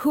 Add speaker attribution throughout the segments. Speaker 1: Who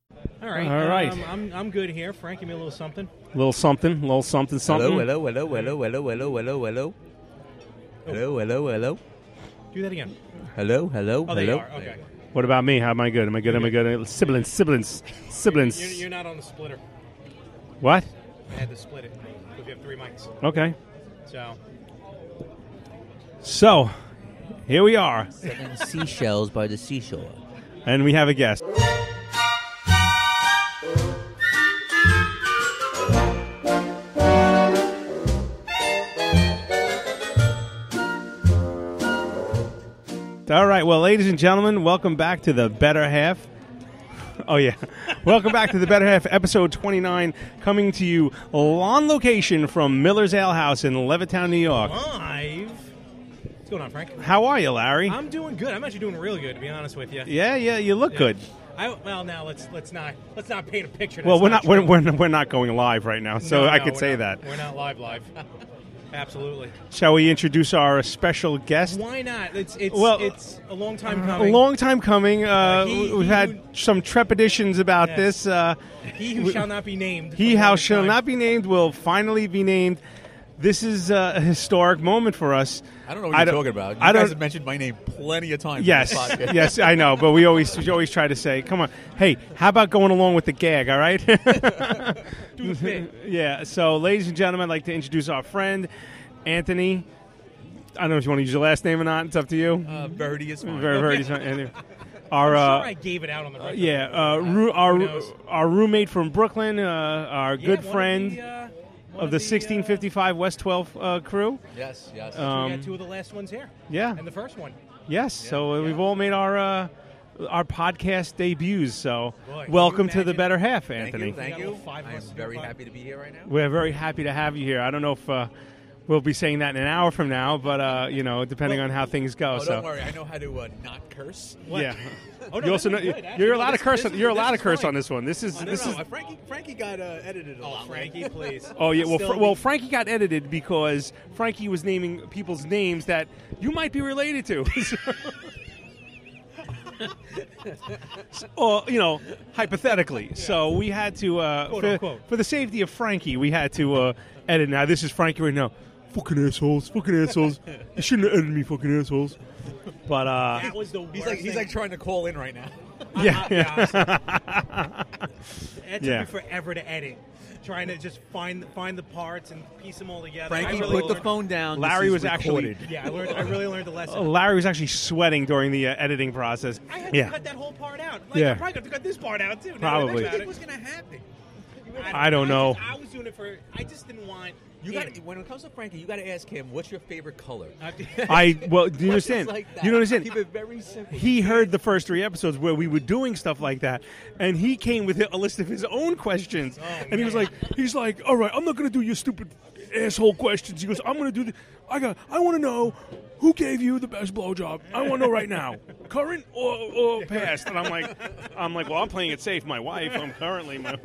Speaker 2: All right.
Speaker 3: All right.
Speaker 2: Um, I'm, I'm good here. Frank, give me a little something.
Speaker 3: Little something, little something, something.
Speaker 4: Hello, hello, hello, hello, hello, hello, hello, hello. Hello, hello, hello.
Speaker 2: Do that again.
Speaker 4: Hello, hello,
Speaker 2: Oh, there
Speaker 4: hello.
Speaker 2: you are. Okay.
Speaker 3: What about me? How am I good? Am I good? Am I good? Siblings, siblings, siblings.
Speaker 2: You're, you're not on the splitter.
Speaker 3: What?
Speaker 2: I had to split it because you have three mics.
Speaker 3: Okay.
Speaker 2: So,
Speaker 3: So, here we are,
Speaker 4: Seven seashells by the seashore.
Speaker 3: and we have a guest. All right, well, ladies and gentlemen, welcome back to the better half. Oh, yeah. welcome back to the better half, episode 29, coming to you on location from Miller's Ale House in Levittown, New York.
Speaker 2: live. What's going on, Frank?
Speaker 3: How are you, Larry?
Speaker 2: I'm doing good. I'm actually doing real good, to be honest with you.
Speaker 3: Yeah, yeah, you look good.
Speaker 2: I, well, now let's let's not let's not paint a picture.
Speaker 3: Well,
Speaker 2: that's
Speaker 3: we're not
Speaker 2: true.
Speaker 3: we're, we're, we're not going live right now, so
Speaker 2: No,
Speaker 3: I
Speaker 2: no,
Speaker 3: could
Speaker 2: we're
Speaker 3: say
Speaker 2: not-
Speaker 3: that.
Speaker 2: we're not live live. Absolutely.
Speaker 3: Shall we introduce our special guest?
Speaker 2: Why not? It's it's
Speaker 3: Well,
Speaker 2: it's a long time
Speaker 3: A
Speaker 2: coming.
Speaker 3: long time coming. Uh,
Speaker 2: he-
Speaker 3: we-
Speaker 2: he
Speaker 3: we've had
Speaker 2: who-
Speaker 3: some trepidations about
Speaker 2: Yes.
Speaker 3: this. Uh,
Speaker 2: he who shall not be named.
Speaker 3: he
Speaker 2: for a
Speaker 3: how
Speaker 2: long
Speaker 3: shall
Speaker 2: time.
Speaker 3: not be named will finally be named. This is uh, a historic moment for us.
Speaker 5: I don't know what you're talking about. You
Speaker 3: I
Speaker 5: guys
Speaker 3: don't.
Speaker 5: have mentioned my name plenty of times.
Speaker 3: Yes,
Speaker 5: on this podcast.
Speaker 3: yes, I know, but we always we always try to say, "Come on, hey, how about going along with the gag?" All right.
Speaker 2: Do the bit.
Speaker 3: Yeah. So, ladies and gentlemen, I'd like to introduce our friend, Anthony. I don't know if you want to use your last name or not. It's up to you.
Speaker 5: Uh, Verdi is fine.
Speaker 3: very, very. Anthony. Our
Speaker 2: I'm
Speaker 3: uh,
Speaker 2: sure I gave it out on the record.
Speaker 3: yeah, uh, ru-
Speaker 2: who
Speaker 3: our
Speaker 2: knows?
Speaker 3: our roommate from Brooklyn, uh, our
Speaker 2: Yeah,
Speaker 3: good
Speaker 2: one
Speaker 3: friend
Speaker 2: of the, uh, one
Speaker 3: of the
Speaker 2: uh,
Speaker 3: 1655 West 12 uh, crew.
Speaker 5: Yes, yes. Oh,
Speaker 2: we
Speaker 3: Um,
Speaker 2: had two of the last ones here.
Speaker 3: yeah.
Speaker 2: and the first one.
Speaker 3: Yes. so uh we've all made our uh, our podcast debuts. So,
Speaker 2: Boy, can
Speaker 3: welcome
Speaker 2: you
Speaker 3: to the
Speaker 2: imagine?
Speaker 3: better half, Anthony.
Speaker 2: We got
Speaker 5: thank you, thank
Speaker 2: a
Speaker 5: you.
Speaker 2: little five
Speaker 5: I am
Speaker 2: months,
Speaker 5: very
Speaker 2: five-
Speaker 5: happy to be here right now.
Speaker 3: We're very happy to have you here. I don't know if uh, we'll be saying that in an hour from now, but uh, you know, depending
Speaker 5: Well,
Speaker 3: on how things go.
Speaker 5: Oh,
Speaker 3: so,
Speaker 5: don't worry. I know how to uh, not curse.
Speaker 3: yeah.
Speaker 2: Oh, no,
Speaker 3: you
Speaker 2: that
Speaker 3: also know,
Speaker 2: was good, actually.
Speaker 3: you're
Speaker 2: No,
Speaker 3: allowed
Speaker 2: this-
Speaker 3: to curse.
Speaker 2: this
Speaker 3: On,
Speaker 2: is-
Speaker 3: you're allowed to
Speaker 2: this is
Speaker 3: curse
Speaker 2: fine.
Speaker 3: on this one. This is
Speaker 5: No,
Speaker 3: this
Speaker 5: no,
Speaker 3: is.
Speaker 5: no, Frankie, Frankie got uh, edited a
Speaker 2: Oh,
Speaker 5: lot. man.
Speaker 2: Frankie, please.
Speaker 3: Oh yeah, well,
Speaker 2: Still
Speaker 3: Fra- well,
Speaker 2: be-
Speaker 3: Frankie got edited because Frankie was naming people's names that you might be related to, So- or you know, hypothetically. So we had to, uh,
Speaker 2: Quote,
Speaker 3: for,
Speaker 2: unquote.
Speaker 3: for the safety of Frankie, we had to uh, edit. Now this is Frankie right now. Fucking assholes! Fucking assholes! you shouldn't have edited me, fucking assholes. But uh,
Speaker 2: that was the
Speaker 5: He's
Speaker 2: worst
Speaker 5: like he's
Speaker 2: thing.
Speaker 5: like trying to call in right now.
Speaker 3: yeah,
Speaker 2: yeah, It took
Speaker 3: Yeah.
Speaker 2: me forever to edit, trying to just find find the parts and piece them all together. I
Speaker 5: Frankie,
Speaker 2: really
Speaker 5: put the
Speaker 2: learned-
Speaker 5: phone down. This
Speaker 3: Larry
Speaker 5: is
Speaker 3: was actually-
Speaker 5: recorded.
Speaker 2: Yeah, I, learned, I really learned the lesson.
Speaker 3: Larry was actually sweating during the uh, editing process.
Speaker 2: I had
Speaker 3: yeah,
Speaker 2: to cut that whole part out. Like,
Speaker 3: Yeah.
Speaker 2: I probably got to cut this part out too. now that
Speaker 3: Probably.
Speaker 2: I,
Speaker 5: What do
Speaker 2: think
Speaker 5: you think
Speaker 2: about
Speaker 5: was going to happen?
Speaker 2: it.
Speaker 3: I don't know.
Speaker 2: I was doing it for. I just didn't want.
Speaker 5: You
Speaker 2: him.
Speaker 5: got when it comes to Frankie, you got to ask him what's your favorite color.
Speaker 2: I-
Speaker 3: I well, do you understand?
Speaker 5: Just like that.
Speaker 3: you don't understand?
Speaker 5: Keep it very simple.
Speaker 3: he heard the first three episodes where we were doing stuff like that, and he came with a list of his own questions, and he was like, he's like, all right, I'm not gonna do your stupid asshole questions. He goes, I'm gonna do the, I got, I want to know who gave you the best blowjob. I want to know right now, current or, or past. And I'm like, I'm like, well, I'm playing it safe. My wife, I'm currently my,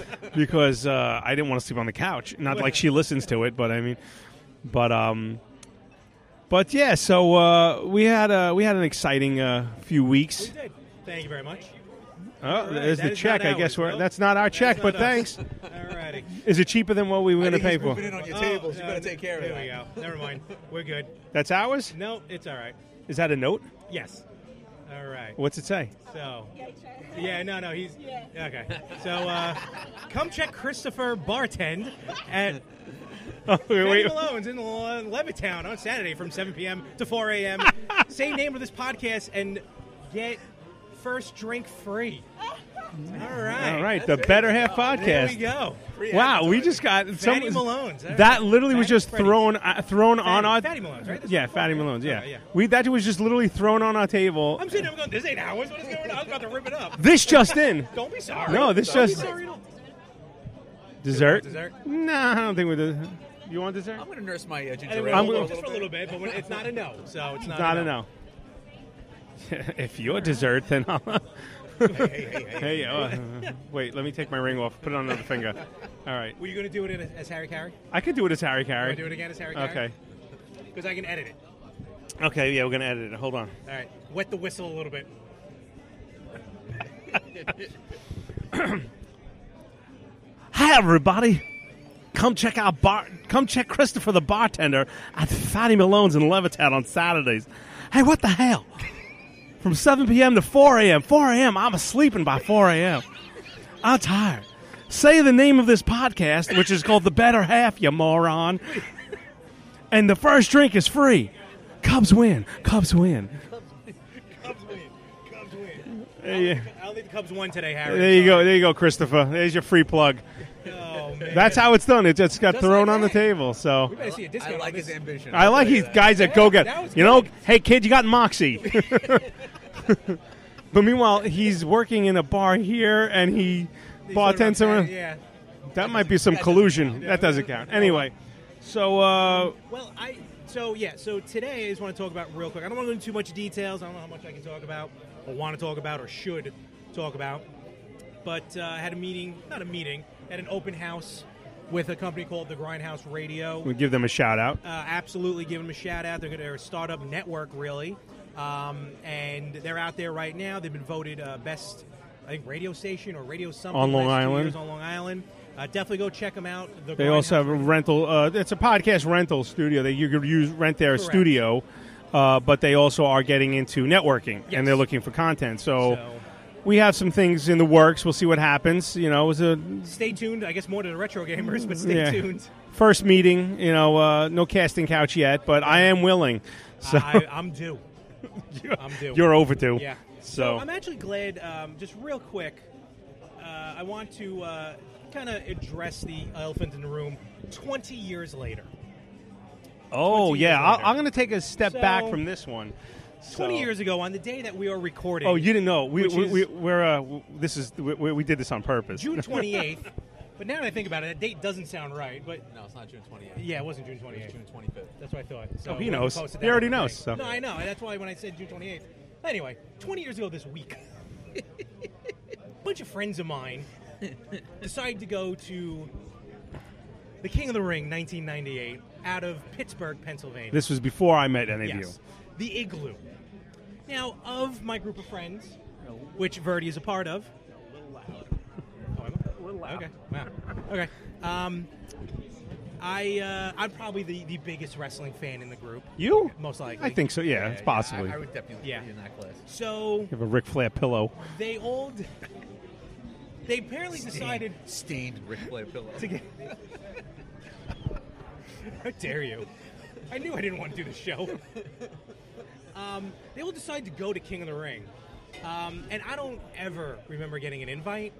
Speaker 3: because uh, I didn't want to sleep on the couch. Not like she listens to it, but I mean, but um. But yeah, so uh, we had uh, we had an exciting uh, few weeks.
Speaker 2: we did. Thank you very much.
Speaker 3: Oh,
Speaker 2: right,
Speaker 3: there's
Speaker 2: that
Speaker 3: the
Speaker 2: is
Speaker 3: check.
Speaker 2: not
Speaker 3: I guess
Speaker 2: ours,
Speaker 3: we're
Speaker 2: no.
Speaker 3: that's not our check,
Speaker 2: That's
Speaker 3: but
Speaker 2: not us.
Speaker 3: thanks.
Speaker 2: Alrighty.
Speaker 3: Is it cheaper than what we were
Speaker 5: I
Speaker 3: going to
Speaker 5: think
Speaker 3: pay
Speaker 5: he's
Speaker 3: for?
Speaker 5: moving in on your
Speaker 2: Oh,
Speaker 5: tables. You
Speaker 2: uh,
Speaker 5: better take care of
Speaker 2: there
Speaker 5: that.
Speaker 2: There we go. Never mind. We're good.
Speaker 3: That's ours.
Speaker 2: No, it's all right.
Speaker 3: Is that a note?
Speaker 2: Yes. All right.
Speaker 3: What's it say?
Speaker 2: So, yeah, no, no, he's okay. So, uh, come check Christopher Bartend at
Speaker 3: Oh, wait,
Speaker 2: Benny
Speaker 3: wait.
Speaker 2: Malone's in Le- Levittown on Saturday from 7 p.m. to 4 a.m. Same name of this podcast and get first drink free. All right.
Speaker 3: All right, the Better Half podcast.
Speaker 2: There we go.
Speaker 3: Wow, we just got some,
Speaker 2: Fatty Malone's. All right.
Speaker 3: That literally was
Speaker 2: Fatty
Speaker 3: just
Speaker 2: Freddy's.
Speaker 3: thrown uh, thrown on
Speaker 2: Fatty-
Speaker 3: our
Speaker 2: Fatty Malone's, right? That's
Speaker 3: yeah,
Speaker 2: what-
Speaker 3: Fatty Malone's. Yeah.
Speaker 2: Okay, yeah.
Speaker 3: we that was just literally thrown on our table.
Speaker 2: I'm sitting there I'm going, this ain't ours. What is going on? I was about to rip it up.
Speaker 3: This just in.
Speaker 2: Don't be sorry.
Speaker 3: No, this
Speaker 2: Don't be
Speaker 3: just-
Speaker 2: sorry, don't-
Speaker 3: Dessert?
Speaker 2: Dessert?
Speaker 3: Nah, I don't think we do. You want dessert?
Speaker 5: I'm going to nurse my uh,
Speaker 2: And
Speaker 5: ginger
Speaker 2: we
Speaker 5: ale
Speaker 3: I'm
Speaker 2: hold
Speaker 3: gonna-
Speaker 2: on just for a little bit, but when, it's not a no, so it's not,
Speaker 3: Not
Speaker 2: a
Speaker 3: a no. if you're dessert, then I'll.
Speaker 5: Hey, hey, hey.
Speaker 3: hey, uh, wait. Let me take my ring off. Put it on another finger. All right.
Speaker 2: Were you going to do it in as, as Harry Carey?
Speaker 3: I could do it as Harry
Speaker 2: Can
Speaker 3: Carey.
Speaker 2: I do it again as Harry Carey?
Speaker 3: Okay.
Speaker 2: Because I can edit it.
Speaker 3: Okay. Yeah, we're gonna edit it. Hold on.
Speaker 2: All right. Wet the whistle a little bit.
Speaker 3: Hi, everybody. Come check out bar. Come check Christopher the bartender at Fatty Malone's in Levittown on Saturdays. Hey, what the hell? From 7 p.m. to 4 a.m. 4 a.m. I'm sleeping by 4 a.m. I'm tired. Say the name of this podcast, which is called The Better Half, you moron. And the first drink is free. Cubs win. Cubs win.
Speaker 2: Cubs win. Cubs win.
Speaker 3: There
Speaker 2: I'll leave the Cubs one today, Harry.
Speaker 3: you go. There you go, Christopher. There's your free plug.
Speaker 2: Oh, man.
Speaker 3: That's how it's done. It just got
Speaker 2: Just
Speaker 3: thrown
Speaker 2: like
Speaker 3: on the
Speaker 2: that.
Speaker 3: table. So
Speaker 2: we better see a discount.
Speaker 5: I
Speaker 2: on
Speaker 5: like
Speaker 2: this.
Speaker 5: his ambition.
Speaker 3: I like
Speaker 5: I'll
Speaker 3: these
Speaker 5: tell you that.
Speaker 3: guys that go get.
Speaker 2: that was
Speaker 3: You know,
Speaker 2: good.
Speaker 3: hey kid, you got moxie. but meanwhile, he's working in a bar here, and he
Speaker 2: These are
Speaker 3: bartends
Speaker 2: okay,
Speaker 3: someone.
Speaker 2: Yeah.
Speaker 3: That might be some
Speaker 5: doesn't
Speaker 3: collusion.
Speaker 5: count.
Speaker 3: That doesn't count. Anyway, so uh,
Speaker 2: Well, I so yeah. So today I just want to talk about real quick. I don't want to go into too much details. I don't know how much I can talk about, or want to talk about, or should talk about. But uh, I had a meeting, not a meeting, at an open house with a company called the Grindhouse Radio.
Speaker 3: we give them a shout out.
Speaker 2: uh, absolutely give them a shout out. They're, gonna- they're a startup network, really, um, and they're out there right now. They've been voted uh, best, I think, radio station or radio something
Speaker 3: On Long
Speaker 2: last two
Speaker 3: Island.
Speaker 2: years on Long Island. Uh, definitely go check them out. The
Speaker 3: They also
Speaker 2: Grindhouse
Speaker 3: have a rental. Uh, it's a podcast rental studio that you could use rent their
Speaker 2: Correct.
Speaker 3: studio. Uh, but they also are getting into networking,
Speaker 2: Yes.
Speaker 3: and they're looking for content. So,
Speaker 2: So-
Speaker 3: we have some things in the works. We'll see what happens. You know, it was a
Speaker 2: Stay tuned. I guess more to the retro gamers, but stay
Speaker 3: Yeah.
Speaker 2: tuned.
Speaker 3: First meeting, you know, uh, no casting couch yet, but I am willing. So
Speaker 2: I, I'm due. I'm due.
Speaker 3: you're overdue.
Speaker 2: Yeah.
Speaker 3: So,
Speaker 2: I'm actually glad. Um, just real quick, uh, I want to uh, kind of address the elephant in the room. Twenty years later,
Speaker 3: oh
Speaker 2: 20
Speaker 3: yeah,
Speaker 2: years
Speaker 3: I,
Speaker 2: later.
Speaker 3: I'm going to take a step back
Speaker 2: So-
Speaker 3: from this one. So-
Speaker 2: twenty years ago, on the day that we are recording,
Speaker 3: Oh, you didn't know. We
Speaker 2: Which
Speaker 3: we,
Speaker 2: is-
Speaker 3: we we're uh, w- this is we, we we did this on purpose.
Speaker 2: June 28th. but now that I think about it, that date doesn't sound right. But
Speaker 5: No, it's not June 28th.
Speaker 2: yeah, it wasn't June
Speaker 5: It's
Speaker 2: 28th.
Speaker 5: June 25th.
Speaker 2: That's what I thought. So
Speaker 3: Oh, he
Speaker 2: we
Speaker 3: knows.
Speaker 2: posted
Speaker 3: He
Speaker 2: that
Speaker 3: already
Speaker 2: on the
Speaker 3: knows,
Speaker 2: thing.
Speaker 3: so.
Speaker 2: No, I know. That's why when I said June 28th. Anyway, 20 years ago this week, a bunch of friends of mine decided to go to the King of the Ring 1998 out of Pittsburgh, Pennsylvania.
Speaker 3: This was before I met any of you.
Speaker 2: Yes. The Igloo. Now, of my group of friends, which Verdi is a part of. A little loud. Oh, am I? Okay. Wow. Okay. Um, I uh, I'm probably the, the biggest wrestling fan in the group.
Speaker 3: You?
Speaker 2: Most likely.
Speaker 3: I think so. Yeah, it's possibly.
Speaker 5: I, I would definitely
Speaker 2: Yeah.
Speaker 5: be in that class.
Speaker 2: So
Speaker 3: You have a Ric Flair pillow.
Speaker 2: they all d- they apparently decided
Speaker 5: Stained Ric Flair pillow.
Speaker 2: to get. How dare you? I knew I didn't want to do the show. Um, they all decided to go to King of the Ring, um, and I don't ever remember getting an invite.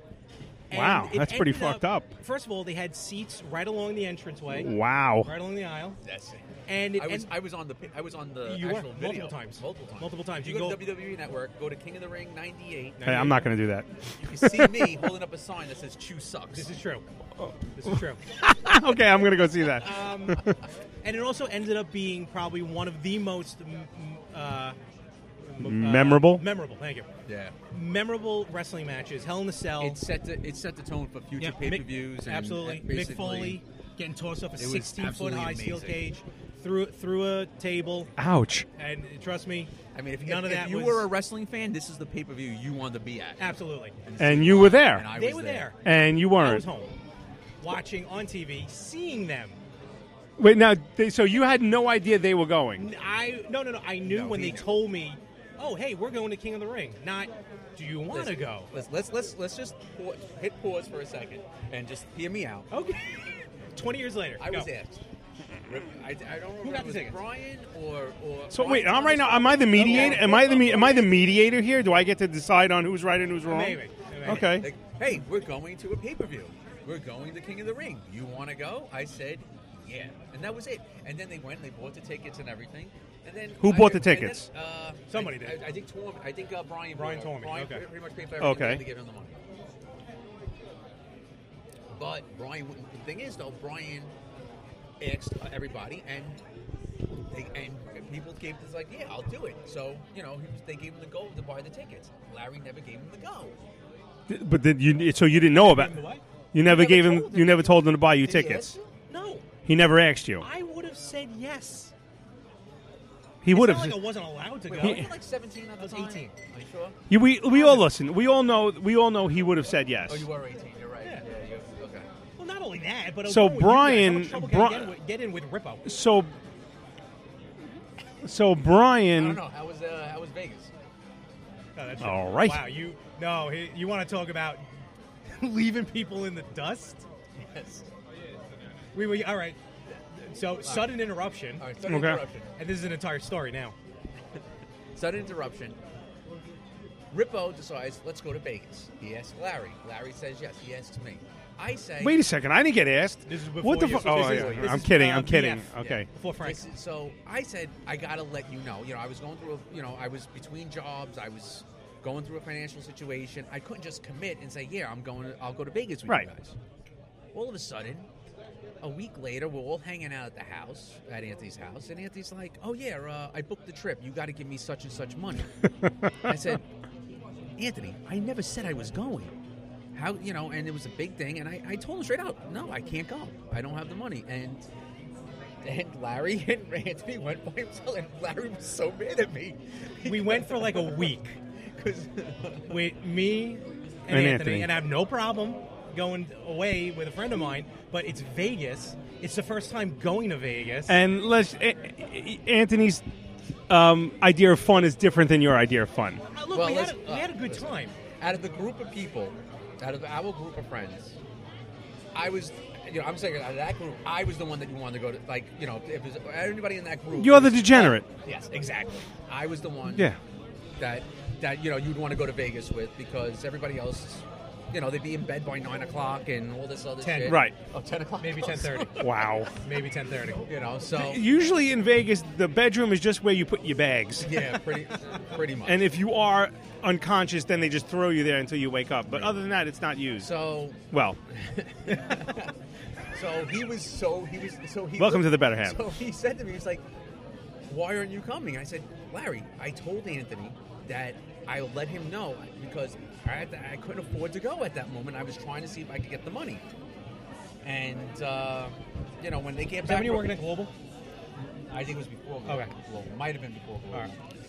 Speaker 2: And
Speaker 3: Wow,
Speaker 2: it
Speaker 3: that's pretty
Speaker 2: ended
Speaker 3: fucked up.
Speaker 2: First of all, they had seats right along the entranceway,
Speaker 3: Wow.
Speaker 2: right along the aisle,
Speaker 5: That's it.
Speaker 2: and it
Speaker 5: I was
Speaker 2: end-
Speaker 5: I was on the I was on the
Speaker 2: You were,
Speaker 5: actual
Speaker 2: multiple
Speaker 5: video
Speaker 2: times.
Speaker 5: multiple times
Speaker 2: Multiple times.
Speaker 5: You,
Speaker 2: You
Speaker 5: go,
Speaker 2: go-
Speaker 5: to WWE Network, go to King of the Ring '98.
Speaker 3: Hey, I'm not going to do that.
Speaker 5: You see me holding up a sign that says "Chew sucks."
Speaker 2: this is true.
Speaker 3: Oh.
Speaker 2: This is true.
Speaker 3: okay, I'm going to go see that.
Speaker 2: and it also ended up being probably one of the most mm, mm, uh, m- uh,
Speaker 3: Memorable?
Speaker 2: memorable. Thank you.
Speaker 5: yeah.
Speaker 2: Memorable wrestling matches. Hell in a Cell.
Speaker 5: It set the it set the tone for future
Speaker 2: Oh. Yeah, Mick-
Speaker 5: pay-per-views. and-
Speaker 2: Absolutely,
Speaker 5: and
Speaker 2: Mick
Speaker 5: basically-
Speaker 2: Foley getting tossed off a
Speaker 5: It was
Speaker 2: 16 foot
Speaker 5: absolutely
Speaker 2: high steel
Speaker 5: amazing.
Speaker 2: cage through through a table,
Speaker 3: Ouch.
Speaker 2: and trust me,
Speaker 5: I mean, if
Speaker 2: none of
Speaker 5: if- if
Speaker 2: that
Speaker 5: you
Speaker 2: was
Speaker 5: were a wrestling fan, this is the pay-per-view you wanted to be at.
Speaker 2: absolutely.
Speaker 3: And you were there.
Speaker 5: And I
Speaker 2: they
Speaker 5: was
Speaker 2: were there.
Speaker 3: and you
Speaker 2: I
Speaker 3: weren't.
Speaker 2: was home, watching on TV, seeing them.
Speaker 3: Wait, now, they, so you had no idea they were going.
Speaker 2: I no no no. I knew
Speaker 5: No,
Speaker 2: when
Speaker 5: he
Speaker 2: they
Speaker 5: knew.
Speaker 2: told me, "Oh hey, we're going to King of the Ring." Not, do you want to
Speaker 5: Listen,
Speaker 2: go?
Speaker 5: Let's let's let's let's just pa- hit pause for a second and just hear me out.
Speaker 2: Okay. Twenty years later,
Speaker 5: I
Speaker 2: go.
Speaker 5: was asked. I, I don't
Speaker 2: got
Speaker 5: remember.
Speaker 2: the
Speaker 5: if it was
Speaker 2: tickets?
Speaker 5: Brian or or.
Speaker 3: So
Speaker 5: Brian
Speaker 3: wait, I'm right now.
Speaker 5: Thomas-
Speaker 3: Am I the mediator?
Speaker 5: Okay.
Speaker 3: Am I the me- am I the mediator here? Do I get to decide on who's right and who's wrong?
Speaker 2: Maybe, maybe.
Speaker 3: Okay.
Speaker 5: Like, hey, we're going to a pay per view. We're going to King of the Ring. You want to go? I said, yeah. And that was it. And then they went, they bought the tickets and everything. And then
Speaker 3: Who
Speaker 5: I-
Speaker 3: bought the
Speaker 5: and then,
Speaker 3: tickets?
Speaker 5: uh,
Speaker 2: Somebody
Speaker 5: I,
Speaker 2: did.
Speaker 5: I, I think Torm, I think uh, Brian.
Speaker 2: Brian
Speaker 5: bought
Speaker 2: Tormey,
Speaker 5: it. Brian
Speaker 2: okay.
Speaker 5: pretty much paid for everything.
Speaker 3: Okay.
Speaker 5: They gave him the money. But Brian, wouldn't- the thing is though, Brian asked uh, everybody, and they, and people gave this like, yeah, I'll do it. So you know, he was, they gave him the go to buy the tickets. Larry never gave him the go.
Speaker 3: Th- But then you, so you didn't know about.
Speaker 2: Gave him the what?
Speaker 3: You never
Speaker 5: Never
Speaker 3: gave him.
Speaker 5: told him.
Speaker 3: You never told him to buy you
Speaker 5: Did he
Speaker 3: tickets.
Speaker 5: ask you?
Speaker 2: No,
Speaker 3: He never asked you.
Speaker 2: I would have said yes.
Speaker 3: He
Speaker 2: It's
Speaker 3: would
Speaker 2: not
Speaker 3: have.
Speaker 2: like I wasn't allowed to go.
Speaker 5: Wait, were you like 17 at
Speaker 2: I
Speaker 5: the
Speaker 2: was
Speaker 5: time?
Speaker 2: 18.
Speaker 5: Are you sure?
Speaker 3: You- we we all listen. We all know. We all know he would have said yes.
Speaker 5: Oh, you were 18. You're right.
Speaker 2: Yeah.
Speaker 5: Yeah. you okay.
Speaker 2: Well, not only that, but I was
Speaker 3: So
Speaker 2: going with you guys. How
Speaker 3: Brian-
Speaker 2: much trouble can I
Speaker 3: Bri-
Speaker 2: get, with, get in with Rippo. Oh,
Speaker 3: So. So
Speaker 5: I don't
Speaker 3: Brian.
Speaker 5: know. How was uh, how was Vegas?
Speaker 2: Oh, that's
Speaker 3: All right.
Speaker 2: Wow, you no, he- you want to talk about leaving people in the dust?
Speaker 5: Yes.
Speaker 2: We were all right. So sudden interruption,
Speaker 5: All right. Sudden
Speaker 3: Okay.
Speaker 5: interruption.
Speaker 2: and this is an entire story now.
Speaker 5: Sudden interruption. Rippo decides let's go to Vegas. He asks Larry. Larry says yes. He asks me. I say
Speaker 3: Wait a second! I didn't get asked.
Speaker 2: This is before
Speaker 3: what the
Speaker 2: you-
Speaker 3: fuck? Oh,
Speaker 2: this is-
Speaker 3: yeah.
Speaker 2: this
Speaker 3: I'm
Speaker 2: is,
Speaker 3: kidding!
Speaker 2: uh,
Speaker 3: I'm kidding.
Speaker 2: BF.
Speaker 3: Okay.
Speaker 2: Before Frank,
Speaker 5: This is- so I said, I gotta let you know. You know, I was going through, a, you know, I was between jobs. I was going through a financial situation. I couldn't just commit and say, yeah, I'm going. To, I'll go to Vegas with
Speaker 3: Right.
Speaker 5: you guys. All of a sudden, a week later, we're all hanging out at the house at Anthony's house, and Anthony's like, "Oh yeah, uh, I booked the trip. You got to give me such and such money." I said, Anthony, I never said I was going. How you know? And it was a big thing, and I, I told him straight out, no, I can't go. I don't have the money. And and Larry and Anthony went by himself, and Larry was so mad at me
Speaker 2: we went for like a week
Speaker 5: because
Speaker 2: with me and,
Speaker 3: And
Speaker 2: Anthony,
Speaker 3: Anthony.
Speaker 2: and I have no problem going away with a friend of mine. But it's Vegas. It's the first time going to Vegas.
Speaker 3: And let's. A- A- Anthony's um, idea of fun is different than your idea of fun.
Speaker 2: Uh, look,
Speaker 5: Well,
Speaker 2: we, had a,
Speaker 5: listen,
Speaker 2: we had a good
Speaker 5: listen.
Speaker 2: time.
Speaker 5: out of the group of people, out of our group of friends, I was. You know, I'm saying out of that group, I was the one that you wanted to go to. Like, you know, if there's anybody in that group,
Speaker 3: You're
Speaker 5: it
Speaker 3: the
Speaker 5: was-
Speaker 3: degenerate.
Speaker 5: Yes, exactly. I was the one.
Speaker 3: Yeah.
Speaker 5: That that you know you'd want to go to Vegas with because everybody else, you know, they'd be in bed by nine o'clock and all this other
Speaker 2: 10.
Speaker 5: shit.
Speaker 3: Right.
Speaker 5: Oh, 10 o'clock.
Speaker 2: Maybe
Speaker 5: also.
Speaker 2: ten thirty.
Speaker 3: Wow.
Speaker 2: Maybe ten thirty.
Speaker 5: You know, so
Speaker 3: Usually in Vegas, the bedroom is just where you put your bags.
Speaker 5: yeah, pretty pretty much.
Speaker 3: And if you are unconscious, then they just throw you there until you wake up. But other than that, it's not used.
Speaker 5: so
Speaker 3: Well,
Speaker 5: so he was so he was so he.
Speaker 3: Welcome to the better half.
Speaker 5: So he said to me, he was like, "Why aren't you coming?" I said, "Larry, I told Anthony that I let him know because I, had to- I couldn't afford to go at that moment. I was trying to see if I could get the money." And uh, you know, when they get
Speaker 2: Is that
Speaker 5: back,
Speaker 2: when you were working at Global?
Speaker 5: I think it was before. Global.
Speaker 2: Okay.
Speaker 5: Global. might have been before Global.
Speaker 2: All right.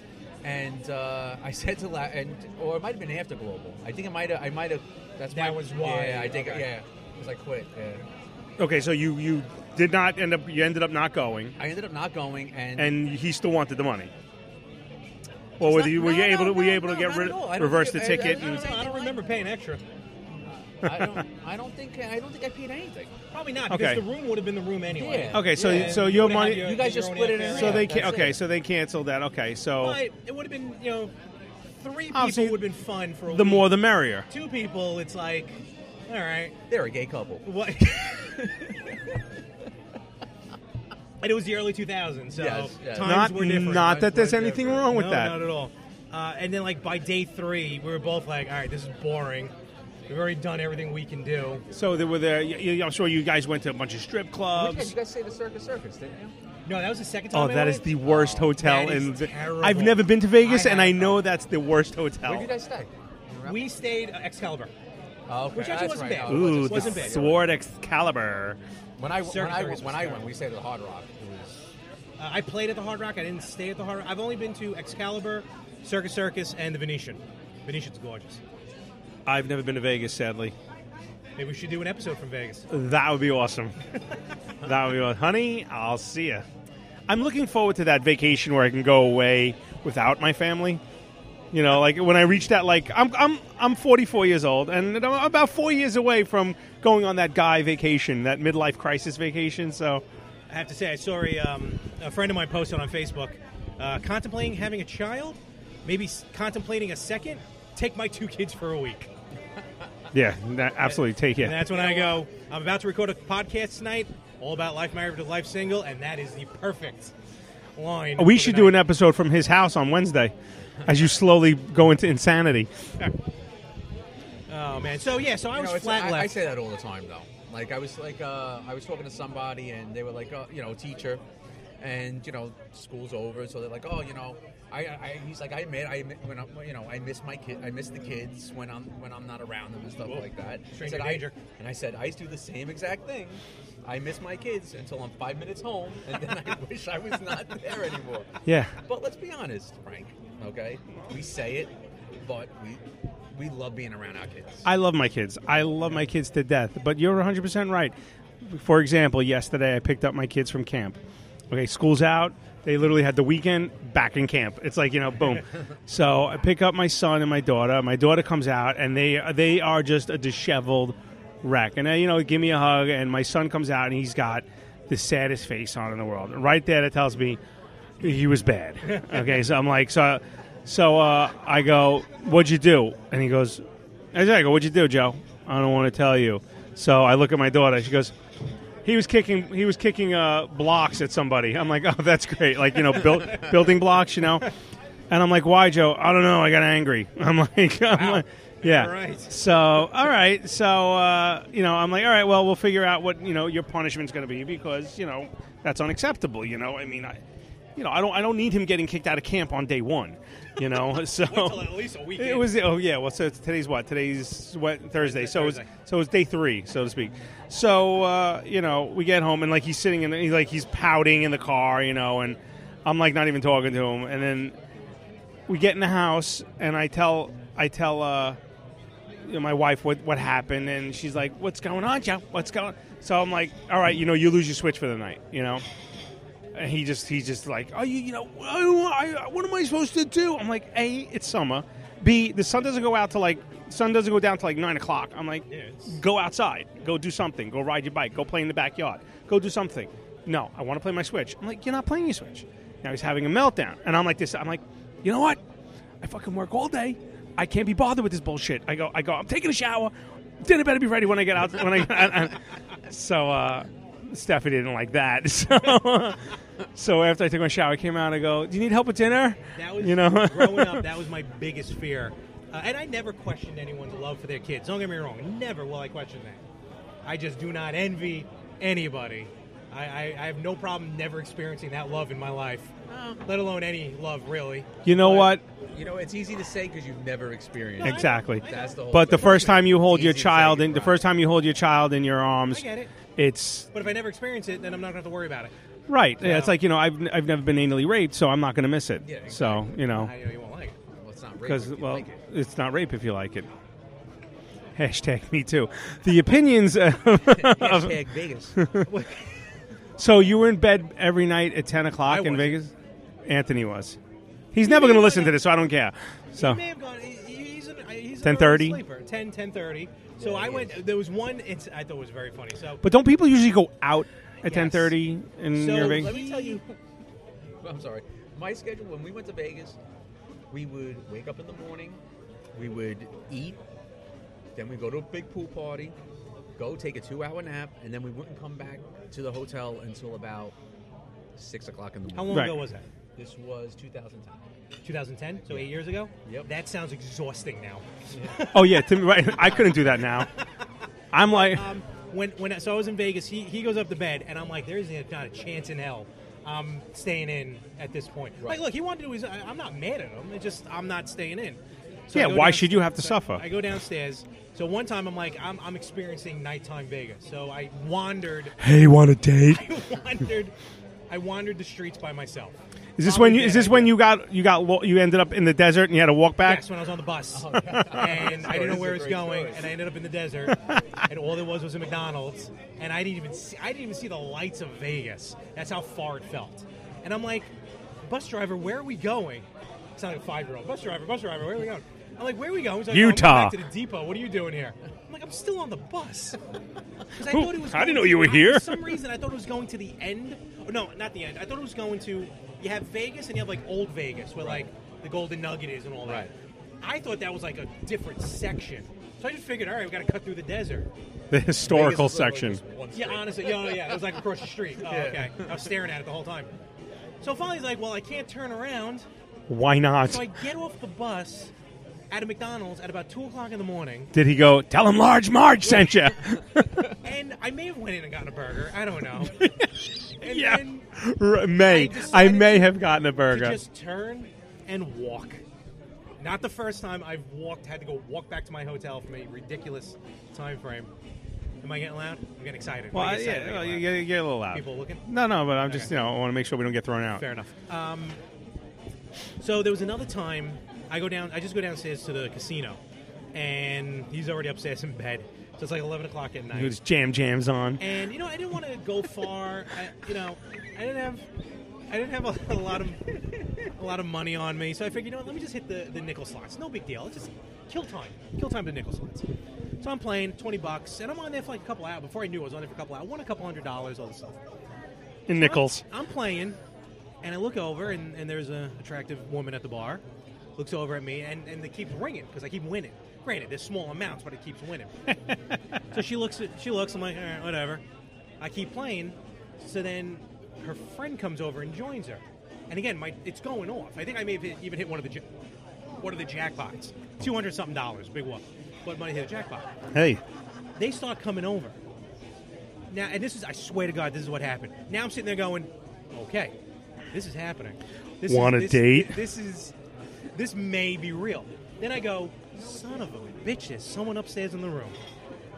Speaker 5: And uh, I said to La- and or it might have been after Global. I think I might have. I might have. That's
Speaker 2: That
Speaker 5: my-
Speaker 2: was why-
Speaker 5: Yeah, I think.
Speaker 2: okay.
Speaker 5: Yeah, because I quit. Yeah.
Speaker 3: okay. So you you did not end up. You ended up not going,
Speaker 5: I ended up not going, and
Speaker 3: and he still wanted the money. Or were you, were you
Speaker 5: No, no,
Speaker 3: able to were you
Speaker 5: no,
Speaker 3: able to
Speaker 5: no,
Speaker 3: get
Speaker 5: not
Speaker 3: rid,
Speaker 5: at all. I don't
Speaker 3: reverse the
Speaker 5: think it- I- I
Speaker 3: ticket?
Speaker 5: don't
Speaker 3: and-
Speaker 5: know.
Speaker 2: I don't remember paying extra.
Speaker 5: I don't. I don't think. I don't think I paid anything.
Speaker 2: Probably not.
Speaker 3: Okay.
Speaker 2: Because the room would have been the room anyway.
Speaker 5: Yeah.
Speaker 3: Okay, so
Speaker 5: Yeah.
Speaker 3: so your
Speaker 2: would've had
Speaker 3: money.
Speaker 2: your-
Speaker 5: You guys
Speaker 2: your
Speaker 5: just
Speaker 2: own
Speaker 5: split it
Speaker 2: affair.
Speaker 5: in
Speaker 3: so
Speaker 5: Yeah,
Speaker 3: they
Speaker 5: that's
Speaker 3: can okay.
Speaker 5: it.
Speaker 3: So they canceled that. Okay, so
Speaker 2: But it would have been, you know, three people
Speaker 3: Obviously,
Speaker 2: would have been fun for a
Speaker 3: Oh, the
Speaker 2: week.
Speaker 3: more the merrier.
Speaker 2: two people, it's like, all right,
Speaker 5: They're a gay couple.
Speaker 2: what? and it was the early 2000s, so
Speaker 5: Yes, yes.
Speaker 2: times
Speaker 3: Not
Speaker 2: were different.
Speaker 3: not that there's
Speaker 5: Times were
Speaker 3: anything
Speaker 5: different.
Speaker 3: wrong with
Speaker 2: no,
Speaker 3: that.
Speaker 2: not at all. Uh, and then, like by day three, we were both like, all right, this is boring. We've already done everything we can do.
Speaker 3: So there were there. y- y- I'm sure you guys went to a bunch of strip
Speaker 5: Which guys-
Speaker 3: clubs.
Speaker 5: you guys say the Circus Circus, didn't you?
Speaker 2: No, that was the second time.
Speaker 3: Oh,
Speaker 2: I
Speaker 3: that
Speaker 2: went.
Speaker 3: is the worst hotel
Speaker 2: That is
Speaker 3: in. the-
Speaker 2: terrible.
Speaker 3: I've never been to Vegas,
Speaker 5: I
Speaker 3: and I
Speaker 5: have.
Speaker 3: know that's the worst
Speaker 5: Where
Speaker 3: hotel.
Speaker 5: did you guys stay? You remember?
Speaker 2: We stayed at Excalibur.
Speaker 5: Oh, okay.
Speaker 2: Which
Speaker 5: That's
Speaker 2: actually wasn't
Speaker 5: right.
Speaker 2: bad.
Speaker 5: Oh, it wasn't-
Speaker 3: Ooh,
Speaker 5: it
Speaker 3: the
Speaker 2: wasn't
Speaker 5: wasn't
Speaker 2: bad.
Speaker 3: Sword Excalibur.
Speaker 5: When I when
Speaker 2: Circus
Speaker 5: I,
Speaker 2: Circus
Speaker 5: when
Speaker 2: was
Speaker 5: I
Speaker 2: bad.
Speaker 5: went, we stayed at the Hard Rock. It was
Speaker 2: Uh, I played at the Hard Rock. I didn't stay at the Hard Rock. I've only been to Excalibur, Circus Circus, and the Venetian. Venetian's gorgeous.
Speaker 3: I've never been to Vegas, sadly.
Speaker 2: Maybe we should do an episode from Vegas.
Speaker 3: That would be awesome. that would be awesome. Honey, I'll see you. I'm looking forward to that vacation where I can go away without my family. You know, like when I reach that, like I'm I'm I'm 44 years old, and I'm about four years away from going on that guy vacation, that midlife crisis vacation. So,
Speaker 2: I have to say, I saw a, um, a friend of mine posted on Facebook uh, contemplating having a child, maybe s- contemplating a second. Take my two kids for a week.
Speaker 3: Yeah, that, absolutely. Take it.
Speaker 2: And that's when I go, I'm about to record a podcast tonight all about life married to life single, and that is the perfect line.
Speaker 3: We
Speaker 2: for
Speaker 3: should
Speaker 2: the
Speaker 3: do an
Speaker 2: night.
Speaker 3: episode from his house on Wednesday as you slowly go into insanity.
Speaker 2: Oh, man. So, yeah, so I
Speaker 5: You
Speaker 2: was
Speaker 5: know, it's-
Speaker 2: flat
Speaker 5: I,
Speaker 2: left.
Speaker 5: I say that all the time, though. Like I was like uh, I was talking to somebody, and they were like, uh, you know, a teacher, and you know, school's over, so they're like, oh, you know, I, I he's like, I admit, I admit, when I'm, you know, I miss my kid, I miss the kids when I'm when I'm not around them and stuff like that. I
Speaker 2: Stranger
Speaker 5: said, I-
Speaker 2: danger.
Speaker 5: and I said, I do the same exact thing. I miss my kids until I'm five minutes home, and then I wish I was not there anymore.
Speaker 3: Yeah.
Speaker 5: But let's be honest, Frank. Okay, we say it, but we we love being around our kids.
Speaker 3: I love my kids. I love my kids to death. But you're 100% right. For example, yesterday I picked up my kids from camp. Okay, school's out. They literally had the weekend back in camp. It's like, you know, boom. so I pick up my son and my daughter. My daughter comes out, and they, they are just a disheveled wreck. And, they, you know, give me a hug. And my son comes out, and he's got the saddest face on in the world. Right there, that tells me he was bad. Okay, so I'm like, so, so uh, I go, what'd you do? And he goes, I said, I go, what'd you do, Joe? I don't want to tell you. So I look at my daughter. She goes, he was kicking, he was kicking uh, blocks at somebody. I'm like, oh, that's great. Like you know, build, building blocks, you know. And I'm like, why, Joe? I don't know. I got angry. I'm like, I'm like yeah.
Speaker 2: All right.
Speaker 3: So, all right. So, uh, you know, I'm like, all right. Well, we'll figure out what you know your punishment's going to be because you know that's unacceptable. You know, I mean, I, you know, I don't, I don't need him getting kicked out of camp on day one. You know, so
Speaker 2: Wait till at least a weekend.
Speaker 3: It was oh yeah. Well, so it's, today's what? Today's what? Thursday. So it was
Speaker 2: Thursday.
Speaker 3: so it was day three, so to speak. So uh, you know, we get home and like he's sitting in, the, he's like he's pouting in the car, you know, and I'm like not even talking to him, and then we get in the house and I tell I tell uh, you know, my wife what what happened, and she's like, "What's going on, Joe? What's going?" So I'm like, "All right, you know, you lose your switch for the night, you know." And he just he's just like, "Oh, you, you know, I, I, what am I supposed to do?" I'm like, "A, it's summer. B, the sun doesn't go out till like sun doesn't go down till like nine o'clock." I'm like,
Speaker 2: it's-
Speaker 3: "Go outside. Go do something. Go ride your bike. Go play in the backyard. Go do something." No, I want to play my Switch. I'm like, "You're not playing your Switch." Now he's having a meltdown, and I'm like, "This." I'm like, "You know what? I fucking work all day. I can't be bothered with this bullshit. I go, I go. I'm taking a shower. Dinner better be ready when I get out. When I, so uh, Stephanie didn't like that. So, so after I took my shower, I came out. I go, do you need help with dinner?
Speaker 2: That was
Speaker 3: you know.
Speaker 2: growing up. That was my biggest fear, uh, and I never questioned anyone's love for their kids. Don't get me wrong. Never will I question that. I just do not envy anybody. I, I, I have no problem never experiencing that love in my life, let alone any love really.
Speaker 3: you know what?
Speaker 5: You know, it's easy to say because you've never experienced. it.
Speaker 3: Exactly.
Speaker 5: That's the whole
Speaker 3: But the
Speaker 5: thing.
Speaker 3: first time you hold your
Speaker 5: Easy to say
Speaker 3: child
Speaker 5: you're
Speaker 3: in the
Speaker 5: right.
Speaker 3: first time you hold your child in your
Speaker 2: I
Speaker 3: arms,
Speaker 2: get it.
Speaker 3: it's
Speaker 2: But if I never experience it, then I'm not gonna have to worry about it.
Speaker 3: right. Yeah, It's
Speaker 2: Yeah.
Speaker 3: like you know, I've I've never been anally raped, so I'm not going to miss it.
Speaker 5: Yeah,
Speaker 3: So you know.
Speaker 2: I, you, know, you won't like it.
Speaker 5: Well, it's not rape
Speaker 3: because
Speaker 5: if you
Speaker 3: well,
Speaker 5: like it.
Speaker 3: it's not rape if you like it. Hashtag me too. The opinions. Of,
Speaker 5: Hashtag Vegas.
Speaker 3: so you were in bed every night at ten o'clock
Speaker 2: I
Speaker 3: in
Speaker 2: wasn't.
Speaker 3: Vegas. Anthony was. He's never going to listen to this, so I don't care.
Speaker 2: He
Speaker 3: So
Speaker 2: may have gone. he- He's an, uh, he's an
Speaker 3: 10:30?
Speaker 2: early sleeper. 10, 10.30. So I went. There was one. It's, I thought was very funny. So,
Speaker 3: but don't people usually go out at ten thirty in
Speaker 2: so
Speaker 3: your
Speaker 2: let
Speaker 3: Vegas?
Speaker 2: me tell you.
Speaker 5: I'm sorry. My schedule when we went to Vegas, we would wake up in the morning, we would eat, then we go to a big pool party, go take a two-hour nap, and then we wouldn't come back to the hotel until about six o'clock in the
Speaker 2: How
Speaker 5: morning.
Speaker 2: long
Speaker 3: Right.
Speaker 2: ago was that?
Speaker 5: This was 2010.
Speaker 2: 2010, so eight years ago.
Speaker 5: Yep.
Speaker 2: That sounds exhausting now.
Speaker 3: Oh yeah, Tim, right. I couldn't do that now. I'm like,
Speaker 2: Um, when when so I was in Vegas, he, he goes up to bed, and I'm like, there isn't not a chance in hell I'm staying in at this point. Like,
Speaker 5: Right.
Speaker 2: look, he wanted to do his. I- I'm not mad at him. It's just I'm not staying in. So I
Speaker 3: yeah.
Speaker 2: go
Speaker 3: Why
Speaker 2: down-
Speaker 3: should you have to suffer?
Speaker 2: I go downstairs. So one time I'm like, I'm, I'm experiencing nighttime Vegas. So I wandered,
Speaker 3: Hey, want a date?
Speaker 2: I wandered, I wandered the streets by myself.
Speaker 3: Is this
Speaker 2: Probably
Speaker 3: when you?
Speaker 2: bad
Speaker 3: Is this
Speaker 2: idea.
Speaker 3: when you got you got lo- you ended up in the desert and you had to walk back?
Speaker 2: Yes, when I was on the bus,
Speaker 5: Oh,
Speaker 2: and I didn't know
Speaker 5: That's
Speaker 2: where
Speaker 5: a
Speaker 2: it was
Speaker 5: great
Speaker 2: going,
Speaker 5: story.
Speaker 2: and I ended up in the desert, and all there was was a McDonald's, and I didn't even see, I didn't even see the lights of Vegas. That's how far it felt, and I'm like, bus driver, where are we going? It's not like a five year old bus driver, bus driver, where are we going? I'm like, where are we going? He's like, "Oh, I'm going
Speaker 3: Utah.
Speaker 2: back to the depot. What are you doing here? I'm like, I'm still on the bus. 'Cause I,
Speaker 3: Who-
Speaker 2: thought it was
Speaker 3: I didn't
Speaker 2: going
Speaker 3: know
Speaker 2: to-
Speaker 3: you were
Speaker 2: I-
Speaker 3: here.
Speaker 2: for some reason, I thought it was going to the end. Oh, no, not the end. I thought it was going to. You have Vegas and you have like old Vegas, where like the Golden Nugget is and all that.
Speaker 5: Right.
Speaker 2: I thought that was like a different section. So I just figured, all right, we got to cut through the desert.
Speaker 3: The historical
Speaker 5: Vegas is literally
Speaker 3: section.
Speaker 5: just one
Speaker 2: Yeah,
Speaker 5: street.
Speaker 2: honestly, yeah, yeah, it was like across the street. Oh, okay. I was staring at it the whole time. So finally, he's like, "Well, I can't turn around."
Speaker 3: Why not?
Speaker 2: So I get off the bus at a McDonald's at about two o'clock in the morning,
Speaker 3: Did he go? Tell him Large Marge sent you.
Speaker 2: and I may have went in and gotten a burger. I don't know. and
Speaker 3: yeah.
Speaker 2: then
Speaker 3: R- may I,
Speaker 2: decided
Speaker 3: may have gotten a
Speaker 2: to
Speaker 3: burger.
Speaker 2: just turn and walk. Not the first time I've walked. Had to go walk back to my hotel from a ridiculous time frame. Am I getting loud? I'm getting excited. Am I
Speaker 3: well,
Speaker 2: getting
Speaker 3: yeah,
Speaker 2: excited?
Speaker 3: well,
Speaker 2: I'm
Speaker 3: you
Speaker 2: getting
Speaker 3: get,
Speaker 2: loud.
Speaker 3: you get a little loud.
Speaker 2: People looking?
Speaker 3: No, no, but I'm just
Speaker 2: Okay.
Speaker 3: you know I want to make sure we don't get thrown out.
Speaker 2: Fair enough. Um, so there was another time I go down. I just go downstairs to the casino, and he's already upstairs in bed. So it's like eleven o'clock at
Speaker 3: It
Speaker 2: night.
Speaker 3: was jam jams on.
Speaker 2: and you know, I didn't want to go far. I, you know, I didn't have, I didn't have a, a lot of, a lot of money on me. So I figured, you know, what, let me just hit the, the nickel slots. No big deal. Let's just kill time. Kill time with the nickel slots. So I'm playing twenty bucks, and I'm on there for like a couple hours. Before I knew, it, I was on there for a couple hours. I won a couple hundred dollars, all this stuff.
Speaker 3: And nickels.
Speaker 2: I'm, I'm playing, and I look over, and, and there's an attractive woman at the bar. Looks over at me, and, and it keeps ringing because I keep winning. Granted, there's small amounts, but it keeps winning. so she looks. At, she looks. I'm like, all right, whatever. I keep playing. So then her friend comes over and joins her, and again, my it's going off. I think I may have hit- even hit one of the ja- one of the jackpots, two hundred something dollars, big one. But money hit a jackpot
Speaker 3: Hey,
Speaker 2: they start coming over. Now, and this is, I swear to God, this is what happened. Now I'm sitting there going, okay, this is happening. This
Speaker 3: Want a
Speaker 2: is, this,
Speaker 3: date?
Speaker 2: This is, this may be real. Then I go, son of a bitch, there's someone upstairs in the room.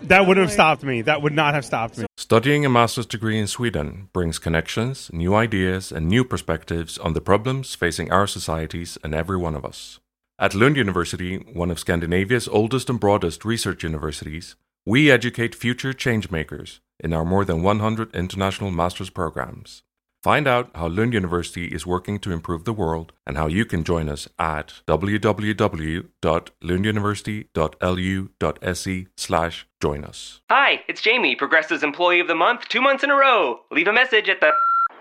Speaker 3: that wouldn't have
Speaker 2: Alright.
Speaker 3: stopped me. That would not have stopped me.
Speaker 6: Studying a master's degree in Sweden brings connections, new ideas, and new perspectives on the problems facing our societies and every one of us. At Lund University, one of Scandinavia's oldest and broadest research universities, we educate future changemakers in our more than 100 international master's programs. Find out how Lund University is working to improve the world and how you can join us at www.lunduniversity.lu.se/join e us.
Speaker 7: Hi, it's Jamie, Progressive's Employee of the Month, two months in a row. Leave a message at the.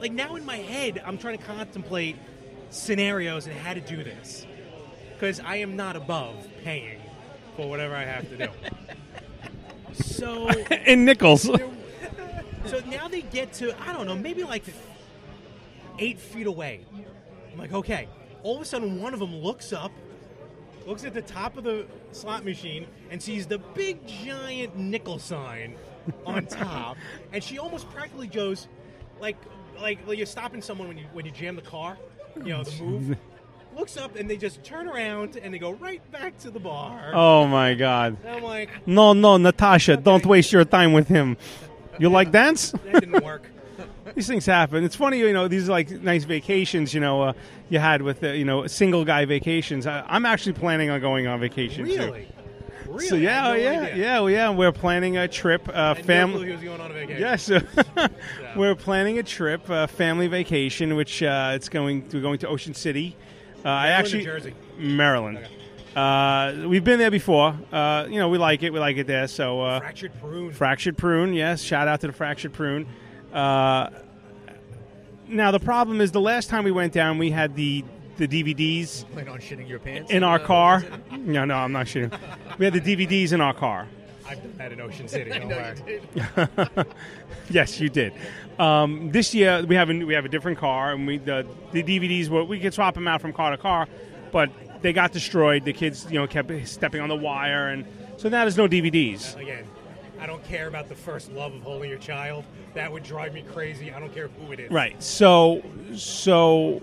Speaker 2: like now in my head, I'm trying to contemplate scenarios and how to do this. Because I am not above paying for whatever I have to do. so.
Speaker 3: And nickels.
Speaker 2: So now they get to I don't know, maybe like eight feet away. I'm like, okay. All of a sudden, one of them looks up, looks at the top of the slot machine, and sees the big giant nickel sign on top, and she almost practically goes, like, like well, you're stopping someone when you when you jam the car, you know, the move. Looks up and they just turn around and they go right back to the bar.
Speaker 3: Oh my god.
Speaker 2: And I'm like,
Speaker 3: No, no, Natasha, don't waste your time with him. You like dance?
Speaker 2: that didn't work.
Speaker 3: These things happen. It's funny, you know, these are like nice vacations, you know, uh, you had with, uh, you know, single guy vacations. I, I'm actually planning on going on vacation too.
Speaker 2: really? Really?
Speaker 3: So
Speaker 2: I
Speaker 3: yeah,
Speaker 2: had no
Speaker 3: yeah,
Speaker 2: idea.
Speaker 3: yeah, yeah. We're planning a trip, uh,
Speaker 2: I had no clue
Speaker 3: family.
Speaker 2: he was going on a vacation.
Speaker 3: Yes, we're planning a trip, uh, family vacation, which uh, it's going. We're going to Ocean City. Uh, I
Speaker 2: Maryland or
Speaker 3: actually
Speaker 2: Jersey?
Speaker 3: Maryland. Uh, we've been there before. Uh, you know, we like it. We like it there. So uh,
Speaker 2: Fractured prune.
Speaker 3: Fractured Prune, yes. Shout out to the Fractured Prune. Uh, now the problem is the last time we went down, we had the the DVDs
Speaker 5: Plan on shitting your pants
Speaker 3: in our
Speaker 2: Oh,
Speaker 5: uh,
Speaker 3: car.
Speaker 5: what's it?
Speaker 3: No, no, I'm not shooting. We had the DVDs in our car.
Speaker 2: I've done that in Ocean City. Don't
Speaker 5: No,
Speaker 2: worry.
Speaker 5: you did.
Speaker 3: Yes, you did. Um, this year we have a, we have a different car, and we the, the DVDs were we could swap them out from car to car, but they got destroyed. The kids, you know, kept stepping on the wire, and so now there's no DVDs.
Speaker 2: Again, I don't care about the first love of holding your child. That would drive me crazy. I don't care who it is.
Speaker 3: Right. So, so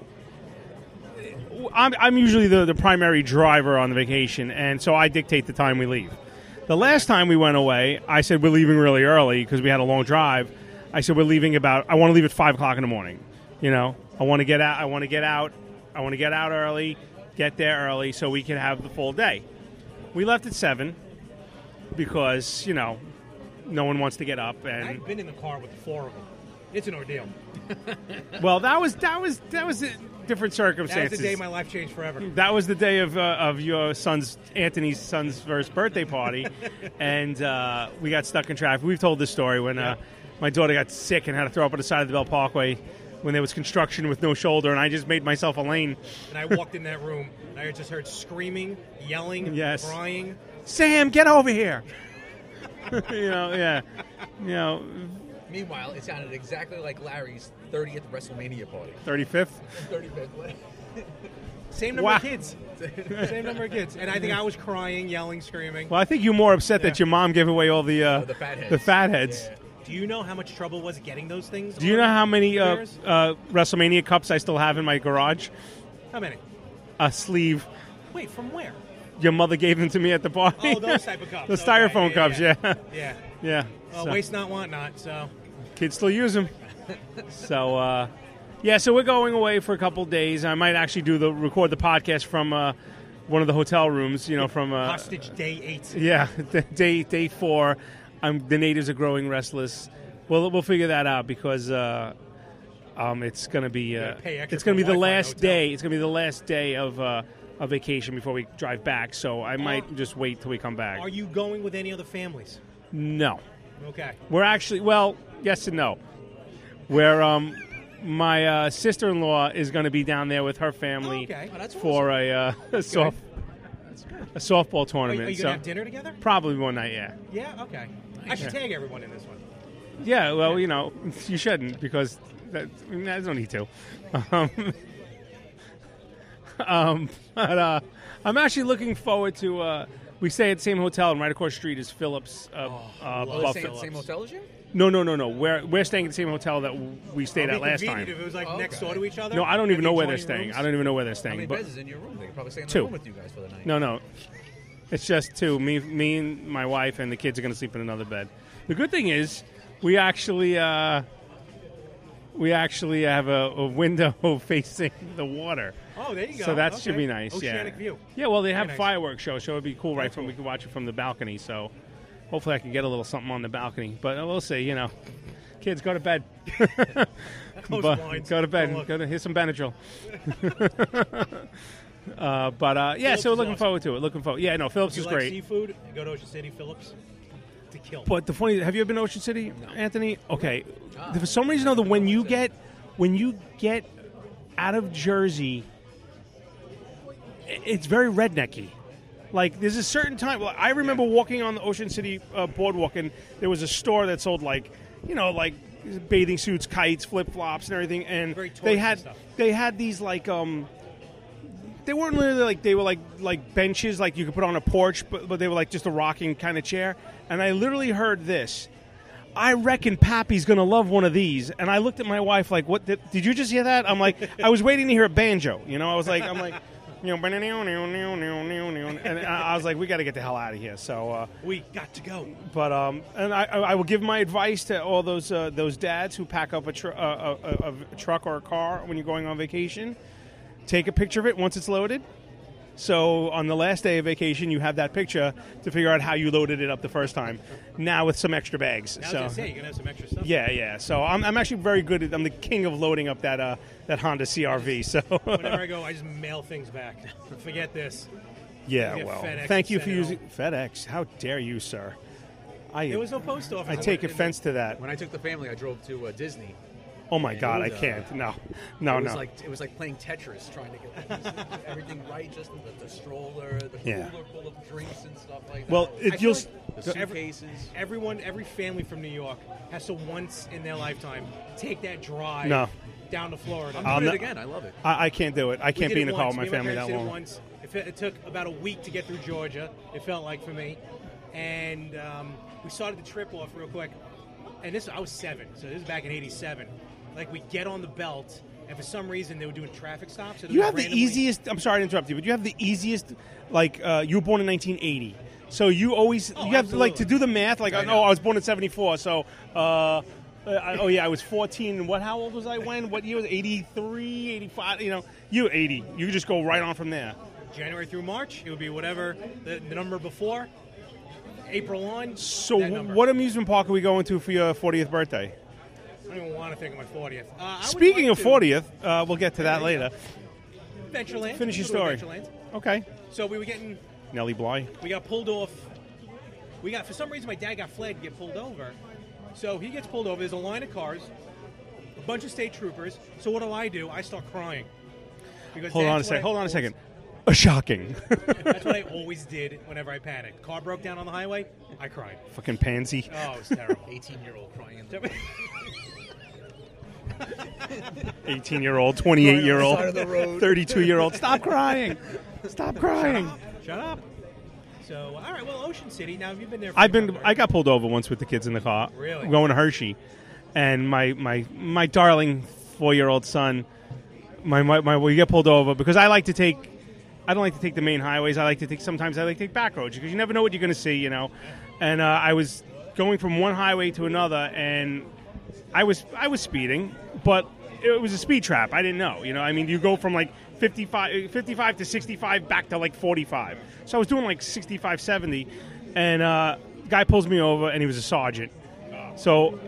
Speaker 3: I'm, I'm usually the, the primary driver on the vacation, and so I dictate the time we leave. The last time we went away, I said we're leaving really early because we had a long drive. I said we're leaving about. I want to leave at five o'clock in the morning. You know, I want to get out. I want to get out. I want to get out early, get there early, so we can have the full day. We left at seven because you know no one wants to get up, and
Speaker 2: I've been in the car with the four of them. It's an ordeal.
Speaker 3: well, that was that was that was uh, different
Speaker 2: That was
Speaker 3: circumstances.
Speaker 2: the day my life changed forever.
Speaker 3: That was the day of uh, of your son's Anthony's son's first birthday party, and uh, we got stuck in traffic. We've told this story when uh, my daughter got sick and had to throw up on the side of the Bell Parkway when there was construction with no shoulder, and I just made myself a lane.
Speaker 2: And I walked in that room and I just heard screaming, yelling,
Speaker 3: Yes.
Speaker 2: crying.
Speaker 3: Sam, get over here. you know, yeah, you know,
Speaker 5: Meanwhile, it sounded exactly like Larry's 30th WrestleMania party.
Speaker 3: thirty fifth.
Speaker 5: 35th. one.
Speaker 2: Same number
Speaker 3: Wow.
Speaker 2: of kids. Same number of kids. And I think I was crying, yelling, screaming.
Speaker 3: Well, I think you're more upset that your mom gave away all the
Speaker 2: Oh,
Speaker 3: uh,
Speaker 5: the fatheads.
Speaker 3: The fatheads.
Speaker 2: Do you know how much trouble was getting those things?
Speaker 3: Do you know how many uh,
Speaker 2: Bears?
Speaker 3: uh, WrestleMania cups I still have in my garage?
Speaker 2: How many?
Speaker 3: A sleeve.
Speaker 2: Wait, from where?
Speaker 3: Your mother gave them to me at the party.
Speaker 2: Oh, those type of cups.
Speaker 3: the
Speaker 2: Okay,
Speaker 3: styrofoam
Speaker 2: yeah,
Speaker 3: cups. Yeah,
Speaker 2: yeah.
Speaker 3: yeah.
Speaker 2: Yeah. Uh,
Speaker 3: So,
Speaker 2: Waste not, want not. So
Speaker 3: Kids still use them. so, uh, yeah. So we're going away for a couple days. I might actually do the record the podcast from uh, one of the hotel rooms. You know, from uh,
Speaker 2: hostage day eight.
Speaker 3: Yeah, day day four. I'm, the natives are growing restless. We'll we'll figure that out because uh, um, it's gonna be uh,
Speaker 2: gotta pay extra
Speaker 3: it's gonna
Speaker 2: for
Speaker 3: be the
Speaker 2: Wi-Fi
Speaker 3: last
Speaker 2: hotel.
Speaker 3: day. It's gonna be the last day of uh, of vacation before we drive back. So I might just wait till we come back.
Speaker 2: Uh, Are you going with any other families?
Speaker 3: no,
Speaker 2: Okay.
Speaker 3: we're actually well, yes and no. Where um, my uh, sister in law is gonna be down there with her family
Speaker 2: Okay. Oh, that's
Speaker 3: for a, uh, a soft a softball
Speaker 2: Are, you-
Speaker 3: tournament.
Speaker 2: are you
Speaker 3: so
Speaker 2: gonna have dinner together?
Speaker 3: probably one night, yeah.
Speaker 2: Yeah. Okay. I should tag everyone in this one.
Speaker 3: Yeah, well, you know, you shouldn't because that, I mean, there's no need to. Um, um, but uh, I'm actually looking forward to. Uh, we stay at the same hotel, and right across the street is Phillips uh, uh,
Speaker 5: Oh,
Speaker 3: Buffet.
Speaker 5: same, same hotel as you?
Speaker 3: No, no, no, no. We're we're staying at the same hotel that w- we stayed at
Speaker 2: It'd be
Speaker 3: last
Speaker 2: convenient
Speaker 3: time.
Speaker 2: If it was like next
Speaker 5: Okay.
Speaker 2: door to each other.
Speaker 3: No, I don't
Speaker 2: It'd
Speaker 3: even
Speaker 2: be
Speaker 3: know where they're
Speaker 2: 20
Speaker 3: staying.
Speaker 2: rooms.
Speaker 3: I don't even know where they're
Speaker 5: How many
Speaker 3: staying.
Speaker 5: beds
Speaker 3: But
Speaker 5: is in your room? They could probably stay in the
Speaker 3: Two.
Speaker 5: room with you guys for the night.
Speaker 3: no, no. It's just two. Me, me, and my wife, and the kids are going to sleep in another bed. The good thing is, we actually uh, we actually have a, a window facing the water,
Speaker 2: Oh, there you go.
Speaker 3: so that
Speaker 2: Okay.
Speaker 3: should be nice.
Speaker 2: Oceanic
Speaker 3: yeah.
Speaker 2: view.
Speaker 3: Yeah. Well, they have
Speaker 2: Very nice.
Speaker 3: fireworks show, so it'd be cool, right? From we could watch it from the balcony. So hopefully, I can get a little something on the balcony. But we'll see. You know, kids, go to bed.
Speaker 2: Close
Speaker 3: But-
Speaker 2: blinds.
Speaker 3: go to bed.
Speaker 2: Don't
Speaker 3: and
Speaker 2: look.
Speaker 3: Go to here's some Benadryl. uh, but uh, yeah,
Speaker 2: Phillips
Speaker 3: so we're
Speaker 2: is
Speaker 3: looking
Speaker 2: awesome.
Speaker 3: forward to it. Looking forward. Yeah, no, Phillips
Speaker 2: You
Speaker 3: is
Speaker 2: like
Speaker 3: great.
Speaker 2: seafood? Go to Ocean City, Phillips, to kill.
Speaker 3: But the funny, have you ever been to Ocean City, Anthony? Okay, for some reason or other, when you get when you get out of Jersey, i- it's very rednecky. Like there's a certain time. Well, I remember walking on the Ocean City uh, boardwalk, and there was a store that sold like you know like bathing suits, kites, flip flops, and everything. And
Speaker 2: Very touristy
Speaker 3: they had
Speaker 2: stuff.
Speaker 3: they had these like um they weren't literally like they were like like benches like you could put on a porch but, but they were like just a rocking kind of chair and i literally heard this i reckon pappy's gonna love one of these and i looked at my wife like what did, did you just hear that i'm like i was waiting to hear a banjo you know i was like i'm like you know and i I was like we got to get the hell out of here so uh,
Speaker 2: we got to go.
Speaker 3: but um, and I, I I will give my advice to all those uh, those dads who pack up a, tr- uh, a, a, a truck or a car when you're going on vacation. Take a picture of it once it's loaded. So on the last day of vacation, you have that picture to figure out how you loaded it up the first time. Now with some extra bags.
Speaker 2: I was
Speaker 3: so
Speaker 2: gonna say you're gonna have some extra stuff.
Speaker 3: yeah, yeah. So I'm, I'm actually very good. At, I'm the king of loading up that uh, that Honda CRV. So
Speaker 2: Whenever I go, I just mail things back. Forget this.
Speaker 3: yeah,
Speaker 2: Yeah,
Speaker 3: well,
Speaker 2: FedEx
Speaker 3: thank you
Speaker 2: sent
Speaker 3: for
Speaker 2: it
Speaker 3: using FedEx. How dare you, sir? I
Speaker 2: There was no post office.
Speaker 3: I take offense to that.
Speaker 5: When I took the family, I drove to uh, Disney.
Speaker 3: Oh my God, I
Speaker 5: was, uh,
Speaker 3: can't. No, no,
Speaker 5: it was
Speaker 3: Oh, no.
Speaker 5: like it was like playing Tetris, trying to get everything right, just the, the stroller, the
Speaker 3: Yeah.
Speaker 5: cooler full of drinks and stuff like
Speaker 3: Well,
Speaker 5: that.
Speaker 3: it-
Speaker 2: I feel
Speaker 3: you'll
Speaker 2: like
Speaker 5: the
Speaker 2: every-
Speaker 5: suitcases.
Speaker 2: Everyone, every family from New York has to once in their lifetime take that drive
Speaker 3: No.
Speaker 2: down to Florida.
Speaker 5: I'm doing
Speaker 3: not-
Speaker 5: it again. I love it.
Speaker 3: I, I can't do it. I can't be in a car with my family that long.
Speaker 2: Once. It, fe- it took about a week to get through Georgia. It felt like for me, and um, we started the trip off real quick. And this, I was seven, so this is back in '87. Like we get on the belt, and for some reason they were doing traffic stops. So there
Speaker 3: You
Speaker 2: was
Speaker 3: have the
Speaker 2: randomly-
Speaker 3: easiest. I'm sorry to interrupt you, but you have the easiest. Like uh, you were born in 1980, so you always
Speaker 2: Oh,
Speaker 3: you have like to
Speaker 2: absolutely.
Speaker 3: do the math. Like, oh, no, I was born in 74, so. Uh, uh, I, oh yeah, I was 14. What? How old was I when? What year was it? 83, 85? You know, you 80. You just go right on from there.
Speaker 2: January through March. It would be whatever the, the number before. April on.
Speaker 3: So,
Speaker 2: that
Speaker 3: wh-
Speaker 2: number.
Speaker 3: what amusement park are we going to for your 40th birthday?
Speaker 2: I don't even want to think of my 40th. Uh, I would
Speaker 3: Speaking
Speaker 2: like
Speaker 3: of
Speaker 2: to-
Speaker 3: 40th, uh, we'll get to that later.
Speaker 2: Adventureland.
Speaker 3: Finish your
Speaker 2: Let's go to
Speaker 3: story.
Speaker 2: Adventureland.
Speaker 3: Okay.
Speaker 2: So we were getting,
Speaker 3: Nellie Bly.
Speaker 2: we got pulled off. We got, for some reason, my dad got flagged to get pulled over. So he gets pulled over. There's a line of cars, a bunch of state troopers. So what do I do? I start crying. Because
Speaker 3: Hold on a
Speaker 2: that's what I
Speaker 3: second. Hold on a
Speaker 2: always-
Speaker 3: second. A shocking.
Speaker 2: That's what I always did whenever I panicked. Car broke down on the highway. I cried.
Speaker 3: Fucking pansy.
Speaker 2: Oh, it was terrible.
Speaker 5: 18 year old crying in the
Speaker 2: That-
Speaker 3: 18 year old, 28 year old,
Speaker 5: Side of the road.
Speaker 3: 32 year old. Stop crying. Stop crying.
Speaker 2: Shut up. So, all right. Well, Ocean City. Now, have you been there? For
Speaker 3: I've
Speaker 2: a
Speaker 3: been.
Speaker 2: couple of-
Speaker 3: I got pulled over once with the kids in the car.
Speaker 2: Really?
Speaker 3: Going to Hershey, and my my my darling four year old son. My, my my we get pulled over because I like to take. I don't like to take the main highways. I like to take sometimes I like to take back roads because you never know what you're going to see, you know. And uh, I was going from one highway to another, and I was I was speeding, but it was a speed trap. I didn't know. You know, I mean, you go from like 55, 55 to 65 back to like 45. So I was doing like 65, 70, and uh, guy pulls me over, and he was a sergeant. So,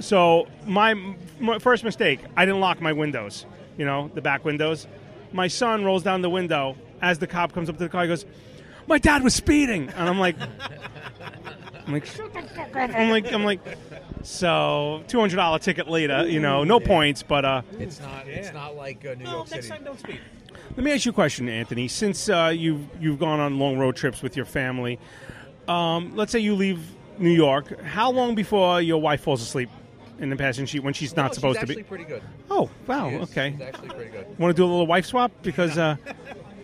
Speaker 3: so my, my first mistake, I didn't lock my windows. You know, the back windows. My son rolls down the window as the cop comes up to the car. He goes, "My dad was speeding," and I'm like, I'm like, "Shut the fuck up." I'm like, I'm like, so two hundred dollar ticket later. You know, no points, but uh,
Speaker 5: It's not. It's not like uh, New
Speaker 2: Well,
Speaker 5: York
Speaker 2: next
Speaker 5: City.
Speaker 2: time don't speak.
Speaker 3: let me ask you a question, Anthony. Since uh, you've you've gone on long road trips with your family, um, let's say you leave New York, how long before your wife falls asleep in the passenger seat when she's not
Speaker 5: No,
Speaker 3: supposed
Speaker 5: she's
Speaker 3: to
Speaker 5: actually
Speaker 3: be?
Speaker 5: Pretty good.
Speaker 3: Oh wow,
Speaker 5: She is.
Speaker 3: okay.
Speaker 5: She's actually pretty good.
Speaker 3: Want to do a little wife swap because uh,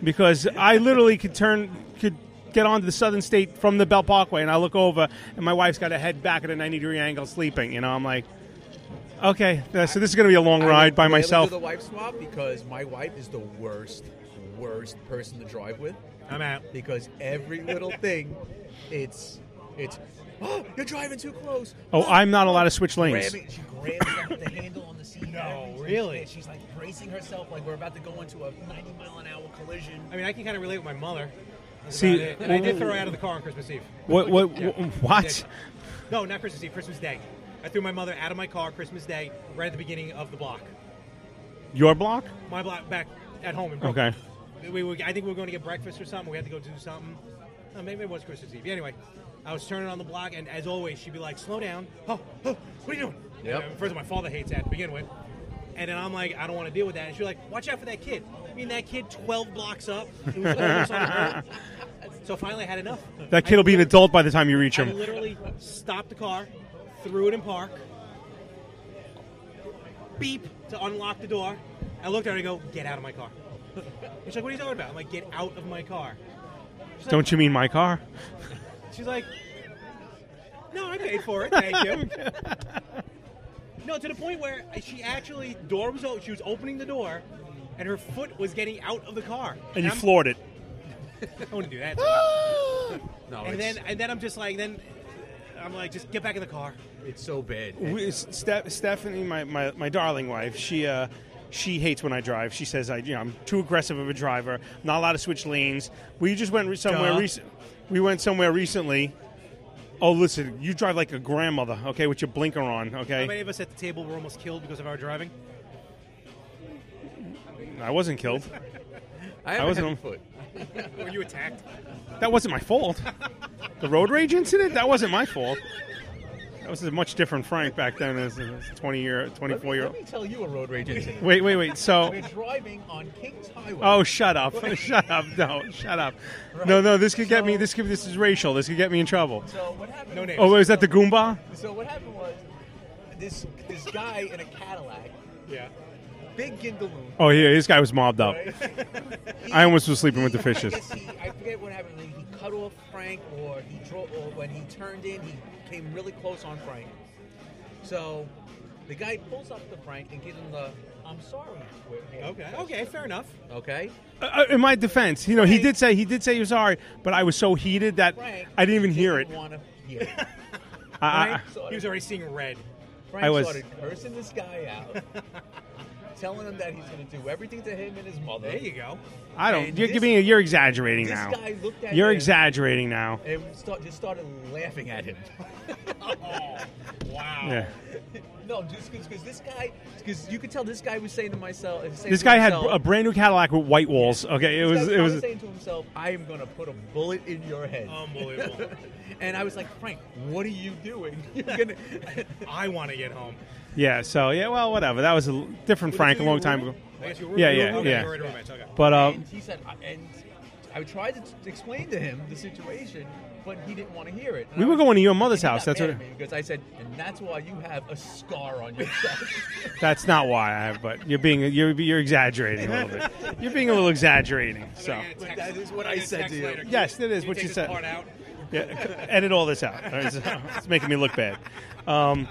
Speaker 3: because I literally could turn could get onto the Southern State from the Belt Parkway, and I look over, and my wife's got her head back at a ninety degree angle, sleeping. You know, I'm like, okay, uh, so this is going to be a long
Speaker 5: I
Speaker 3: ride
Speaker 5: would
Speaker 3: by
Speaker 5: gladly
Speaker 3: myself.
Speaker 5: Do the wife swap because my wife is the worst, worst person to drive with.
Speaker 2: I'm out.
Speaker 5: because every little thing, it's it's. Oh, you're driving too close.
Speaker 3: Oh, I'm not allowed to switch lanes.
Speaker 5: Grabbing, she grabs like, the handle on the seat. and
Speaker 2: No,
Speaker 5: everything.
Speaker 2: really?
Speaker 5: She's like bracing herself, like we're about to go into a 90 mile an hour collision.
Speaker 2: I mean, I can kind of relate with my mother. That's
Speaker 3: See,
Speaker 2: about it. and I did throw her out of the car on Christmas Eve.
Speaker 3: What? What? um,
Speaker 2: Yeah.
Speaker 3: What?
Speaker 2: No, not Christmas Eve. Christmas Day. I threw my mother out of my car Christmas Day, right at the beginning of the block.
Speaker 3: Your block?
Speaker 2: My block back at home. In Brooklyn.
Speaker 3: Okay.
Speaker 2: We, were I think we were going to get breakfast or something. We had to go do something. No, maybe it was Christmas Eve. Anyway, I was turning on the block, and as always, she'd be like, "Slow down! Oh, oh what are you doing?"
Speaker 5: Yep.
Speaker 2: Uh, First of all, my father hates that to begin with, and then I'm like, "I don't want to deal with that." And she's like, "Watch out for that kid!" I mean, that kid, twelve blocks up. It was almost on her. so finally, I had enough.
Speaker 3: That kid will be an adult by the time you reach
Speaker 2: I
Speaker 3: him.
Speaker 2: literally stopped the car, threw it in park, beep to unlock the door. I looked at her and I go, get out of my car. She's like, what are you talking about? I'm like, get out of my car.
Speaker 3: Don't you mean my car?
Speaker 2: She's like, no, I paid for it. Thank you. no, to the point where she actually, door was open, she was opening the door and her foot was getting out of the car.
Speaker 3: And you Ah!
Speaker 2: I'm-
Speaker 3: floored it.
Speaker 2: I wouldn't do that.
Speaker 5: No,
Speaker 2: and
Speaker 5: it's,
Speaker 2: then, and then I'm just like, then I'm like, just get back in the car.
Speaker 5: it's so bad.
Speaker 3: We, Ste- Stephanie, my, my, my darling wife, she uh, she hates when I drive. She says I you know I'm too aggressive of a driver. Not allowed to switch lanes. We just went re- somewhere
Speaker 2: Duh.
Speaker 3: recent. We went somewhere recently. Oh, listen, you drive like a grandmother, okay, with your blinker on,
Speaker 2: How
Speaker 3: okay?
Speaker 2: many of us at the table were almost killed because of our driving?
Speaker 3: I wasn't killed.
Speaker 5: I, have
Speaker 3: I
Speaker 5: a
Speaker 3: wasn't
Speaker 5: heavy
Speaker 3: on-
Speaker 5: foot.
Speaker 2: Were you attacked?
Speaker 3: That wasn't my fault. The road rage incident? That wasn't my fault. That was a much different Frank back then as a 20 year, 24 year
Speaker 5: Let
Speaker 3: old.
Speaker 5: me tell you a road rage incident.
Speaker 3: Wait, wait, wait. So.
Speaker 5: We're driving on King's Highway.
Speaker 3: Oh, shut up! shut up! No, shut up! No, no. This could get me.
Speaker 5: So-
Speaker 3: This could. This is racial. This could get me in trouble.
Speaker 5: so what happened?
Speaker 2: No names.
Speaker 3: Oh, wait, was that the Goomba?
Speaker 5: So what happened was this this guy in a Cadillac,
Speaker 2: Yeah.
Speaker 5: big Gindaloon,
Speaker 3: Oh, yeah. This guy was mobbed up.
Speaker 5: right?
Speaker 3: I almost was sleeping with the fishes.
Speaker 5: Yes, he, I forget what happened. Like, he cut off Frank, or he drove, or when he turned in, he came really close on Frank. So the guy pulls up to Frank and gives him the "I'm sorry." wave.
Speaker 2: Okay. Okay. Fair enough.
Speaker 5: Okay.
Speaker 3: Uh, uh, in my defense, you know, he did say he did say he was sorry, but I was so heated that
Speaker 5: Frank.
Speaker 3: I didn't even hear it.
Speaker 5: didn't wanna hear it.
Speaker 3: I- I-
Speaker 2: He was already seeing red.
Speaker 5: Frank
Speaker 3: Uh, I was-
Speaker 5: started cursing this guy out. telling him that he's going to do everything to him and his mother.
Speaker 2: There you go.
Speaker 3: I don't.
Speaker 5: And
Speaker 3: You're
Speaker 5: this-
Speaker 3: giving. You're exaggerating
Speaker 5: this
Speaker 3: now.
Speaker 5: guy looked at
Speaker 3: You're
Speaker 5: him.
Speaker 3: exaggerating now.
Speaker 5: And we start, just started laughing at him.
Speaker 2: Oh,
Speaker 5: wow.
Speaker 3: Yeah.
Speaker 5: No, just because this guy, because you could tell this guy was saying to myself. saying
Speaker 3: This
Speaker 5: to
Speaker 3: guy had
Speaker 5: himself-
Speaker 3: a brand new Cadillac with white walls. Okay, it
Speaker 5: this
Speaker 3: was.
Speaker 5: guy's
Speaker 3: It
Speaker 5: probably
Speaker 3: was.
Speaker 5: saying to himself, "I am going to put a bullet in your head."
Speaker 2: Um, Unbelievable.
Speaker 5: and I was like, Frank, what are you doing? You're gonna.
Speaker 2: I want to get home.
Speaker 3: Yeah. So yeah. Well, whatever. That was a l- different Frank a long time ago.
Speaker 2: I guess you
Speaker 3: Yeah, yeah,
Speaker 2: okay,
Speaker 3: yeah.
Speaker 2: You're right, roommates. Okay.
Speaker 3: But uh,
Speaker 5: and he said, and I tried to t- explain to him the situation, but he didn't want to hear it. And
Speaker 3: we
Speaker 5: I
Speaker 3: were
Speaker 5: was-
Speaker 3: going to your mother's
Speaker 5: he got
Speaker 3: house. That's
Speaker 5: mad
Speaker 3: what.
Speaker 5: at me because I said, and that's why you have a scar on your chest.
Speaker 3: That's not why. I, but you're being. You're you're exaggerating a little bit. You're being a little exaggerating. So
Speaker 2: Text-
Speaker 5: that is what
Speaker 2: I'm
Speaker 5: I
Speaker 2: gonna
Speaker 5: said
Speaker 2: text
Speaker 5: to you.
Speaker 2: later. Can
Speaker 3: Yes, that is
Speaker 2: can
Speaker 3: what
Speaker 2: take
Speaker 3: you
Speaker 2: this
Speaker 3: said.
Speaker 2: Part out.
Speaker 3: yeah, c- edit all this out. It's, it's making me look bad. Um,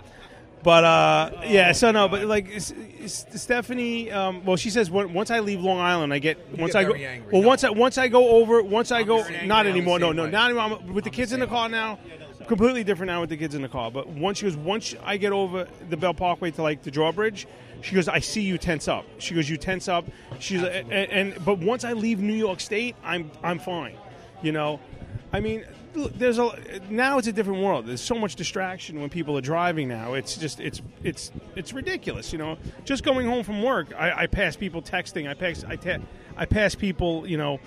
Speaker 3: but uh, yeah, so no, but like s s Stephanie, um, well, she says "When- once I leave Long Island, I get once
Speaker 5: get
Speaker 3: I go.
Speaker 5: very angry.
Speaker 3: Well,
Speaker 5: No.
Speaker 3: once I once I go over, once I go,
Speaker 5: very angry.
Speaker 3: not
Speaker 5: I'm the
Speaker 3: anymore. No,
Speaker 5: same
Speaker 3: no,
Speaker 5: way.
Speaker 3: not anymore. I'm, with the kids in the car now, completely different now with the kids in the car. But once she goes, once I get over the Bell Parkway to like the drawbridge, she goes, I see you tense up. She goes, you tense up. She's and, and but once I leave New York State, I'm I'm fine. You know, I mean, look, there's a now it's a different world. There's so much distraction when people are driving now. It's just it's it's it's ridiculous. You know, just going home from work, I, I pass people texting. I pass I te- I pass people. You know,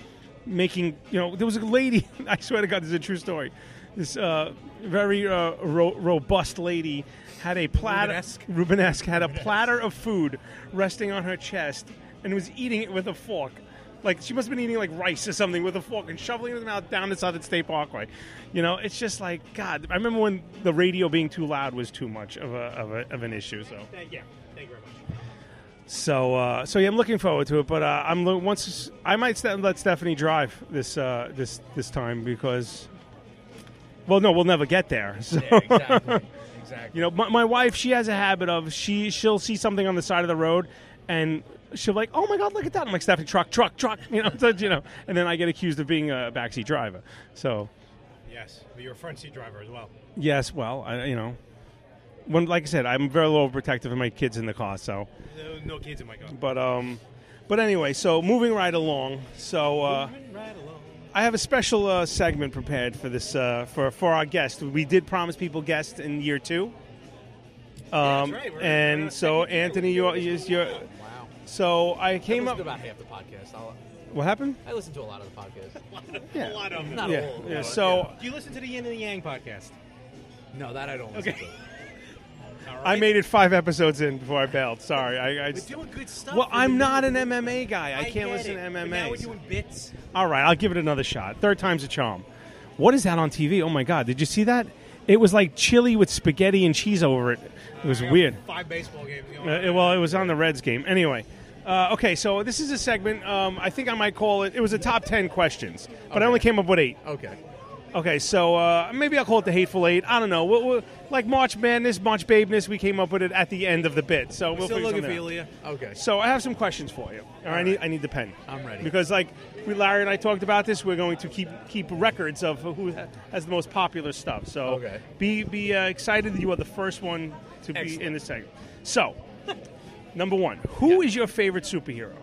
Speaker 3: making you know there was a lady. I swear to God, this is a true story. This uh, very uh, ro- robust lady had a platter.
Speaker 2: Rubenesque.
Speaker 3: Rubenesque had a platter of food resting on her chest and was eating it with a fork. Like she must have been eating like rice or something with a fork and shoveling it out down inside the State Parkway. You know, it's just like God. I remember when the radio being too loud was too much of a of, a, of an issue. So
Speaker 2: Thank- yeah. Thank you very much.
Speaker 3: so uh, so yeah, I'm looking forward to it. But uh, I'm lo- once I might st- let Stephanie drive this uh, this this time because well, no, we'll never get there. So.
Speaker 5: yeah, exactly. Exactly.
Speaker 3: You know, my, my wife, she has a habit of she she'll see something on the side of the road and she'll be like, "Oh my god, look at that!" I'm like, "Stephanie, truck, truck, truck," you know, so, you know, and then I get accused of being a backseat driver. So
Speaker 2: Yes. But you're a front seat driver as well.
Speaker 3: yes, well, I, you know, when like I said, I'm very little protective of my kids in the car. So,
Speaker 2: No, no kids in my car.
Speaker 3: but um, but anyway, so moving right along. So. Uh,
Speaker 2: Right along.
Speaker 3: I have a special uh, segment prepared for this uh, for for our guest. We did promise people guests in year two, um,
Speaker 2: right. We're-
Speaker 3: and
Speaker 2: we're on
Speaker 3: so
Speaker 2: second year.
Speaker 3: Anthony, you are, you your
Speaker 5: Wow.
Speaker 3: so I
Speaker 5: I
Speaker 3: came
Speaker 5: listen
Speaker 3: up.
Speaker 5: to about half the podcast. I'll,
Speaker 3: What happened?
Speaker 5: I listen to a lot of the podcast.
Speaker 3: Yeah.
Speaker 2: A lot of them.
Speaker 5: Not
Speaker 3: yeah,
Speaker 5: a whole lot.
Speaker 3: yeah. So
Speaker 2: Do you listen to the Yin and the Yang podcast?
Speaker 5: No, that I don't. Listen
Speaker 2: Okay.
Speaker 5: To.
Speaker 3: I made it five episodes in before I bailed. Sorry, I. I
Speaker 2: We're
Speaker 3: just-
Speaker 2: doing good stuff.
Speaker 3: well,
Speaker 2: We're
Speaker 3: I'm
Speaker 2: doing-
Speaker 3: not an MMA guy. I can't
Speaker 2: get
Speaker 3: listen
Speaker 2: it,
Speaker 3: to
Speaker 2: but now we're
Speaker 3: MMA.
Speaker 2: doing bits.
Speaker 3: All right, I'll give it another shot. Third time's a charm. What is that on TV? Oh my God! Did you see that? It was like chili with spaghetti and cheese over it. It was
Speaker 2: I got
Speaker 3: weird.
Speaker 2: Five baseball games. going
Speaker 3: Uh,
Speaker 2: on.
Speaker 3: it- well, it was on the Reds game. Anyway, uh, okay, so this is a segment. Um, I think I might call it. It was a top ten questions, but I only came up with eight.
Speaker 5: Okay.
Speaker 3: Okay, so uh, maybe I'll call it the hateful eight. I don't know. We'll, we'll, like March Madness, March Babeness, we came up with it at the end of the bit. So we'll
Speaker 2: Still
Speaker 3: figure
Speaker 2: looking for
Speaker 3: something out.
Speaker 2: Ilya.
Speaker 5: Okay.
Speaker 3: So I have some questions for you. All right, I need I need the pen.
Speaker 5: I'm ready.
Speaker 3: Because like we Larry and I talked about this, we're going to keep keep records of who ha- has the most popular stuff. So
Speaker 5: Okay.
Speaker 3: be be uh, excited that you are the first one to be in the segment. So, number one, who is your favorite superhero?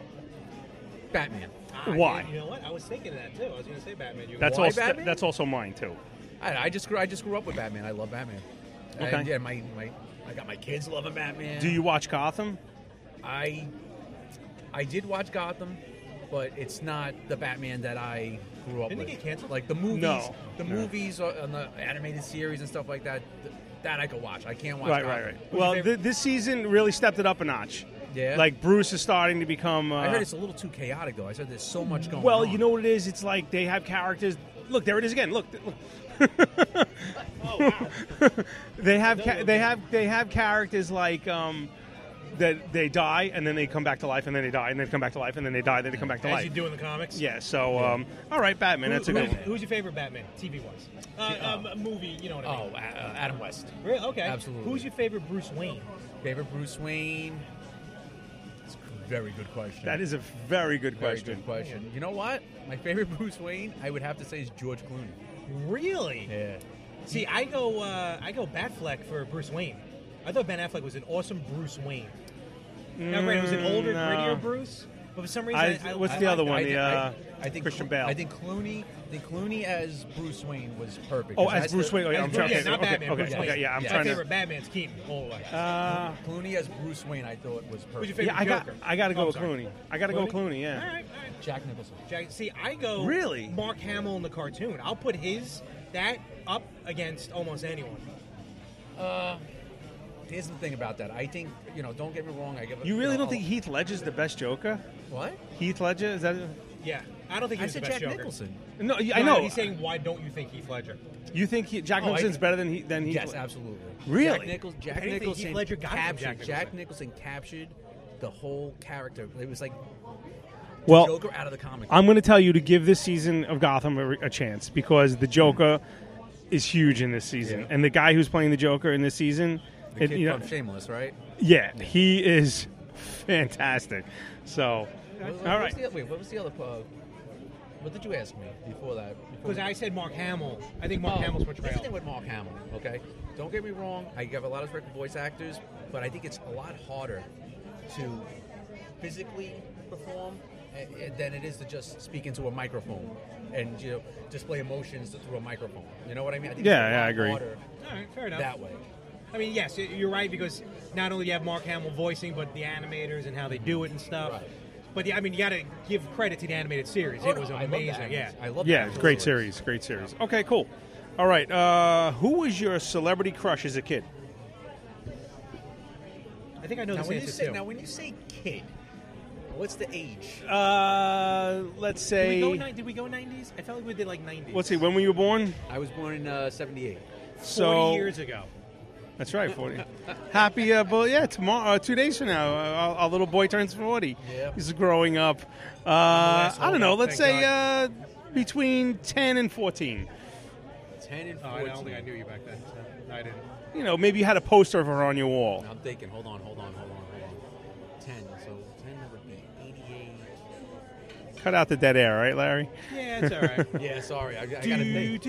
Speaker 5: Batman.
Speaker 3: Why?
Speaker 2: You know what? I was thinking that too. I was going to say Batman. You
Speaker 3: That's
Speaker 5: Why
Speaker 3: also
Speaker 5: Batman?
Speaker 3: that's also mine too.
Speaker 5: I, I just grew. I just grew up with Batman. I love Batman.
Speaker 3: Okay.
Speaker 5: And, yeah, my, my I got my kids loving Batman.
Speaker 3: Do you watch Gotham?
Speaker 5: I I did watch Gotham, but it's not the Batman that I grew up
Speaker 2: Didn't it
Speaker 5: with.
Speaker 2: get canceled?
Speaker 5: Like the movies,
Speaker 3: No.
Speaker 5: the
Speaker 3: No.
Speaker 5: movies are- and the animated series and stuff like that. th- that I could watch. I can't watch.
Speaker 3: Right, right,
Speaker 5: Gotham.
Speaker 3: right.
Speaker 5: Who's your
Speaker 3: Well,
Speaker 5: favorite?
Speaker 3: th- this season really stepped it up a notch.
Speaker 5: Yeah.
Speaker 3: Like Bruce is starting to become. Uh,
Speaker 5: I heard it's a little too chaotic though. I said there's so much going
Speaker 3: Well,
Speaker 5: on.
Speaker 3: you know what it is? It's like they have characters. Look, there it is again. Look. look. they have ca- they have they have characters like um, that they die and then they come back to life and then they die and then they come back to life and then they die then they come back to
Speaker 2: As
Speaker 3: life.
Speaker 2: you do in the comics.
Speaker 3: Yeah. So, um, all right, Batman.
Speaker 2: Who-
Speaker 3: That's a good
Speaker 2: who's,
Speaker 3: one.
Speaker 2: who's your favorite Batman, TV wise? Uh, um, movie, you know what I
Speaker 5: Oh,
Speaker 2: mean.
Speaker 5: uh, Adam West.
Speaker 2: Really? Okay.
Speaker 5: Absolutely.
Speaker 2: Who's your favorite Bruce Wayne?
Speaker 5: Favorite Bruce Wayne? It's a very good question.
Speaker 3: That is a very good
Speaker 5: very
Speaker 3: question.
Speaker 5: good question. You know what? My favorite Bruce Wayne, I would have to say, is George Clooney.
Speaker 2: Really?
Speaker 5: Yeah.
Speaker 2: See, I go, uh, I go Batfleck for Bruce Wayne. I thought Ben Affleck was an awesome Bruce Wayne. Now, granted, it was an older,
Speaker 3: Mm, no.
Speaker 2: grittier Bruce, but for some reason,
Speaker 3: I-
Speaker 2: I,
Speaker 3: what's
Speaker 2: I
Speaker 3: the
Speaker 2: liked it.
Speaker 3: other one?
Speaker 2: I
Speaker 3: The,
Speaker 2: did.
Speaker 3: uh,
Speaker 5: I think
Speaker 3: Christian Bale.
Speaker 5: I think Clooney, the Clooney as Bruce Wayne was perfect.
Speaker 3: Oh,
Speaker 5: 'Cause
Speaker 3: as
Speaker 5: that's
Speaker 3: Bruce
Speaker 5: the-
Speaker 3: Wayne. Oh, yeah,
Speaker 5: as
Speaker 3: I'm
Speaker 5: Bruce
Speaker 3: trying-
Speaker 5: Wayne,
Speaker 3: okay,
Speaker 5: not
Speaker 3: okay,
Speaker 5: Batman,
Speaker 3: okay,
Speaker 5: Bruce Wayne.
Speaker 3: okay, yeah, I'm
Speaker 2: My
Speaker 3: trying to-
Speaker 2: favorite Batman's Keaton all the way.
Speaker 3: Uh,
Speaker 5: Clooney as Bruce Wayne, I thought was perfect.
Speaker 2: Who's your
Speaker 3: yeah,
Speaker 2: favorite
Speaker 3: I got.
Speaker 2: Joker?
Speaker 3: I got to go
Speaker 2: Oh,
Speaker 3: with
Speaker 2: sorry.
Speaker 3: Clooney. I got to go with Clooney.
Speaker 2: All
Speaker 3: Yeah.
Speaker 2: right, all right.
Speaker 5: Jack Nicholson.
Speaker 2: Jack, see, I go
Speaker 3: Really?
Speaker 2: Mark Hamill in the cartoon. I'll put his that up against almost anyone.
Speaker 5: Here's the thing about that. I think you know. Don't get me wrong. I give. a-
Speaker 3: You really
Speaker 5: know,
Speaker 3: don't think Heath Ledger's the best Joker?
Speaker 5: what?
Speaker 3: Heath Ledger is that?
Speaker 2: Yeah, I don't think
Speaker 5: I
Speaker 2: he's the
Speaker 5: said
Speaker 2: best
Speaker 5: Jack
Speaker 2: Joker.
Speaker 5: Nicholson.
Speaker 3: No,
Speaker 2: No,
Speaker 3: I know.
Speaker 2: He's saying, why don't you think Heath Ledger?
Speaker 3: you think he, Jack
Speaker 5: Oh, I-
Speaker 3: Nicholson's better than he, than Heath?
Speaker 5: Yes, uh,
Speaker 3: Led-
Speaker 5: absolutely.
Speaker 3: Really?
Speaker 5: Jack, Nichol- Jack
Speaker 2: If anything, Heath
Speaker 5: Nicholson
Speaker 2: Ledger got it from
Speaker 5: captured.
Speaker 2: Jack Nicholson.
Speaker 5: Jack Nicholson captured the whole character. It was like
Speaker 3: Well,
Speaker 5: Joker out of the comic.
Speaker 3: I'm going to tell you to give this season of Gotham a, a chance because the Joker is huge in this season,
Speaker 5: Yeah.
Speaker 3: and the guy who's playing the Joker in this season,
Speaker 5: the
Speaker 3: it-
Speaker 5: kid
Speaker 3: you know-
Speaker 5: from Shameless, right?
Speaker 3: yeah, he is fantastic. So,
Speaker 5: What- what
Speaker 3: all
Speaker 5: was
Speaker 3: right,
Speaker 5: the- wait, what was the other? Uh, what did you ask me before that? Before
Speaker 2: Because I said Mark Hamill. I think Mark
Speaker 5: Oh,
Speaker 2: Hamill's
Speaker 5: That's
Speaker 2: portrayal.
Speaker 5: the thing with Mark Hamill. Okay, don't get me wrong. I give a lot of respect for voice actors, but I think it's a lot harder to physically perform eh, eh, than it is to just speak into a microphone and you know, display emotions through a microphone. You know what I mean? I think
Speaker 3: Yeah,
Speaker 5: it's a
Speaker 3: yeah,
Speaker 5: lot
Speaker 3: I agree.
Speaker 5: harder
Speaker 2: All right, fair enough.
Speaker 5: that way.
Speaker 2: I mean, yes, y- you're right because not only do you have Mark Hamill voicing, but the animators and how they do it and stuff.
Speaker 5: Right. Oh,
Speaker 2: But yeah, I mean, you got to give credit to the animated series.
Speaker 3: Oh,
Speaker 2: it was
Speaker 5: I love that.
Speaker 2: amazing. yeah,
Speaker 5: I love.
Speaker 3: yeah,
Speaker 5: that.
Speaker 3: great series, great series. Okay, cool. All right, uh, who was your celebrity crush as a kid?
Speaker 2: I think I know
Speaker 5: Now
Speaker 2: this
Speaker 5: when you
Speaker 2: answer,
Speaker 5: say
Speaker 2: too.
Speaker 5: now when you say kid, what's the age?
Speaker 3: Uh, let's
Speaker 2: did, we go,
Speaker 3: say,
Speaker 2: nine- did we go 90s? I felt like we did like 90s.
Speaker 3: let's see, when were you born?
Speaker 5: I was born in uh, '78.
Speaker 2: 40
Speaker 3: So
Speaker 2: years ago.
Speaker 3: that's right, forty. Happy, uh, but yeah, tomorrow, uh, two days from now, uh, our, our little boy turns forty.
Speaker 5: Yep.
Speaker 3: He's growing up. Uh, I don't know.
Speaker 2: holdout,
Speaker 3: Let's
Speaker 2: thank
Speaker 3: say uh, between ten and fourteen.
Speaker 5: Ten and
Speaker 2: Oh,
Speaker 5: fourteen.
Speaker 2: I don't think I knew you back then. so no, I didn't.
Speaker 3: You know, maybe you had a poster of her on your wall.
Speaker 5: I'm thinking, hold on, hold on, hold on, hold on. 10, so 10 would be 88.
Speaker 3: Cut out the dead air, right, Larry?
Speaker 2: Yeah, it's all right.
Speaker 5: Yeah, sorry, I, I gotta think.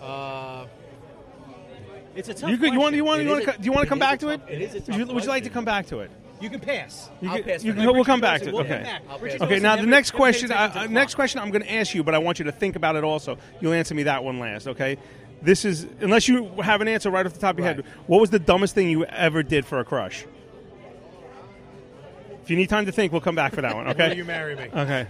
Speaker 5: Uh,
Speaker 2: It's a tough
Speaker 3: you could, you want you want
Speaker 5: It
Speaker 3: you
Speaker 5: is
Speaker 3: want
Speaker 5: a-
Speaker 3: to do you want
Speaker 5: it
Speaker 3: to come
Speaker 5: is a
Speaker 3: back to it?
Speaker 5: tough- it is a
Speaker 3: Would
Speaker 5: tough
Speaker 3: you- Would you like to
Speaker 5: question.
Speaker 3: come back to it?
Speaker 2: You can pass.
Speaker 3: You
Speaker 5: I'll
Speaker 3: could-
Speaker 5: pass
Speaker 3: you
Speaker 5: for
Speaker 3: could-
Speaker 5: now.
Speaker 3: we'll come back
Speaker 2: Richard
Speaker 3: to it.
Speaker 2: Wilson,
Speaker 3: Okay.
Speaker 2: we'll come back.
Speaker 5: Okay.
Speaker 2: Richard
Speaker 5: Wilson
Speaker 3: Okay, now the
Speaker 2: never-
Speaker 3: next
Speaker 2: never
Speaker 3: question.
Speaker 2: takes it to
Speaker 3: I, I-
Speaker 2: the
Speaker 3: next
Speaker 2: clock.
Speaker 3: question, I'm going to ask you, but I want you to think about it also. You'll answer me that one last, okay? This is unless you have an answer right off the top of your head.
Speaker 5: Right.
Speaker 3: What was the dumbest thing you ever did for a crush? If you need time to think, we'll come back for that one,
Speaker 2: Will
Speaker 3: okay?
Speaker 2: you marry me?
Speaker 3: okay.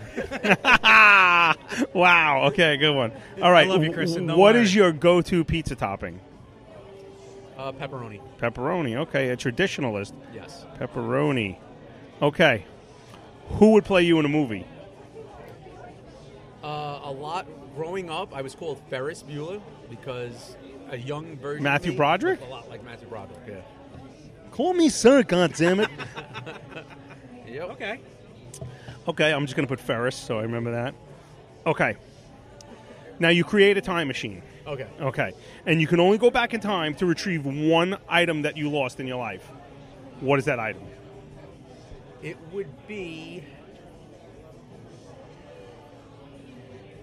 Speaker 3: wow. Okay, good one. All right.
Speaker 2: love you, Kristen. Don't
Speaker 3: What
Speaker 2: worry.
Speaker 3: is your go-to pizza topping?
Speaker 5: uh, pepperoni.
Speaker 3: Pepperoni. Okay, a traditionalist.
Speaker 5: Yes.
Speaker 3: Pepperoni. Okay. Who would play you in a movie?
Speaker 5: Uh, a lot growing up, I was called Ferris Bueller because a young version. of
Speaker 3: Matthew
Speaker 5: me
Speaker 3: Broderick?
Speaker 5: looked A lot like Matthew Broderick. Yeah.
Speaker 3: Call me sir, goddammit.
Speaker 5: Yep.
Speaker 2: Okay.
Speaker 3: Okay, I'm just going to put Ferris, so I remember that. Okay. Now you create a time machine.
Speaker 5: Okay.
Speaker 3: Okay. And you can only go back in time to retrieve one item that you lost in your life. What is that item?
Speaker 5: It would be.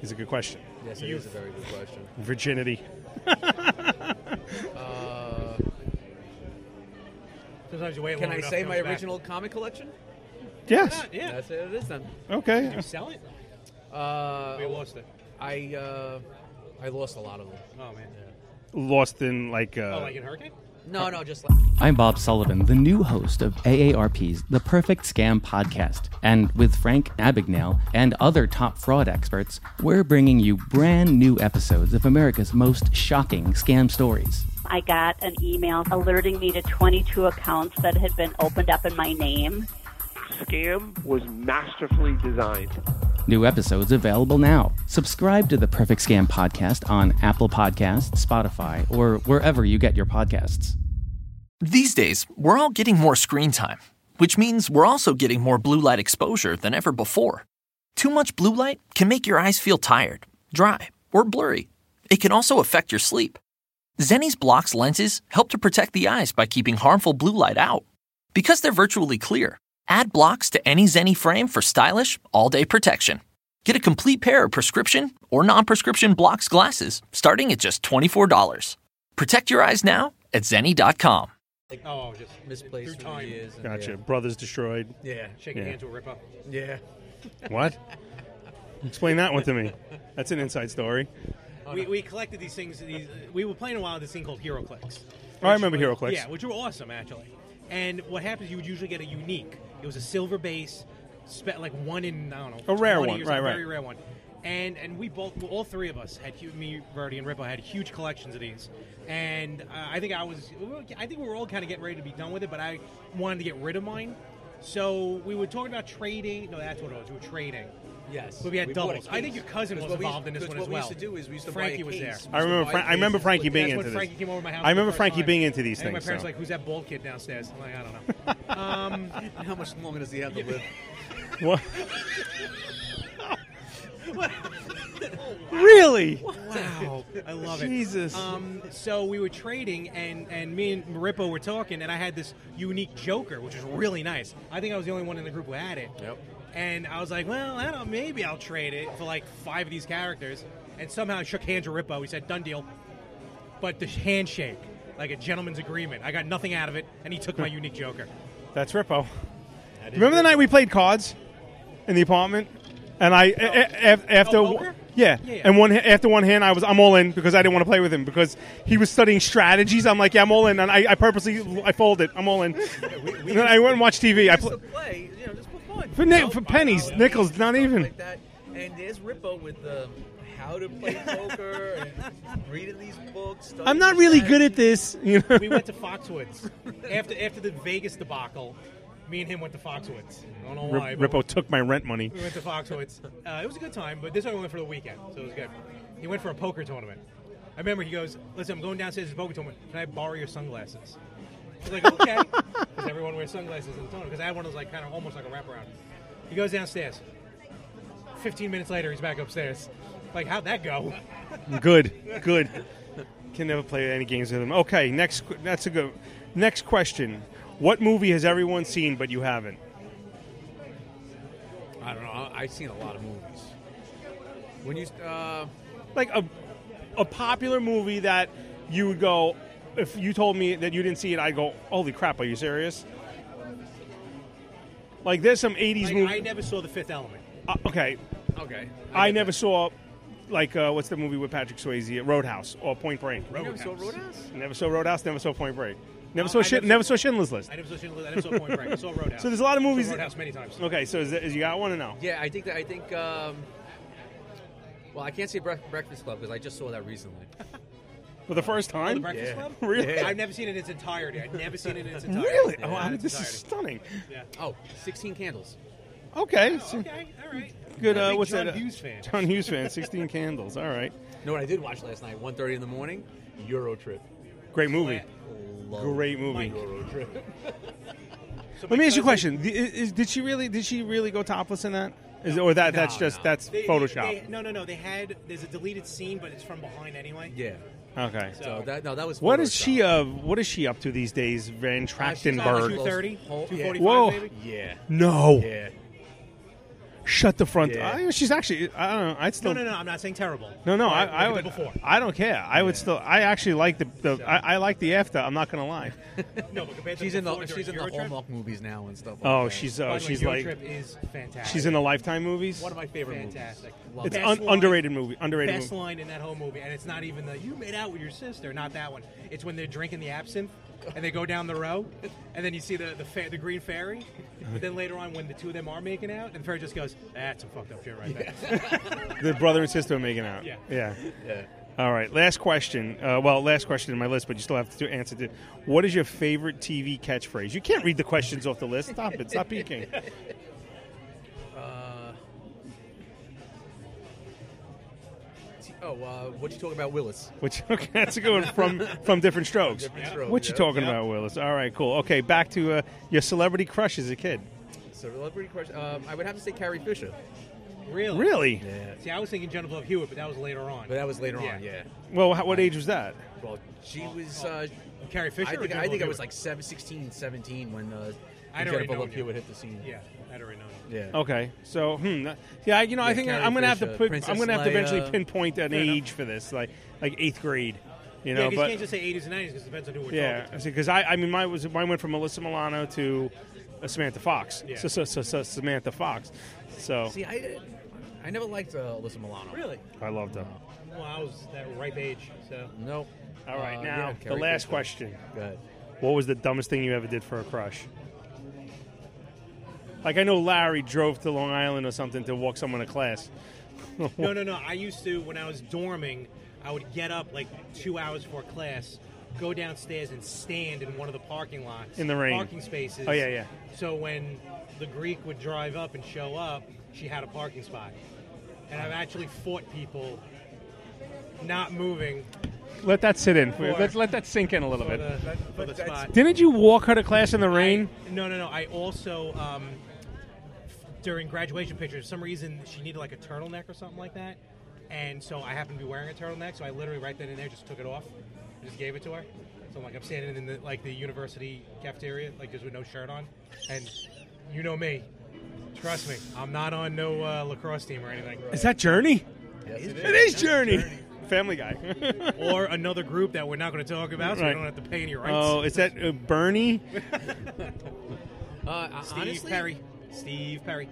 Speaker 3: It's a good question.
Speaker 5: Yes, it is a very good question.
Speaker 3: Virginity.
Speaker 5: Uh,
Speaker 2: Sometimes you wait.
Speaker 5: can
Speaker 2: long
Speaker 5: I
Speaker 2: enough,
Speaker 5: say
Speaker 2: it
Speaker 5: my
Speaker 2: comes back.
Speaker 5: original comic collection?
Speaker 3: Yes.
Speaker 2: Yeah.
Speaker 5: That's it. It is then.
Speaker 3: Okay.
Speaker 2: You sell it?
Speaker 5: Uh,
Speaker 2: We lost it.
Speaker 5: I uh, I lost a lot of them.
Speaker 2: Oh man.
Speaker 3: Lost in like.
Speaker 2: Oh,
Speaker 3: Uh,
Speaker 2: like in Hurricane?
Speaker 5: No, no, just like
Speaker 8: I'm Bob Sullivan, the new host of AARP's The Perfect Scam podcast. And with Frank Abagnale and other top fraud experts, we're bringing you brand new episodes of America's most shocking scam stories.
Speaker 9: I got an email alerting me to 22 accounts that had been opened up in my name.
Speaker 10: scam was masterfully designed.
Speaker 8: New episodes available now. Subscribe to The Perfect Scam podcast on Apple Podcasts, Spotify, or wherever you get your podcasts.
Speaker 10: These days, we're all getting more screen time, which means we're also getting more blue light exposure than ever before. Too much blue light can make your eyes feel tired, dry, or blurry. It can also affect your sleep. Zenni's Blocks lenses help to protect the eyes by keeping harmful blue light out. Because they're virtually clear, add blocks to any Zenni frame for stylish, all day protection. Get a complete pair of prescription or non prescription blocks glasses starting at just $24. Protect your eyes now at zenni.com.
Speaker 5: Like, oh, just misplaced
Speaker 2: through
Speaker 5: through the
Speaker 2: time.
Speaker 5: years. and-
Speaker 3: Gotcha. Brothers destroyed.
Speaker 5: Yeah.
Speaker 2: Shaking
Speaker 3: Yeah.
Speaker 2: hands with Ripper.
Speaker 5: Yeah.
Speaker 3: What? Explain that one to me. That's an inside story. Oh,
Speaker 2: We, we collected these things. These, we were playing a while this thing called Hero Clicks.
Speaker 3: Oh, I remember Hero Clicks.
Speaker 2: Yeah, which were awesome actually. And what happens, you would usually get a unique. It was a silver base, spe- like one in I don't know,
Speaker 3: A rare
Speaker 2: 20
Speaker 3: one,
Speaker 2: or
Speaker 3: right,
Speaker 2: something,
Speaker 3: right.
Speaker 2: very rare one. And and we both, well, all three of us had hu- me, Verdi, and Rippo had huge collections of these. And uh, I think I was, we were- I think we were all kind of getting ready to be done with it, but I wanted to get rid of mine. So we were talking about trading. No, that's what it was. We were trading.
Speaker 5: Yes.
Speaker 2: but we had
Speaker 5: We bought a
Speaker 2: doubles. I think
Speaker 5: case.
Speaker 2: your cousin
Speaker 5: 'Cause
Speaker 2: was
Speaker 5: what we used-
Speaker 2: involved in this
Speaker 5: 'cause
Speaker 2: one
Speaker 5: what
Speaker 2: as
Speaker 5: we
Speaker 2: well.
Speaker 5: used to do is we used to buy
Speaker 2: Frankie
Speaker 5: a
Speaker 2: was there.
Speaker 5: case.
Speaker 3: I remember. Fra- I remember Frankie being
Speaker 2: That's
Speaker 3: into
Speaker 2: when
Speaker 3: this.
Speaker 2: Frankie came over to my house
Speaker 3: I
Speaker 2: for the
Speaker 3: remember
Speaker 2: first
Speaker 3: Frankie
Speaker 2: time.
Speaker 3: being into these
Speaker 2: I think My
Speaker 3: things.
Speaker 2: parents
Speaker 3: so.
Speaker 2: were like, "Who's that bald kid downstairs?" I'm like, "I don't know." Um,
Speaker 5: How much longer does he have to live?
Speaker 3: What? Really?
Speaker 2: Wow, I love it.
Speaker 3: Jesus.
Speaker 2: Um, so we were trading, and and me and Marippo were talking, and I had this unique Joker, which is really nice. I think I was the only one in the group who had it. Yep. And I was like, well, I don't. know, Maybe I'll trade it for like five of these characters. And somehow I shook hands with Rippo. He said, "Done deal." But the handshake, like a gentleman's agreement, I got nothing out of it, and he took my unique Joker.
Speaker 3: That's Rippo. Remember the night we played cards in the apartment, and I a- a- af- after yeah,
Speaker 2: Oh. Yeah, yeah.
Speaker 3: and one ha- after one hand I was I'm all in because I didn't want to play with him because he was studying strategies. I'm like yeah I'm all in, and I, I purposely I folded. I'm all in. and then I went and watched TV. I pl-
Speaker 5: play, you know, just for fun.
Speaker 3: for, ni- for pennies, nickels, not even.
Speaker 5: like that. And there's Rippo with the how to play poker and reading these books. studying
Speaker 3: I'm not really
Speaker 5: the
Speaker 3: good at this. You know.
Speaker 2: we went to Foxwoods after after the Vegas debacle. Me and him went to Foxwoods. I don't know
Speaker 3: Rip-
Speaker 2: why. but
Speaker 3: Rippo took my rent money.
Speaker 2: We went to Foxwoods. Uh, it was a good time, but this one we went for the weekend, so it was good. He went for a poker tournament. I remember he goes, "Listen, I'm going downstairs to the poker tournament. Can I borrow your sunglasses?" I was like, "Okay," because everyone wears sunglasses in the tournament. Because I had one that was like kind of almost like a wraparound. He goes downstairs. Fifteen minutes later, he's back upstairs. Like, how'd that go?
Speaker 3: Good, good. Can never play any games with him. Okay, next. qu- That's a good. Next question: What movie has everyone seen but you haven't?
Speaker 5: strategy. I don't know. I- I've seen a lot of movies. When you uh,
Speaker 3: Like a a popular movie that you would go. If you told me that you didn't see it, I would go, "Holy crap! Are you serious?" Like there's some '80s
Speaker 2: Like, I
Speaker 3: movie.
Speaker 2: never saw The Fifth Element.
Speaker 3: uh, okay,
Speaker 5: okay,
Speaker 3: I, never saw. Like uh, what's the movie with Patrick Swayze? Roadhouse or Point Break?
Speaker 2: Roadhouse. You never saw Roadhouse?
Speaker 3: Never saw Roadhouse. Never saw Point Break. Never
Speaker 2: Uh,
Speaker 3: saw
Speaker 2: I
Speaker 3: shit.
Speaker 2: never
Speaker 3: Never saw Schindler's List.
Speaker 2: I never saw Schindler's. I never saw Point Break. I saw Roadhouse.
Speaker 3: So there's a lot of
Speaker 2: I saw
Speaker 3: movies.
Speaker 2: Roadhouse many times.
Speaker 3: Okay, so is, is you got one to know?
Speaker 5: yeah, I think that I think. Um, well, I can't say Bref- Breakfast Club because I just saw that recently.
Speaker 3: For the first time?
Speaker 2: The Breakfast Club?
Speaker 3: Really?
Speaker 2: I've never seen it in its entirety. I've never seen it in its entirety.
Speaker 3: Really?
Speaker 2: Yeah,
Speaker 3: oh, I-
Speaker 2: in its
Speaker 3: this is
Speaker 2: entirety.
Speaker 3: stunning.
Speaker 2: Yeah.
Speaker 5: Oh, 16 candles.
Speaker 3: Okay. so-
Speaker 2: okay, all right.
Speaker 3: Good.
Speaker 5: I'm a
Speaker 3: Uh,
Speaker 5: big
Speaker 3: what's
Speaker 5: John
Speaker 3: that? uh,
Speaker 5: Hughes fan.
Speaker 3: John Hughes fan. Sixteen Candles. All right.
Speaker 5: You know what I did watch last night? 1.30 in the morning, Euro Trip.
Speaker 3: Great movie.
Speaker 5: Love
Speaker 3: Great movie.
Speaker 5: Euro Trip.
Speaker 3: Let me ask you a question. The- Is, is- did she really? Did she really go topless in that? Is or that? that's just that's
Speaker 2: They-
Speaker 3: Photoshop.
Speaker 2: they- no, no, no. They had there's a deleted scene, but it's from behind anyway.
Speaker 5: Yeah.
Speaker 3: okay.
Speaker 2: Oh.
Speaker 5: So that no, that was.
Speaker 3: What is she? Uh, what is she up to these days?
Speaker 2: Uh,
Speaker 3: Van Trachtenberg.
Speaker 2: 230,
Speaker 5: Oh, yeah.
Speaker 2: 245,
Speaker 3: Whoa.
Speaker 2: maybe.
Speaker 5: Yeah.
Speaker 3: No.
Speaker 5: Yeah.
Speaker 3: Shut the front.
Speaker 5: Yeah.
Speaker 3: I- she's actually. I don't know. I'd
Speaker 2: No,
Speaker 3: still.
Speaker 2: no, no. I'm not saying terrible.
Speaker 3: No, no,
Speaker 2: Right,
Speaker 3: I, I
Speaker 2: look
Speaker 3: would.
Speaker 2: at the before.
Speaker 3: I don't care. I would still. I actually like the. the I, I like the after. I'm not gonna lie.
Speaker 2: No, but compared to
Speaker 5: She's
Speaker 2: the
Speaker 5: in the
Speaker 2: before during
Speaker 5: she's in the
Speaker 2: Euro Trip-
Speaker 5: Hallmark movies now and stuff. Like
Speaker 3: Oh,
Speaker 5: that.
Speaker 3: she's uh,
Speaker 2: By the way,
Speaker 3: she's
Speaker 2: Euro
Speaker 3: like.
Speaker 2: Trip is fantastic.
Speaker 3: She's in the Lifetime movies.
Speaker 5: one of my favorite
Speaker 2: Fantastic.
Speaker 5: movies. Love
Speaker 3: It's
Speaker 5: it.
Speaker 3: un-
Speaker 2: line-
Speaker 3: underrated movie. Underrated
Speaker 2: best
Speaker 3: movie.
Speaker 2: line in that whole movie, and it's not even the "you made out with your sister." Not that one. It's when they're drinking the absinthe and they go down the row, and then you see the the, fa- the green fairy. But then later on, when the two of them are making out, and the fairy just goes, "That's some fucked up shit right there."
Speaker 3: The brother and sister are making out.
Speaker 2: Yeah.
Speaker 3: Yeah.
Speaker 5: Yeah.
Speaker 3: All right. Last question. Uh, well, last question in my list, but you still have to answer it. What is your favorite TV catchphrase? You can't read the questions off the list. Stop it. Stop peeking.
Speaker 5: Uh, t- oh, uh, what you talking about, Willis?
Speaker 3: Which okay, that's a good one from from different strokes.
Speaker 5: Different Strokes,
Speaker 3: what you
Speaker 5: yeah.
Speaker 3: talking
Speaker 5: Yeah.
Speaker 3: about, Willis? All right, cool. Okay, back to uh, your celebrity crush as a kid.
Speaker 5: Celebrity crush. Um, I would have to say Carrie Fisher,
Speaker 2: really?
Speaker 3: Really?
Speaker 2: See, I was thinking Jennifer Love Hewitt, but that was later on.
Speaker 5: but that was later
Speaker 2: Yeah. Oh,
Speaker 5: on. Yeah.
Speaker 3: Well, how, what age was that?
Speaker 5: Well, she was. Uh,
Speaker 2: Carrie Fisher.
Speaker 5: I
Speaker 2: or
Speaker 5: think, I,
Speaker 2: Jennifer
Speaker 5: think I
Speaker 2: Love
Speaker 5: was
Speaker 2: Hewitt?
Speaker 5: like seven, 16, 17 when uh,
Speaker 2: I'd already
Speaker 5: Jennifer
Speaker 2: known
Speaker 5: Love
Speaker 2: you.
Speaker 5: Hewitt hit the scene.
Speaker 2: Yeah, I'd already known. it.
Speaker 5: Yeah.
Speaker 3: Okay, so hmm, that- yeah, you know, I
Speaker 5: Yeah,
Speaker 3: think
Speaker 5: Carrie
Speaker 3: I'm gonna have to
Speaker 5: Fisher,
Speaker 3: put, I'm
Speaker 5: Princess
Speaker 3: gonna have to eventually
Speaker 5: Leia.
Speaker 3: pinpoint an
Speaker 2: Fair enough.
Speaker 3: age for this, like like eighth grade. You know,
Speaker 2: yeah, 'cause you
Speaker 3: but
Speaker 2: can't just say 80s and 90s because it depends on who we're
Speaker 3: yeah,
Speaker 2: talking
Speaker 3: I see. Because I, I mean, mine was mine went from Alyssa Milano to uh, Samantha Fox.
Speaker 5: Yeah.
Speaker 3: So, so, so, so Samantha Fox. So
Speaker 5: See, I didn't. I never liked uh, Alyssa Milano.
Speaker 2: Really?
Speaker 3: I loved her.
Speaker 2: to. Well, I was that ripe age, so.
Speaker 5: Nope.
Speaker 3: All right,
Speaker 5: Uh,
Speaker 3: now
Speaker 5: yeah,
Speaker 3: the
Speaker 5: Carrie
Speaker 3: last
Speaker 5: Fisher.
Speaker 3: question.
Speaker 5: Go ahead.
Speaker 3: What was the dumbest thing you ever did for a crush? Like I know Larry drove to Long Island or something to walk someone to class.
Speaker 2: no, no, no. I used to when I was dorming, I would get up like two hours before class, go downstairs and stand in one of the parking lots
Speaker 3: In the rain.
Speaker 2: parking spaces.
Speaker 3: Oh, yeah, yeah.
Speaker 2: So when the Greek would drive up and show up, she had a parking spot, and I've actually fought people not moving.
Speaker 3: Let that sit in.
Speaker 2: For-
Speaker 3: Let let that sink in a little
Speaker 2: for
Speaker 3: bit.
Speaker 2: the- for the spot.
Speaker 3: Didn't you walk her to class in the rain?
Speaker 2: No, no, no. I also um, f- during graduation pictures, for some reason she needed like a turtleneck or something like that, and so I happened to be wearing a turtleneck. So I literally right then and there just took it off, I just gave it to her. So I'm like I'm standing in the like the university cafeteria, like just with no shirt on, and you know me. Trust me, I'm not on no uh, lacrosse team or anything.
Speaker 3: Is that Journey?
Speaker 2: Yes, it
Speaker 3: It
Speaker 2: is.
Speaker 3: is Journey. Family Guy.
Speaker 2: or another group that we're not going to talk about, so we
Speaker 3: Right.
Speaker 2: don't have to pay any rights.
Speaker 3: Oh, is that uh, Bernie?
Speaker 5: Uh,
Speaker 2: Steve
Speaker 5: honestly-
Speaker 2: Perry. Steve Perry.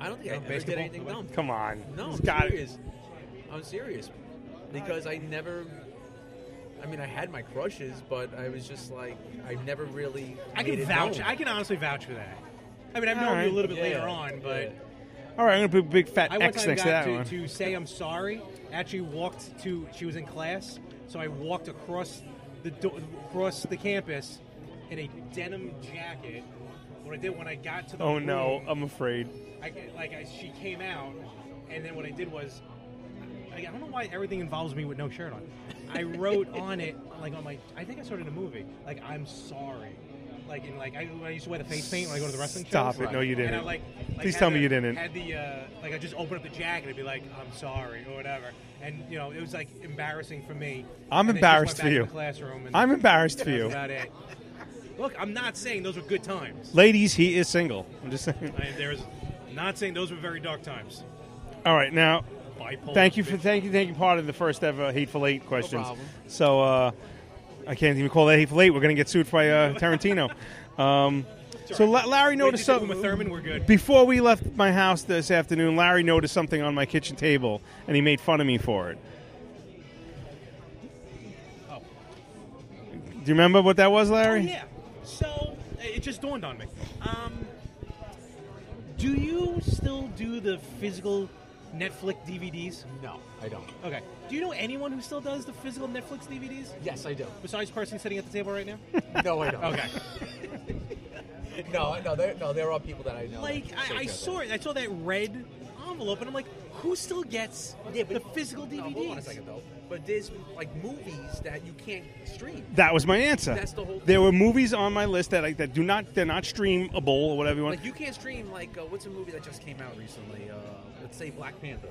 Speaker 5: I don't think I
Speaker 2: No,
Speaker 5: ever
Speaker 2: basketball?
Speaker 5: did anything
Speaker 2: Come on.
Speaker 5: dumb.
Speaker 3: Come on.
Speaker 5: No,
Speaker 3: He's
Speaker 5: I'm
Speaker 3: got it.
Speaker 5: serious. I'm serious because I never. I mean, I had my crushes, but I was just like, I never really.
Speaker 2: I
Speaker 5: made
Speaker 2: can
Speaker 5: it
Speaker 2: vouch.
Speaker 5: known.
Speaker 2: I can honestly vouch for that. I mean, I've
Speaker 5: All
Speaker 2: known you
Speaker 5: right.
Speaker 2: a little bit
Speaker 5: Yeah.
Speaker 2: later on, but
Speaker 3: All right, I'm gonna put a big fat
Speaker 2: I one
Speaker 3: X
Speaker 2: time
Speaker 3: next
Speaker 2: got
Speaker 3: to that
Speaker 2: to,
Speaker 3: one.
Speaker 2: to say I'm sorry. Actually, walked to. She was in class, so I walked across the do- across the campus in a denim jacket. What I did when I got to the
Speaker 3: Oh no,
Speaker 2: room,
Speaker 3: I'm afraid.
Speaker 2: I, like I, she came out, and then what I did was, I, I don't know why everything involves me with no shirt on. I wrote on it like on my, I think I saw it in a movie. Like I'm sorry, like in like I, when I used to wear the face paint when I go to the wrestling.
Speaker 3: Stop
Speaker 2: shows.
Speaker 3: it. No, you
Speaker 2: And I,
Speaker 3: didn't.
Speaker 2: like, like,
Speaker 3: Please
Speaker 2: had
Speaker 3: tell me
Speaker 2: the-
Speaker 3: you didn't.
Speaker 2: Had the uh, like I just open up the jacket and be like I'm sorry or whatever, and you know it was like embarrassing for me.
Speaker 3: I'm
Speaker 2: And then she just went
Speaker 3: embarrassed
Speaker 2: back
Speaker 3: for
Speaker 2: in
Speaker 3: you.
Speaker 2: the classroom. And
Speaker 3: I'm embarrassed for
Speaker 2: that was
Speaker 3: you.
Speaker 2: About it. Look, I'm not saying those were good times.
Speaker 3: Ladies, he is single. I'm just saying.
Speaker 2: I, there's not saying those were very dark times.
Speaker 3: All right, now,
Speaker 2: Bipolar
Speaker 3: thank you for thank you thank you part of the first ever hateful eight questions.
Speaker 2: problem.
Speaker 3: so uh, I can't even call that hateful eight. We're gonna get sued by uh, Tarantino. um, so La- Larry noticed
Speaker 2: did that
Speaker 3: something.
Speaker 2: Uma Thurman, we're good.
Speaker 3: Before we left my house this afternoon, Larry noticed something on my kitchen table, and he made fun of me for it.
Speaker 2: Oh.
Speaker 3: Do you remember what that was, Larry?
Speaker 2: Oh, yeah. So it just dawned on me. Um, do you still do the physical Netflix DVDs? No,
Speaker 5: I don't.
Speaker 2: Okay. Do you know anyone who still does the physical Netflix DVDs?
Speaker 5: Yes, I do.
Speaker 2: Besides the person sitting at the table right now?
Speaker 5: No, I don't.
Speaker 2: Okay.
Speaker 5: No, no, there, no. There are people that I know.
Speaker 2: Like
Speaker 5: that
Speaker 2: I, I
Speaker 5: take
Speaker 2: saw it, I saw that red envelope, and I'm like, who still gets the physical
Speaker 5: No,
Speaker 2: DVDs?
Speaker 5: hold on a second though. But there's like movies that you can't stream.
Speaker 3: That was my answer.
Speaker 5: That's the whole.
Speaker 3: There were movies on my list that I, that do not they're not streamable or whatever you want.
Speaker 5: Like you can't stream like uh, what's a movie that just came out recently? Uh, let's say Black Panther.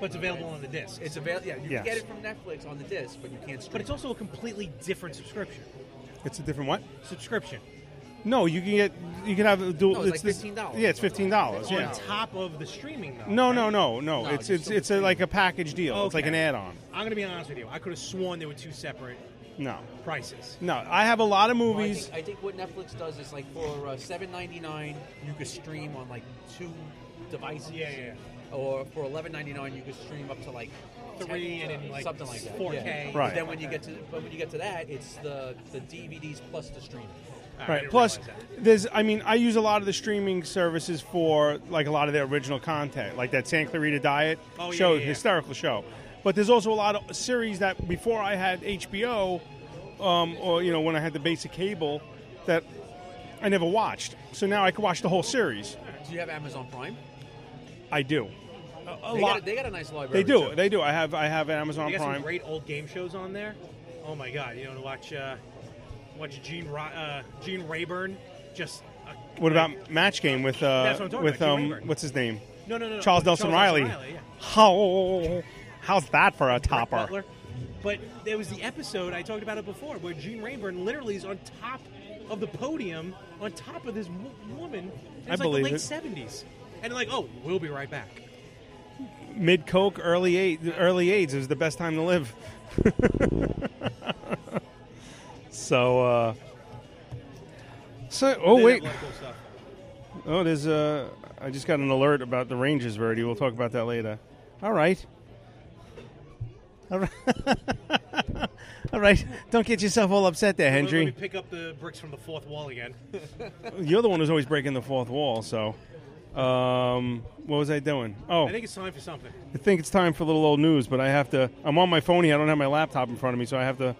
Speaker 2: But it's available on the disc.
Speaker 5: It's available. Yeah, you
Speaker 3: Yes.
Speaker 5: can get it from Netflix on the disc, but you can't stream.
Speaker 2: But it's also a completely different subscription.
Speaker 3: it's a different what?
Speaker 2: Subscription.
Speaker 3: No, you can get you can have a dual.
Speaker 2: No, it's like
Speaker 3: this-
Speaker 2: $15.
Speaker 3: Yeah, it's fifteen dollars.
Speaker 2: on
Speaker 3: Yeah.
Speaker 2: top of the streaming, though.
Speaker 3: No, no, no, no.
Speaker 2: No,
Speaker 3: it's
Speaker 2: you
Speaker 3: it's
Speaker 2: still
Speaker 3: it's a, like a package deal. It's like an
Speaker 2: Okay.
Speaker 3: add-on.
Speaker 2: I'm going to be honest with you. I could have sworn they were two separate
Speaker 3: No,
Speaker 2: prices.
Speaker 3: no. I have a lot of
Speaker 5: Well, I
Speaker 3: movies.
Speaker 5: think, I think what Netflix does is like for uh, seven ninety nine, you could stream on like two devices. Yeah, yeah. Or for eleven ninety nine, you could stream up to like
Speaker 2: Three and then, like,
Speaker 5: something like that.
Speaker 2: 4K.
Speaker 5: Yeah.
Speaker 3: Right.
Speaker 5: Then when you get to but when you get to that, it's the the DVDs plus the streaming.
Speaker 3: right. Plus, there's. I mean, I use a lot of the streaming services for like a lot of their original content, like that San Clarita Diet
Speaker 2: Oh, yeah,
Speaker 3: show,
Speaker 2: yeah, yeah.
Speaker 3: hysterical show. But there's also a lot of series that before I had HBO, um, or you know when I had the basic cable, that I never watched. So now I can watch the whole series.
Speaker 5: Do you have Amazon Prime?
Speaker 3: I do. A, a
Speaker 5: they
Speaker 3: lot.
Speaker 5: Got a, they got a nice library.
Speaker 3: They do.
Speaker 5: too.
Speaker 3: They do. I have. I have Amazon
Speaker 2: They got
Speaker 3: Prime.
Speaker 2: some great old game shows on there. Oh my god! You know, to watch uh, watch Gene Ra- uh, Gene Rayburn just. Uh,
Speaker 3: What about match game with uh
Speaker 2: That's what I'm talking
Speaker 3: with
Speaker 2: about, Jim
Speaker 3: um
Speaker 2: Rayburn.
Speaker 3: what's his name?
Speaker 2: No, no, no, no.
Speaker 3: Charles Nelson
Speaker 2: Charles
Speaker 3: Riley.
Speaker 2: Nelson Reilly, yeah.
Speaker 3: How how's that for a topper?
Speaker 2: Butler? But there was the episode I talked about it before where Gene Rayburn literally is on top of the podium, on top of this w- woman. It's
Speaker 3: I
Speaker 2: like
Speaker 3: believe
Speaker 2: the late
Speaker 3: it.
Speaker 2: '70s, and like, oh, we'll be right back.
Speaker 3: Mid Coke, early eight, early AIDS is the best time to live. so, uh, so oh
Speaker 2: They
Speaker 3: wait,
Speaker 2: have local stuff.
Speaker 3: oh there's uh, I just got an alert about the Rangers, Verdi. We'll talk about that later. All right. All right. All right. Don't get yourself all upset there,
Speaker 2: Let- Let me
Speaker 3: Hendry.
Speaker 2: pick up the bricks from the fourth wall again.
Speaker 3: You're the one who's always breaking the fourth wall. So, um, what was I doing? Oh,
Speaker 2: I think it's time for something.
Speaker 3: I think it's time for a little old news, but I have to. I'm on my phone here. I don't have my laptop in front of me, so I have to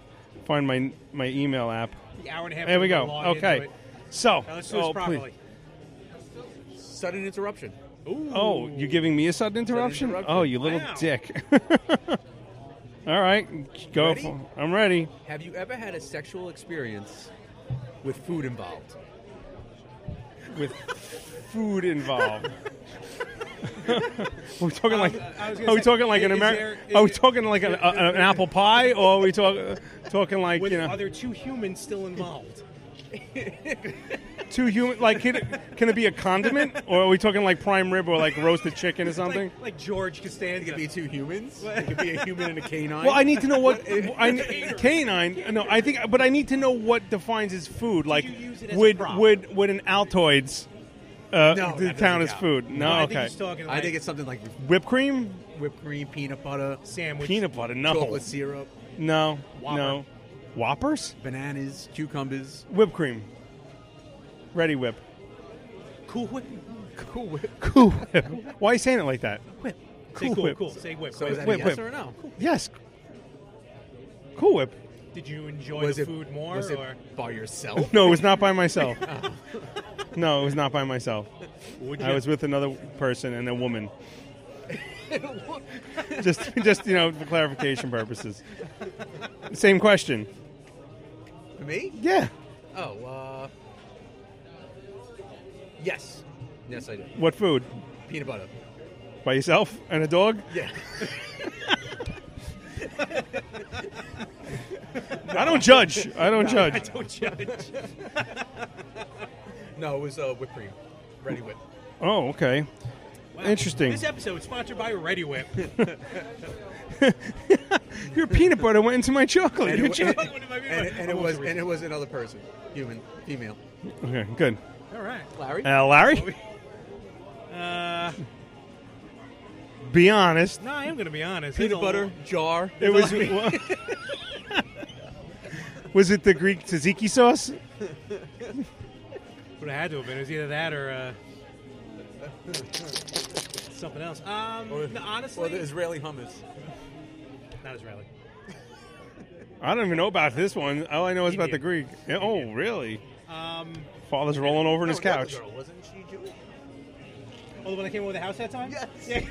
Speaker 3: find my my email app.
Speaker 2: The hour and a half
Speaker 3: There we
Speaker 2: we're
Speaker 3: go.
Speaker 2: gonna log into
Speaker 3: Okay.
Speaker 2: it.
Speaker 3: So,
Speaker 2: Now let's do this
Speaker 3: oh, please.
Speaker 2: properly.
Speaker 5: Sudden interruption.
Speaker 2: Ooh.
Speaker 3: Oh, you giving me a sudden interruption?
Speaker 5: interruption.
Speaker 3: Oh, you little
Speaker 5: Wow.
Speaker 3: dick. All right, go.
Speaker 5: Ready?
Speaker 3: For, I'm ready.
Speaker 5: Have you ever had a sexual experience with food involved?
Speaker 3: With food involved. Are we talking like?
Speaker 2: I was gonna
Speaker 3: Are we
Speaker 2: say,
Speaker 3: talking like an
Speaker 2: is
Speaker 3: American?
Speaker 2: there-
Speaker 3: Are we talking like an, a, an apple pie, or are we talking talking like
Speaker 2: With,
Speaker 3: you know?
Speaker 2: Are there two humans still involved?
Speaker 3: Two human, like can it, can it be a condiment, or are we talking like prime rib, or like roasted chicken or something?
Speaker 2: Like, like George Costanza. It could be
Speaker 5: two humans. It could be a human and a canine.
Speaker 3: well, I need to know what I need- canine. No, I think, but I need to know what defines as food. Like, would would would an Altoids uh, d- count as food? No, Oh, okay.
Speaker 5: I think it's something like
Speaker 3: whipped cream,
Speaker 5: whipped cream, peanut butter, sandwich,
Speaker 3: peanut butter. No,
Speaker 5: chocolate syrup,
Speaker 3: No,
Speaker 5: Whopper.
Speaker 3: no, Whoppers,
Speaker 5: bananas, cucumbers,
Speaker 3: whipped cream, ready whip,
Speaker 2: Cool whip.
Speaker 5: Cool whip.
Speaker 3: cool whip. Why are you saying it like that?
Speaker 5: Whip.
Speaker 2: Say cool,
Speaker 3: whip.
Speaker 2: cool. Say whip.
Speaker 5: So is that a
Speaker 3: Whip,
Speaker 5: yes
Speaker 3: whip.
Speaker 5: or a no?
Speaker 3: Yes, cool whip.
Speaker 2: Did you enjoy
Speaker 5: Was
Speaker 2: the
Speaker 5: it-
Speaker 2: food more?
Speaker 5: was it
Speaker 2: or?
Speaker 5: by yourself?
Speaker 3: No, it was not by myself. No, it was not by myself.
Speaker 2: Would
Speaker 3: I
Speaker 2: you?
Speaker 3: was with another person and a woman.
Speaker 2: Look.
Speaker 3: Just, just you know, for clarification purposes. Same question.
Speaker 5: Me?
Speaker 3: Yeah.
Speaker 5: Oh, uh. Yes. Yes, I do.
Speaker 3: What food?
Speaker 5: Peanut butter.
Speaker 3: By yourself and a dog?
Speaker 5: Yeah.
Speaker 3: I don't judge. I don't
Speaker 5: No,
Speaker 3: judge.
Speaker 5: I don't judge. no, it was uh, whipped cream. Ready whip.
Speaker 3: Oh, okay. Interesting.
Speaker 2: This episode is sponsored by Ready Whip.
Speaker 3: Your peanut butter went into my chocolate.
Speaker 5: And
Speaker 3: Your
Speaker 5: it, wa-
Speaker 3: chocolate.
Speaker 5: and, and, and it was and it was another person, human, female.
Speaker 3: okay, good.
Speaker 5: All right, Larry.
Speaker 3: Uh, Larry,
Speaker 2: Uh,
Speaker 3: be honest.
Speaker 2: no, I am going to be honest.
Speaker 5: Peanut
Speaker 2: There's a
Speaker 5: butter jar.
Speaker 3: It was.
Speaker 5: Larry.
Speaker 3: Was it the Greek tzatziki sauce?
Speaker 2: Would have had to have been. It was either that or uh, something else. Um, no, honestly,
Speaker 5: or the Israeli hummus.
Speaker 2: not Israeli.
Speaker 3: I don't even know about this one. All I know is about the Greek. Yeah, Oh, really?
Speaker 2: Um,
Speaker 3: Father's rolling over in his
Speaker 2: no, another
Speaker 3: couch.
Speaker 2: girl, wasn't she Jewish? Oh, the one that came over the house that time? Yes.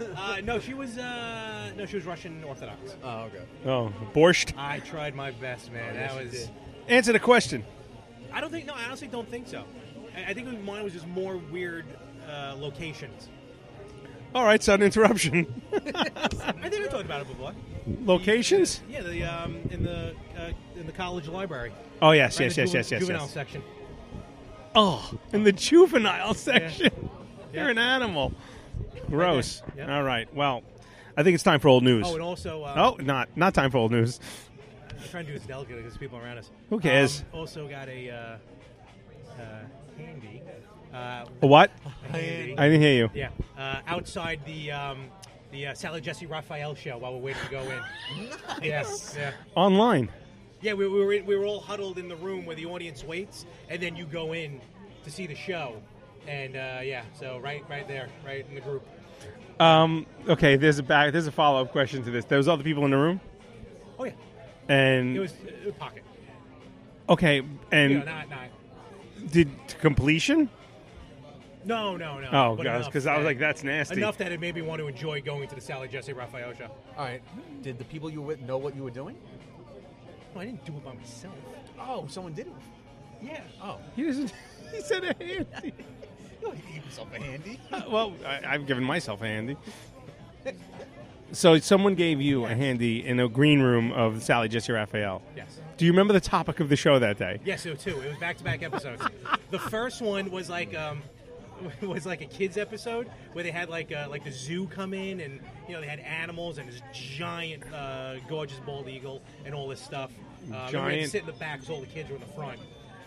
Speaker 2: uh, no, she was. Uh, no, she was Russian Orthodox.
Speaker 5: Oh, okay.
Speaker 3: Oh, borscht.
Speaker 2: I tried my best, man.
Speaker 5: Oh, yes,
Speaker 2: that
Speaker 5: you
Speaker 2: was.
Speaker 5: did.
Speaker 3: Answer the question.
Speaker 2: I don't think. No, I honestly don't think so. I, I think mine was just more weird uh, locations.
Speaker 3: All right, sudden interruption.
Speaker 2: I think we talked about it before.
Speaker 3: Locations?
Speaker 2: Yeah, the um, in the uh, in the college library.
Speaker 3: Oh, yes,
Speaker 2: Right
Speaker 3: yes,
Speaker 2: in
Speaker 3: yes,
Speaker 2: the
Speaker 3: yes, yes,
Speaker 2: Juvenile
Speaker 3: yes.
Speaker 2: section.
Speaker 3: Oh, in the juvenile section. You're an animal. Gross.
Speaker 2: Yep.
Speaker 3: All right. Well, I think it's time for old news.
Speaker 2: Oh, and also, uh,
Speaker 3: oh, not not time for old news.
Speaker 2: I'm trying to do this delicately because people around us.
Speaker 3: Who cares?
Speaker 2: Um, also got a uh, uh, handy. Uh,
Speaker 3: A what?
Speaker 2: a handy.
Speaker 3: I didn't hear you.
Speaker 2: Yeah, uh, outside the um, the uh, Sally Jesse Raphael show while we're waiting to go in. Yes. Yeah.
Speaker 3: Online.
Speaker 2: Yeah, we, we were in, we were all huddled in the room where the audience waits, and then you go in to see the show, and uh, yeah, so right right there, right in the group.
Speaker 3: Um, okay, there's a back, there's a follow up question to this. There was other people in the room,
Speaker 2: Oh yeah,
Speaker 3: and
Speaker 2: it was uh, pocket.
Speaker 3: okay, and
Speaker 2: You know, not, not,
Speaker 3: did to completion?
Speaker 2: no, no, no.
Speaker 3: Oh,
Speaker 2: Uh, but
Speaker 3: God,
Speaker 2: enough
Speaker 3: 'cause I was
Speaker 2: that-
Speaker 3: like, that's nasty.
Speaker 2: Enough that it made me want to enjoy going to the Sally Jesse Raphael show.
Speaker 5: All right. Did the people you were with know what you were doing?
Speaker 2: No, I didn't do it by myself.
Speaker 5: Oh, someone did it.
Speaker 2: Yeah.
Speaker 5: Oh,
Speaker 3: He doesn't. He said a handy.
Speaker 5: you know, he gave himself a handy.
Speaker 3: Uh, well, I, I've given myself a handy. So someone gave you a handy in a green room of Sally Jesse Raphael.
Speaker 2: Yes.
Speaker 3: Do you remember the topic of the show that day?
Speaker 2: Yes, it was two. It was back to back episodes. the first one was like um, was like a kids episode where they had like uh, like the zoo come in and you know they had animals and this giant uh, gorgeous bald eagle and all this stuff. Uh, we had to
Speaker 3: Giant.
Speaker 2: sit in the back because all the kids were in the front.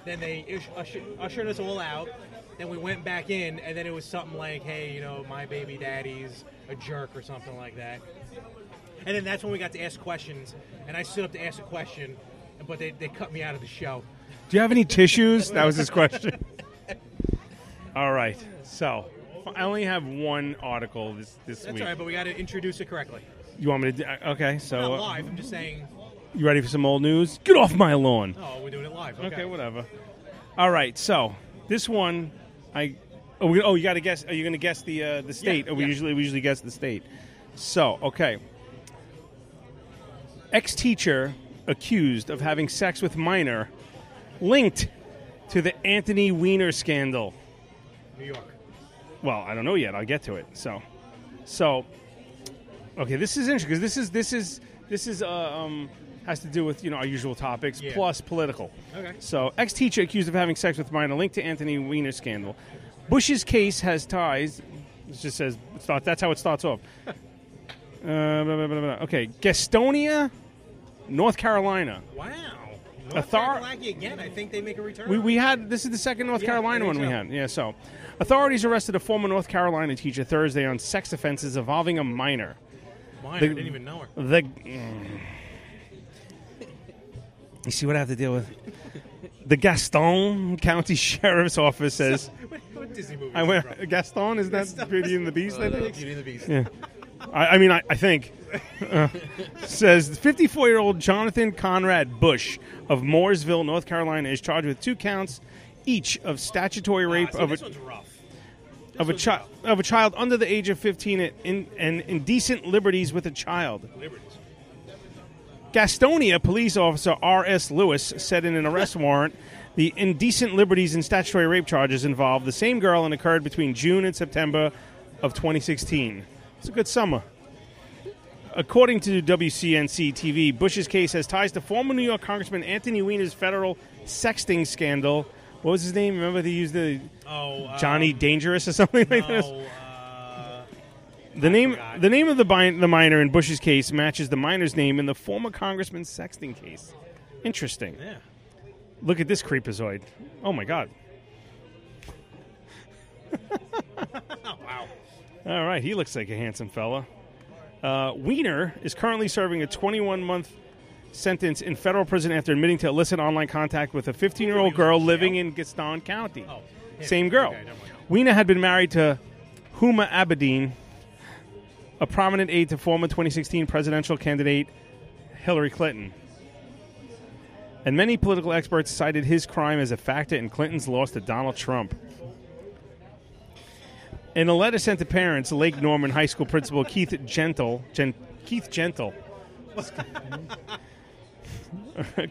Speaker 2: Then they ish- usher- ushered us all out. Then we went back in, and then it was something like, "Hey, you know, my baby daddy's a jerk" or something like that. And then that's when we got to ask questions, and I stood up to ask a question, but they, they cut me out of the show.
Speaker 3: Do you have any tissues? That was his question. All right. So I only have one article this this
Speaker 2: That's
Speaker 3: week.
Speaker 2: all right, but we got to introduce it correctly.
Speaker 3: You want me to? Do, okay. So
Speaker 2: Not
Speaker 3: uh,
Speaker 2: live. I'm just saying.
Speaker 3: you ready for some old news? Get off my lawn.
Speaker 2: Oh, we're doing it live. Okay.
Speaker 3: Okay, whatever. All right, so this one, I oh, we, oh you got to guess. Are you going to guess the uh, the state?
Speaker 2: Yeah,
Speaker 3: Oh, we
Speaker 2: yeah.
Speaker 3: usually we usually guess the state. So okay, ex teacher accused of having sex with minor, linked to the Anthony Weiner scandal.
Speaker 2: New York.
Speaker 3: Well, I don't know yet. I'll get to it. So, so okay, this is interesting because this is this is this is uh, um, has to do with you know our usual topics
Speaker 11: Yeah.
Speaker 3: plus political.
Speaker 11: Okay.
Speaker 3: So, ex teacher accused of having sex with minor, linked to Anthony Weiner scandal. Bush's case has ties. It just says it starts- that's how it starts off. uh, blah, blah, blah, blah. Okay, Gastonia, North Carolina.
Speaker 2: Wow.
Speaker 3: A
Speaker 2: North
Speaker 3: thar-
Speaker 2: Carolina again. I think they make a return.
Speaker 3: We, we had this is the second North
Speaker 2: Yeah,
Speaker 3: Carolina
Speaker 2: there
Speaker 3: one
Speaker 2: you
Speaker 3: we
Speaker 2: go.
Speaker 3: had. Yeah, so authorities arrested a former North Carolina teacher Thursday on sex offenses involving a minor.
Speaker 2: Minor, didn't even know her.
Speaker 3: The mm. you see what I have to deal with. The Gaston County Sheriff's Office says.
Speaker 2: What- what Disney movie
Speaker 3: I
Speaker 2: is
Speaker 3: went
Speaker 2: that from?
Speaker 3: Gaston. Is that
Speaker 2: Gaston.
Speaker 3: Beauty and the Beast? I
Speaker 2: Uh,
Speaker 3: think?
Speaker 2: Beauty and the Beast.
Speaker 3: Yeah. I, I mean, I, I think. Uh, says 54 year old Jonathan Conrad Bush of Mooresville, North Carolina, is charged with two counts each of statutory rape
Speaker 2: see,
Speaker 3: of
Speaker 2: this
Speaker 3: a
Speaker 2: one's rough.
Speaker 3: of a child of a child under the age of 15 and, in, and indecent liberties with a child.
Speaker 2: Liberties.
Speaker 3: Gastonia police officer R.S. Lewis said in an arrest warrant the indecent liberties and statutory rape charges involved the same girl and occurred between June and September of 2016. It's a good summer. According to WCNC TV, Bush's case has ties to former New York Congressman Anthony Weiner's federal sexting scandal. What was his name? Remember they used the
Speaker 2: Oh, uh,
Speaker 3: Johnny Dangerous or something like this?
Speaker 2: no,
Speaker 3: The name, the name of the, bi- the minor in Bush's case matches the minor's name in the former congressman's sexting case. Interesting.
Speaker 2: Yeah.
Speaker 3: Look at this creepazoid. Oh my god.
Speaker 2: wow.
Speaker 3: All right, he looks like a handsome fella. Uh, Wiener is currently serving a 21 month sentence in federal prison after admitting to illicit online contact with a 15 year old girl living in Gaston County. Same girl. Wiener had been married to Huma Abedin, a prominent aide to former 2016 presidential candidate Hillary Clinton. And many political experts cited his crime as a factor in Clinton's loss to Donald Trump. In a letter sent to parents, Lake Norman High School principal Keith Gentle, Gen- Keith Gentle,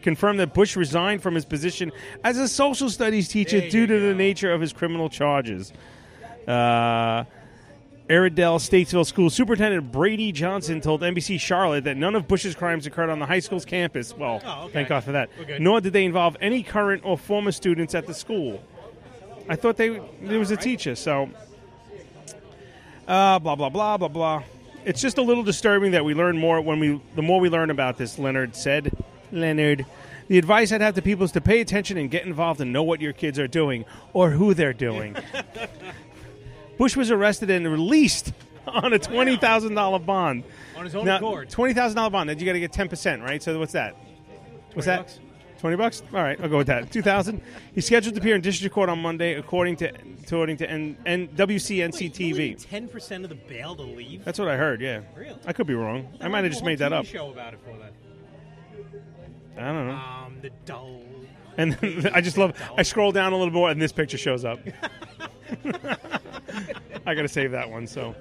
Speaker 3: confirmed that Bush resigned from his position as a social studies teacher due to the nature of his criminal charges. Uh, Airedale Statesville School Superintendent Brady Johnson told NBC Charlotte that none of Bush's crimes occurred on the high school's campus. Well,
Speaker 11: Oh, okay.
Speaker 3: thank God for that.
Speaker 11: We're good.
Speaker 3: Nor did they involve any current or former students at the school. I thought they there was a teacher, so uh, blah blah blah blah blah. It's just a little disturbing that we learn more when we the more we learn about this. Leonard said, Leonard, the advice I'd have to people is to pay attention and get involved and know what your kids are doing or who they're doing. Bush was arrested and released on a twenty thousand dollar bond.
Speaker 2: On his own
Speaker 3: now,
Speaker 2: accord.
Speaker 3: Twenty thousand dollar bond. Then you got to get ten percent, right? So what's that? What's that? Twenty bucks. All right, I'll go with that. Two thousand. He's scheduled to appear in district court on Monday, according to according to N, N, WCNC TV.
Speaker 2: Ten percent of the bail to leave.
Speaker 3: That's what I heard. Yeah,
Speaker 2: Really?
Speaker 3: I could be wrong.
Speaker 2: They
Speaker 3: I
Speaker 2: made a
Speaker 3: might have just
Speaker 2: whole
Speaker 3: made that
Speaker 2: TV
Speaker 3: up.
Speaker 2: Show about it for that.
Speaker 3: I don't know.
Speaker 2: Um, the doll.
Speaker 3: And then I just love. I scroll down a little more, and this picture shows up. I gotta save that one. So,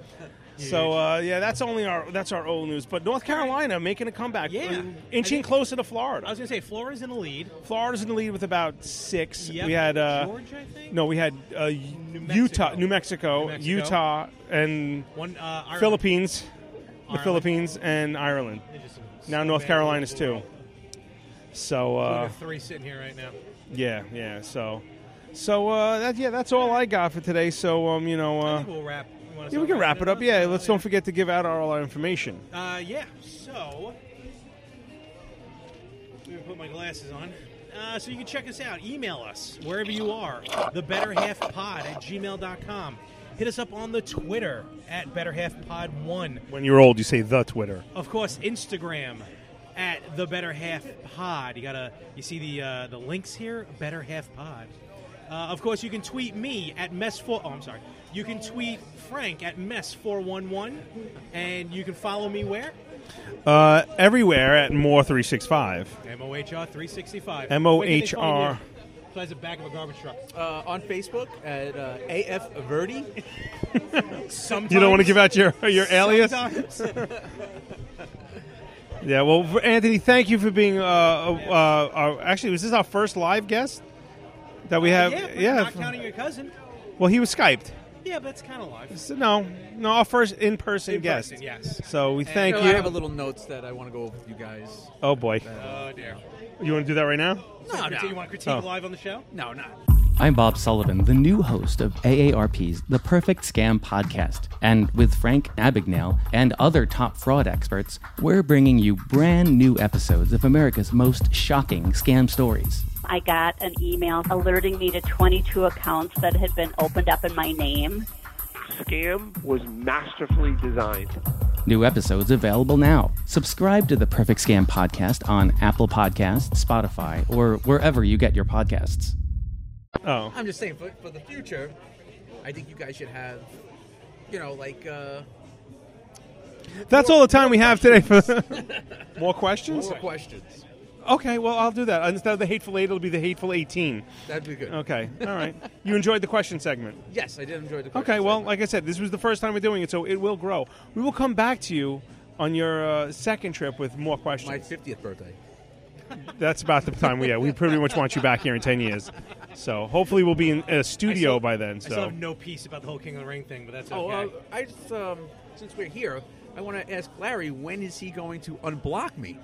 Speaker 3: so uh, yeah, that's only our that's our old news. But North Carolina making a comeback,
Speaker 2: Yeah.
Speaker 3: inching closer to Florida.
Speaker 2: I was gonna say Florida's in the lead.
Speaker 3: Florida's in the lead with about six.
Speaker 2: Yep.
Speaker 3: We had uh,
Speaker 2: Georgia, I think?
Speaker 3: no, we had uh, Utah, New Mexico,
Speaker 2: New Mexico.
Speaker 3: Utah, and
Speaker 2: One, uh, Ireland.
Speaker 3: Philippines, the
Speaker 2: Ireland.
Speaker 3: Philippines, and Ireland.
Speaker 2: They're just
Speaker 3: Now
Speaker 2: so
Speaker 3: North
Speaker 2: bad.
Speaker 3: Carolina's too. So
Speaker 2: We're
Speaker 3: uh,
Speaker 2: three sitting here right now.
Speaker 3: yeah, yeah. So So uh, that yeah, that's all I got for today. So um, you know, uh,
Speaker 2: We'll wrap. you wanna
Speaker 3: yeah, we
Speaker 2: start
Speaker 3: can wrap it
Speaker 2: wrapping
Speaker 3: up. Yeah, let's don't forget to give out all our information.
Speaker 2: Uh, yeah. So, let me put my glasses on. Uh, so you can check us out. Email us wherever you are. The Better Half Pod at gmail.com. Hit us up on the Twitter at Better Half Pod One.
Speaker 3: When you're old, you say the Twitter.
Speaker 2: Of course, Instagram at the Better Half Pod. You gotta, you see the uh, the links here. Better Half Pod. Uh, of course, you can tweet me at mess four. Oh, I'm sorry. You can tweet Frank at mess four one one, and you can follow me where
Speaker 3: Uh, everywhere at More three six five.
Speaker 2: M O H R three sixty five.
Speaker 3: MOHR.
Speaker 2: Besides the back of a garbage truck.
Speaker 11: Uh, on Facebook at uh, AF Verdi.
Speaker 2: Sometimes.
Speaker 3: You don't want to give out your your alias. Yeah, well, for- Anthony, thank you for being. Uh, uh, our, actually, was this our first live guest that we have?
Speaker 2: Uh, yeah, but not counting your cousin.
Speaker 3: Well, he was Skyped.
Speaker 2: Yeah, but it's kind of live.
Speaker 3: So, no, no, our first in-person
Speaker 11: In
Speaker 3: guest.
Speaker 11: person, yes.
Speaker 3: So we
Speaker 11: And
Speaker 3: thank
Speaker 11: so
Speaker 3: you.
Speaker 11: I have a little notes that I want to go over with you guys.
Speaker 3: Oh, boy.
Speaker 11: Oh, dear.
Speaker 3: You want to do that right now?
Speaker 2: No, no. You want to critique
Speaker 3: Oh.
Speaker 2: live on the show?
Speaker 11: No, not.
Speaker 8: I'm Bob Sullivan, the new host of AARP's The Perfect Scam Podcast. And with Frank Abagnale and other top fraud experts, we're bringing you brand new episodes of America's most shocking scam stories.
Speaker 9: I got an email alerting me to 22 accounts that had been opened up in my name.
Speaker 12: Scam was masterfully designed.
Speaker 8: New episodes available now. Subscribe to The Perfect Scam Podcast on Apple Podcasts, Spotify, or wherever you get your podcasts.
Speaker 3: Oh.
Speaker 5: I'm just saying, for, for the future, I think you guys should have, you know, like, uh,
Speaker 3: That's all the time we have today for more questions.
Speaker 5: more questions.
Speaker 3: Okay, well, I'll do that. Instead of the hateful eight, it'll be the hateful eighteen.
Speaker 5: That'd be good.
Speaker 11: Uh,
Speaker 3: Okay, all right. You enjoyed the question segment.
Speaker 5: Yes, I did enjoy the question.
Speaker 3: Okay, well, like I said, this was the first time we're doing it, so it will grow. We will come back to you on your uh, second trip with more questions.
Speaker 5: My 50th birthday.
Speaker 3: That's about the time we. Yeah, we pretty much want you back here in ten years. So hopefully we'll be in a studio
Speaker 5: still-
Speaker 3: by then.
Speaker 2: I still
Speaker 3: So
Speaker 2: have no peace about the whole King of the Ring thing, but that's
Speaker 5: Oh,
Speaker 2: okay.
Speaker 5: uh, I just, um, since we're here, I want to ask Larry, when is he going to unblock me?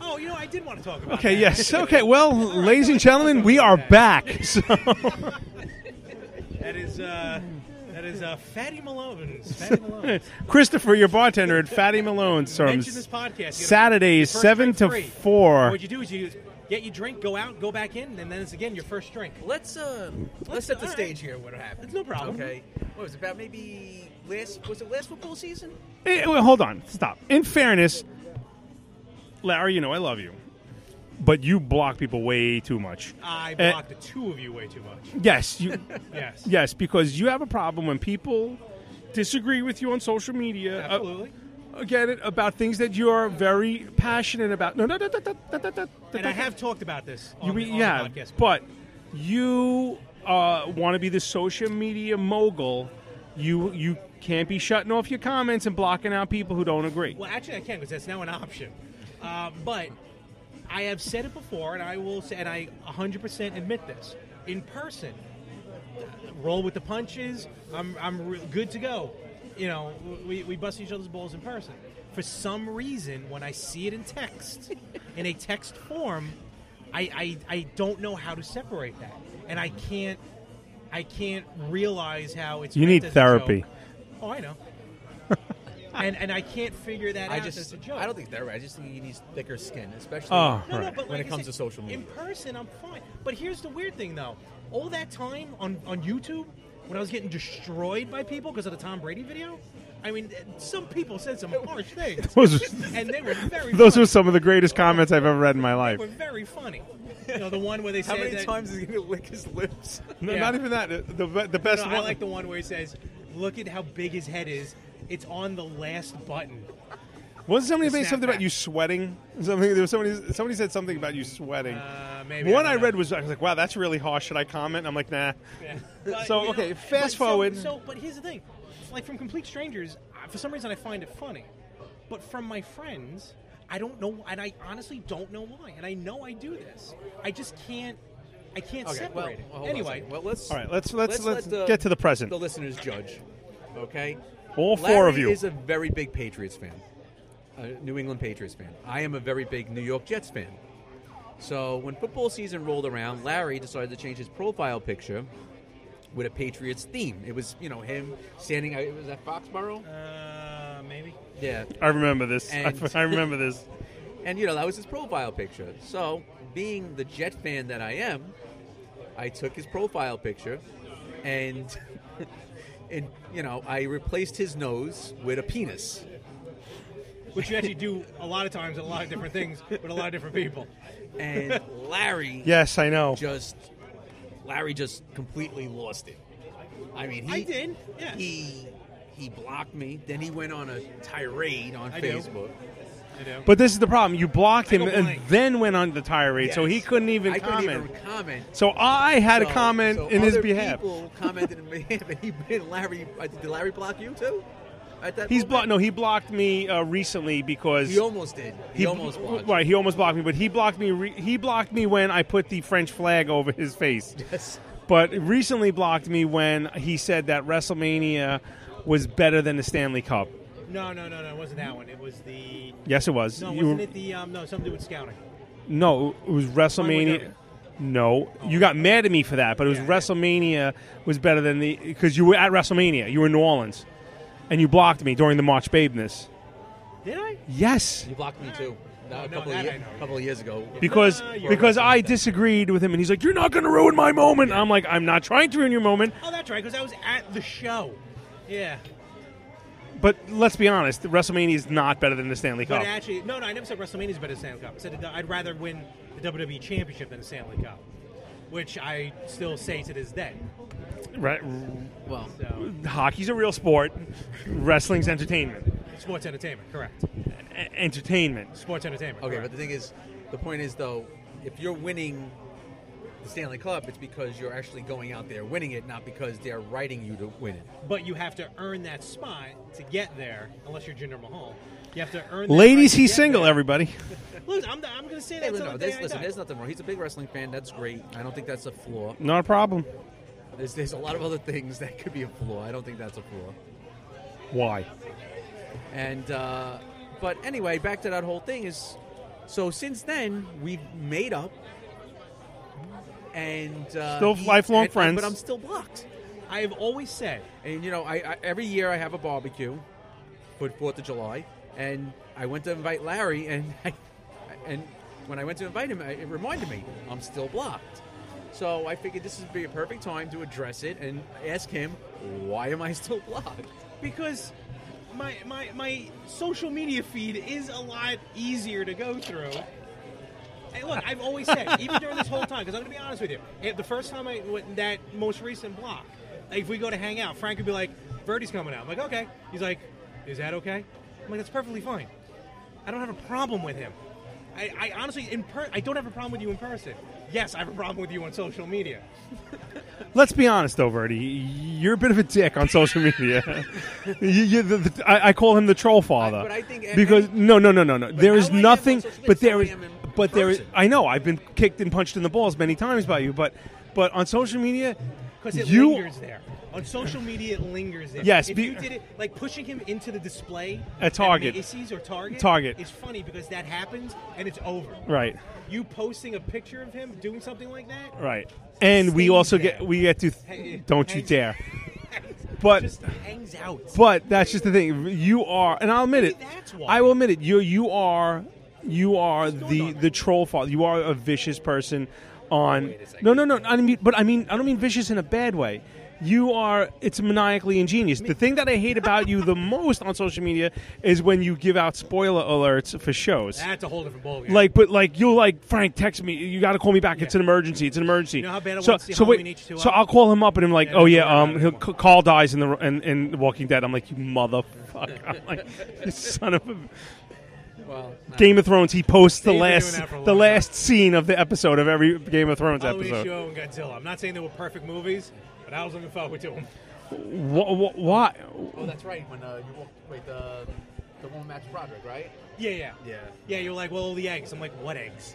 Speaker 2: oh, you know, I did want to talk about
Speaker 3: okay,
Speaker 2: that.
Speaker 3: yes, okay. Well, ladies and gentlemen, we are back. So
Speaker 2: That is, uh, that is uh, Fatty Malone's. Fatty Malone's.
Speaker 3: Christopher, your bartender at Fatty Malone's, from
Speaker 2: Mention this podcast. you know,
Speaker 3: Saturdays
Speaker 2: your first
Speaker 3: seven
Speaker 2: drink's
Speaker 3: to
Speaker 2: free.
Speaker 3: four.
Speaker 2: What you do is you get your drink, go out, go back in, and then it's again your first drink.
Speaker 5: Let's uh, let's, set the
Speaker 2: all right.
Speaker 5: stage here. What happened?
Speaker 2: It's no problem.
Speaker 5: Okay, what was it, about? Maybe last was it last football season?
Speaker 3: Eh, wait, hold on, stop. In fairness, Larry, you know I love you, but you block people way too much.
Speaker 2: I
Speaker 3: Eh,
Speaker 2: blocked the two of you way too much.
Speaker 3: Yes, you.
Speaker 2: Yes.
Speaker 3: yes, because you have a problem when people disagree with you on social media. Absolutely. Get it about things that you are very passionate about. No, no, no, no, no, no, no, no.
Speaker 2: And I have talked about this on,
Speaker 3: You
Speaker 2: the-
Speaker 3: mean-
Speaker 2: on
Speaker 3: yeah,
Speaker 2: the podcast.
Speaker 3: but you uh, want to be the social media mogul. You you can't be shutting off your comments and blocking out people who don't agree.
Speaker 2: Well, actually, I can because that's now an option. Um, but I have said it before, and I will say, and I 100% admit this in person. uh, Roll with the punches. I'm I'm re- good to go. You know, we we bust each other's balls in person. For some reason, when I see it in text, in a text form, I, I I don't know how to separate that, and I can't. I can't realize how it's.
Speaker 3: You
Speaker 2: meant
Speaker 3: need
Speaker 2: as a
Speaker 3: therapy.
Speaker 2: joke. Oh, I know. and and I can't figure that
Speaker 5: I
Speaker 2: out
Speaker 5: just
Speaker 2: as a joke.
Speaker 5: I don't think that right. I just think he needs thicker skin, especially
Speaker 3: Oh,
Speaker 2: No, no, but
Speaker 5: when
Speaker 2: like
Speaker 5: it
Speaker 2: I
Speaker 5: comes
Speaker 2: said,
Speaker 5: to social media.
Speaker 2: In person, I'm fine. But here's the weird thing, though. All that time on, on YouTube, when I was getting destroyed by people because of the Tom Brady video, I mean, some people said some harsh things.
Speaker 3: Those-
Speaker 2: and they were very
Speaker 3: Those
Speaker 2: funny.
Speaker 3: are some of the greatest comments I've ever read in my
Speaker 2: They
Speaker 3: life.
Speaker 2: were very funny. You know, the one where they
Speaker 11: How
Speaker 2: said
Speaker 11: many
Speaker 2: that-
Speaker 11: times is he going to lick his lips?
Speaker 3: No, Not even that. The, the best
Speaker 2: No, I
Speaker 3: one.
Speaker 2: like the one where he says, "Look at how big his head is. It's on the last button."
Speaker 3: Wasn't somebody
Speaker 2: The
Speaker 3: saying something about you sweating? Something there was somebody somebody said something about you sweating.
Speaker 2: maybe,
Speaker 3: One
Speaker 2: Uh, I
Speaker 3: I,
Speaker 2: don't know.
Speaker 3: read was I was like, wow, that's really harsh. Should I comment? I'm like, nah.
Speaker 2: Yeah. But,
Speaker 3: so
Speaker 2: you know,
Speaker 3: okay,
Speaker 2: but
Speaker 3: fast
Speaker 2: so-
Speaker 3: forward.
Speaker 2: So, but here's the thing: like from complete strangers, I- for some reason I find it funny, but from my friends, I don't know, and I honestly don't know why. And I know I do this. I just can't. I can't
Speaker 5: Okay,
Speaker 2: separate
Speaker 5: well,
Speaker 2: it.
Speaker 5: well, hold on a
Speaker 2: anyway,
Speaker 5: second. well, let's
Speaker 3: All right, let's- let's- let's
Speaker 5: let
Speaker 3: get to the present.
Speaker 5: The listeners judge. Okay,
Speaker 3: All four of
Speaker 5: Larry
Speaker 3: you.
Speaker 5: is a very big Patriots fan, a New England Patriots fan. I am a very big New York Jets fan. So when football season rolled around, Larry decided to change his profile picture with a Patriots theme. It was, you know, him standing. uh, It was at Foxborough.
Speaker 2: Uh, maybe.
Speaker 5: Yeah.
Speaker 3: I remember this. I- I remember this.
Speaker 5: And you know that was his profile picture. So, being the Jet fan that I am, I took his profile picture, and and you know I replaced his nose with a penis.
Speaker 2: Which you actually do a lot of times, a lot of different things with a lot of different people.
Speaker 5: And Larry.
Speaker 3: Yes, I know.
Speaker 5: Just Larry just completely lost it. I mean, he
Speaker 2: I did, yeah.
Speaker 5: He he blocked me. Then he went on a tirade on
Speaker 2: I do.
Speaker 5: Facebook.
Speaker 2: I do.
Speaker 3: But this is the problem. You blocked
Speaker 5: I
Speaker 3: him
Speaker 5: go
Speaker 3: and
Speaker 5: blank.
Speaker 3: then went on the tirade, so
Speaker 5: Yes.
Speaker 3: he couldn't even
Speaker 5: I
Speaker 3: comment.
Speaker 5: Couldn't even comment.
Speaker 3: So I had
Speaker 5: So-
Speaker 3: a comment
Speaker 5: so
Speaker 3: in his
Speaker 5: other
Speaker 3: behalf.
Speaker 5: People commented in behalf. and He and Larry. uh, Did Larry block you too? At that
Speaker 3: He's
Speaker 5: moment?
Speaker 3: blocked. No, he blocked me uh, recently because
Speaker 5: He almost did. He almost blocked
Speaker 3: Right, he almost blocked me, but he blocked me. Re- he blocked me when I put the French flag over his face.
Speaker 5: Yes.
Speaker 3: But recently blocked me when he said that WrestleMania was better than the Stanley Cup.
Speaker 2: No, no, no, no. It wasn't that one. It was the.
Speaker 3: Yes, it was.
Speaker 2: No,
Speaker 3: You
Speaker 2: wasn't
Speaker 3: were-
Speaker 2: it the um, no something to do with scouting?
Speaker 3: No, it was WrestleMania. No,
Speaker 2: Oh,
Speaker 3: you got mad at me for that, but it was WrestleMania was better than the because you were at WrestleMania. You were in New Orleans, and you blocked me during the March Babeness.
Speaker 2: Did I?
Speaker 3: Yes.
Speaker 5: You blocked me too. a couple, of, ye- couple of years ago.
Speaker 3: because
Speaker 2: Ah,
Speaker 5: Or-
Speaker 3: because I disagreed with him, and he's like, "You're not going to ruin my moment." I'm like, "I'm not trying to ruin your moment,"
Speaker 2: Oh, that's right. Because I was at the show. Yeah.
Speaker 3: but let's be honest, WrestleMania is not better than the Stanley
Speaker 2: But
Speaker 3: Cup.
Speaker 2: actually, no, no, I never said WrestleMania is better than Stanley Cup. I said that I'd rather win the WWE Championship than the Stanley Cup, which I still say to this day.
Speaker 3: Right?
Speaker 5: Well,
Speaker 3: hockey's a real sport. Wrestling's entertainment.
Speaker 2: Sports entertainment, correct?
Speaker 3: E- entertainment.
Speaker 2: Sports entertainment.
Speaker 5: Okay,
Speaker 2: correct.
Speaker 5: but the thing is, the point is though, if you're winning the Stanley Cup, it's because you're actually going out there winning it, not because they're writing you to win it.
Speaker 2: But you have to earn that spot to get there, unless you're Jinder Mahal. You have to earn. That right
Speaker 3: Ladies,
Speaker 2: to
Speaker 3: he's
Speaker 2: get
Speaker 3: single.
Speaker 2: there.
Speaker 3: Everybody.
Speaker 2: Look, I'm, I'm going to say that
Speaker 5: Hey,
Speaker 2: till
Speaker 5: listen,
Speaker 2: the
Speaker 5: no,
Speaker 2: day
Speaker 5: there's,
Speaker 2: I
Speaker 5: listen,
Speaker 2: die.
Speaker 5: there's nothing wrong. He's a big wrestling fan. That's great. I don't think that's a flaw.
Speaker 3: Not a problem.
Speaker 5: There's, there's a lot of other things that could be a flaw. I don't think that's a flaw.
Speaker 3: Why?
Speaker 5: And uh, but anyway, back to that whole thing is so since then we've made up and uh,
Speaker 3: Still lifelong
Speaker 5: and-
Speaker 3: friends.
Speaker 5: But I'm still blocked.
Speaker 2: I have always said,
Speaker 5: and you know, I, I every year I have a barbecue for Fourth of July, and I went to invite Larry, and I, and when I went to invite him, I- it reminded me I'm still blocked. So I figured this would be a perfect time to address it and ask him why am I still blocked?
Speaker 2: Because my my my social media feed is a lot easier to go through. Hey, look, I've always said, even during this whole time, because I'm going to be honest with you, if the first time I went that most recent block, like, if we go to hang out, Frank would be like, "Verdi's coming out." I'm like, "Okay." He's like, "Is that okay?" I'm like, "That's perfectly fine. I don't have a problem with him. I, I honestly, in per- I don't have a problem with you in person. Yes, I have a problem with you on social media.
Speaker 3: Let's be honest, though, Verdi. You're a bit of a dick on social media. you, you, the, the, I, I call him the troll father.
Speaker 5: but I think-
Speaker 3: because no, no, no, no, no. There is nothing. But there is. But there is.
Speaker 5: person.
Speaker 3: I know. I've been kicked and punched in the balls many times by you. But but on social media,
Speaker 2: Because it
Speaker 3: you
Speaker 2: lingers there. On social media, it lingers there.
Speaker 3: Yes,
Speaker 2: If
Speaker 3: be-
Speaker 2: you did it, like pushing him into the display
Speaker 3: At Target.
Speaker 2: Macy's or Target.
Speaker 3: Target.
Speaker 2: It's funny because that happens and it's over.
Speaker 3: Right.
Speaker 2: You posting a picture of him doing something like that.
Speaker 3: right. And we
Speaker 2: Stays
Speaker 3: also
Speaker 2: there.
Speaker 3: get we get to
Speaker 2: Hey, it
Speaker 3: don't you
Speaker 2: hangs-
Speaker 3: dare. But
Speaker 2: just hangs out.
Speaker 3: But that's just the thing. You are, and I'll admit it.
Speaker 2: that's why.
Speaker 3: I will admit it. You you are you are the the troll father. You are a vicious person. On no no no. I mean, but I mean I don't mean vicious in a bad way. You are it's maniacally ingenious. The thing that I hate about you the most on social media is when you give out spoiler alerts for shows.
Speaker 2: That's a whole different ballgame.
Speaker 3: Like, but like you'll like Frank text me. You got to call me back. It's an emergency. It's an emergency.
Speaker 2: You know how bad I
Speaker 3: so,
Speaker 2: want to see
Speaker 3: so
Speaker 2: Halloween
Speaker 3: wait.
Speaker 2: H2O?
Speaker 3: So I'll call him up and I'm like,
Speaker 2: Yeah,
Speaker 3: oh
Speaker 2: don't
Speaker 3: yeah,
Speaker 2: worry about
Speaker 3: um,
Speaker 2: it
Speaker 3: he'll, Carl dies in the in, in Walking Dead. I'm like, you motherfucker. I'm like, you son of a.
Speaker 5: Well,
Speaker 3: Game of Thrones. He posts the
Speaker 2: They've been doing
Speaker 3: last
Speaker 2: that for a long
Speaker 3: the
Speaker 2: time.
Speaker 3: last scene of the episode of every Game of Thrones
Speaker 2: Halloween
Speaker 3: episode.
Speaker 2: show and Godzilla. I'm not saying they were perfect movies, but I was looking forward to them.
Speaker 3: Wha- wha- why?
Speaker 5: Oh, that's right. When uh, you walked with the the woman match Broderick, right?
Speaker 2: Yeah, yeah,
Speaker 5: Yeah.
Speaker 2: yeah. You're like, well, the eggs. I'm like, what eggs?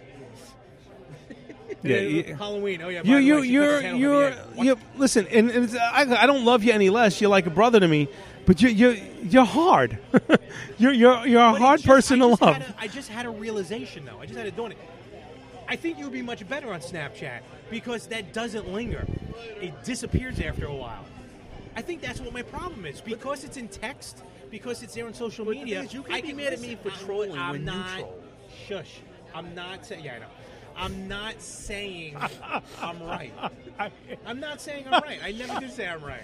Speaker 3: Yeah,
Speaker 2: And then
Speaker 3: yeah.
Speaker 2: Halloween. Oh yeah. by
Speaker 3: You
Speaker 2: the
Speaker 3: you
Speaker 2: way, she puts
Speaker 3: you're
Speaker 2: his hand over the
Speaker 3: you're
Speaker 2: egg.
Speaker 3: you listen and, and it's, I, I don't love you any less. You're like a brother to me, but you you you're hard. you're you're you're a hard person to love.
Speaker 2: I just had a realization, though. I just had a dawn. I think you would be much better on Snapchat because that doesn't linger. It disappears after a while. I think that's what my problem is because it's in text, because it's there on social
Speaker 11: But the
Speaker 2: media.
Speaker 11: thing is, you can
Speaker 2: I
Speaker 11: be
Speaker 2: can
Speaker 11: mad at me
Speaker 2: listen.
Speaker 11: for
Speaker 2: I'm-
Speaker 11: trolling when
Speaker 2: I'm
Speaker 11: you
Speaker 2: not,
Speaker 11: troll.
Speaker 2: Shush. I'm not saying. Yeah, I know. I'm not saying I'm right. I'm not saying I'm right. I never do say I'm right.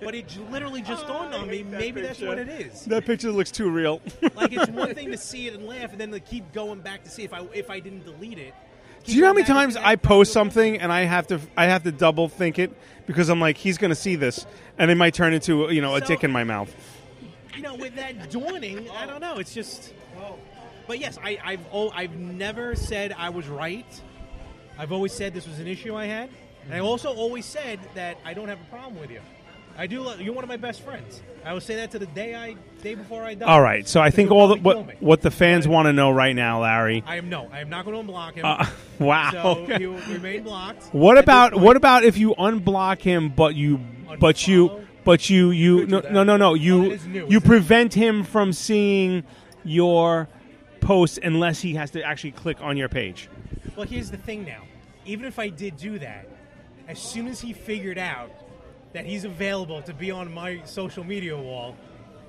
Speaker 2: But it j- literally just dawned on me. Maybe that's what it is.
Speaker 3: That picture looks too real.
Speaker 2: Like it's one thing to see it and laugh, and then to keep going back to see if I if I didn't delete it.
Speaker 3: Do you know how many times I post something and I have to I have to double think it because I'm like he's going to see this and it might turn into you know a dick in my mouth.
Speaker 2: You know, with that dawning, I don't know. It's just. But yes, I, I've oh, I've never said I was right. I've always said this was an issue I had, and I also always said that I don't have a problem with you. I do. lo- You're one of my best friends. I will say that to the day I day before I die.
Speaker 3: All right, so I
Speaker 2: Because
Speaker 3: think
Speaker 2: you'll
Speaker 3: all the,
Speaker 2: probably kill me.
Speaker 3: what what the fans want to know right now, Larry.
Speaker 2: I am no. I am not going to unblock him.
Speaker 3: Uh, wow.
Speaker 2: So he will remain blocked.
Speaker 3: What about what about if you unblock him, but you but you but you you no no no no you you prevent him from seeing your post unless he has to actually click on your page.
Speaker 2: Well, here's the thing now. Even if I did do that, as soon as he figured out that he's available to be on my social media wall,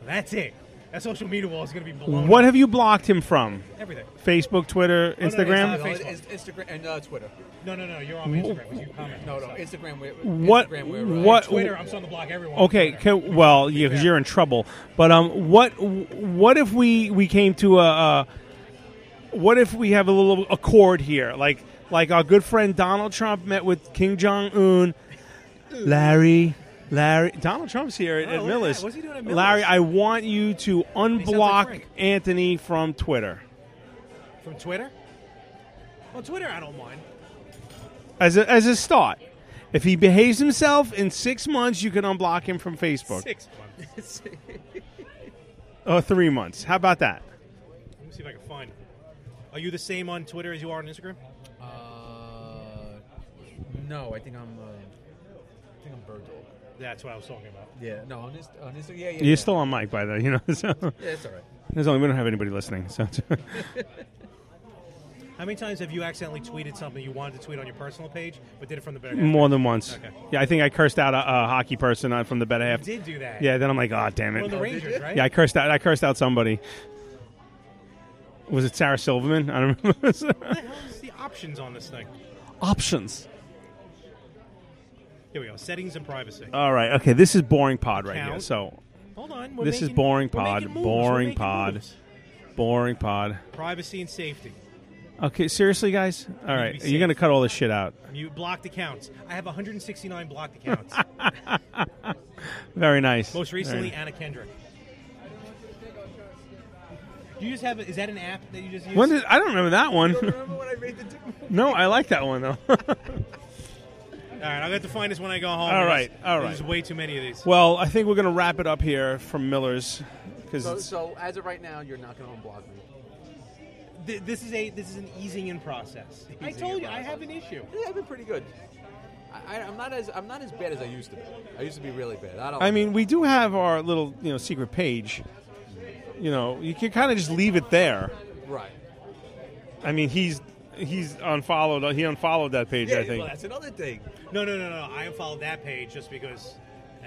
Speaker 2: that's it. That social media wall is going to be blown.
Speaker 3: What
Speaker 2: up.
Speaker 3: have you blocked him from?
Speaker 2: Everything.
Speaker 3: Facebook, Twitter,
Speaker 2: Oh, no, it's
Speaker 3: Instagram.
Speaker 2: not Facebook.
Speaker 11: Instagram and uh, Twitter.
Speaker 2: No, no, no. You're on my Instagram. 'cause You comment.
Speaker 11: No, no. Instagram. We're,
Speaker 3: what
Speaker 11: Instagram, we're, uh,
Speaker 3: what
Speaker 2: Twitter, I'm starting to block everyone.
Speaker 3: Okay, can, well, yeah, because you're in trouble. But um, what what if we we came to a, a what if we have a little accord here, like like our good friend Donald Trump met with King Jong Un, Larry, Larry. Donald Trump's here at, at
Speaker 2: look at
Speaker 3: Millis.
Speaker 2: that. Oh, What's he doing at Millis?
Speaker 3: Larry, I want you to unblock Anthony from Twitter
Speaker 2: From Twitter? On Twitter, I don't mind.
Speaker 3: as a, as a start. If he behaves himself in six months, you can unblock him from Facebook.
Speaker 2: Six months.
Speaker 3: Or three months. How about that?
Speaker 2: Let me see if I can find. it. Are you the same on Twitter as you are on Instagram?
Speaker 5: Uh, no, I think I'm. Uh, I think I'm bird dog.
Speaker 2: That's what I was talking about.
Speaker 5: Yeah. No, on this, on this, yeah, yeah. yeah.
Speaker 3: You're still on mic, by the way, you know. So.
Speaker 5: Yeah, it's all right.
Speaker 3: There's only we don't have anybody listening, so
Speaker 2: How many times have you accidentally tweeted something you wanted to tweet on your personal page, but did it from the better?
Speaker 3: more than once.
Speaker 2: Okay.
Speaker 3: Yeah, I think I cursed out a, a hockey person uh, from the bed half.
Speaker 2: did do that.
Speaker 3: Yeah, then I'm like, oh damn it.
Speaker 2: One of the Rangers, right?
Speaker 3: Yeah, I cursed out. I cursed out somebody. Was it Sarah Silverman? I don't remember.
Speaker 2: What the hell is the options on this thing?
Speaker 3: Options.
Speaker 2: Here we go. Settings and privacy.
Speaker 3: All right. Okay. This is boring pod right here.
Speaker 2: Count.
Speaker 3: So.
Speaker 2: Hold on, we're
Speaker 3: this is
Speaker 2: making-
Speaker 3: boring
Speaker 2: we're
Speaker 3: pod.
Speaker 2: making moves, we're
Speaker 3: Boring
Speaker 2: making
Speaker 3: pod.
Speaker 2: moves.
Speaker 3: Boring pod.
Speaker 2: Privacy and safety.
Speaker 3: Okay. Seriously, guys. All
Speaker 2: need to
Speaker 3: right.
Speaker 2: be
Speaker 3: You're
Speaker 2: safe.
Speaker 3: gonna cut all this shit out.
Speaker 2: Mute blocked accounts. I have 169 blocked accounts.
Speaker 3: Very nice.
Speaker 2: Most
Speaker 3: Very
Speaker 2: recently,
Speaker 3: nice.
Speaker 2: Anna Kendrick. Do you just have? Is that an app that you just use?
Speaker 3: When did I don't remember that one?
Speaker 2: when I made the do-
Speaker 3: no, I like that one though.
Speaker 2: All right, I'll get to find this when I go home.
Speaker 3: All
Speaker 2: because
Speaker 3: right, all
Speaker 2: There's
Speaker 3: right.
Speaker 2: way too many of these.
Speaker 3: Well, I think we're going to wrap it up here from Miller's because
Speaker 11: So, so as of right now, you're not going to unblock me.
Speaker 2: Th- this is a this is an easing in process. I
Speaker 11: Easing
Speaker 2: told
Speaker 11: in
Speaker 2: you I
Speaker 11: process.
Speaker 2: have an issue.
Speaker 11: Yeah, I've been pretty good. I, I, I'm not as I'm not as bad as I used to be. I used to be really bad. I don't.
Speaker 3: I mean, we do have our little you know secret page. You know, you can kind of just leave it there.
Speaker 11: right.
Speaker 3: I mean, he's he's unfollowed. He unfollowed that page. I think.
Speaker 11: another thing.
Speaker 2: No, no, no, no. I unfollowed that page just because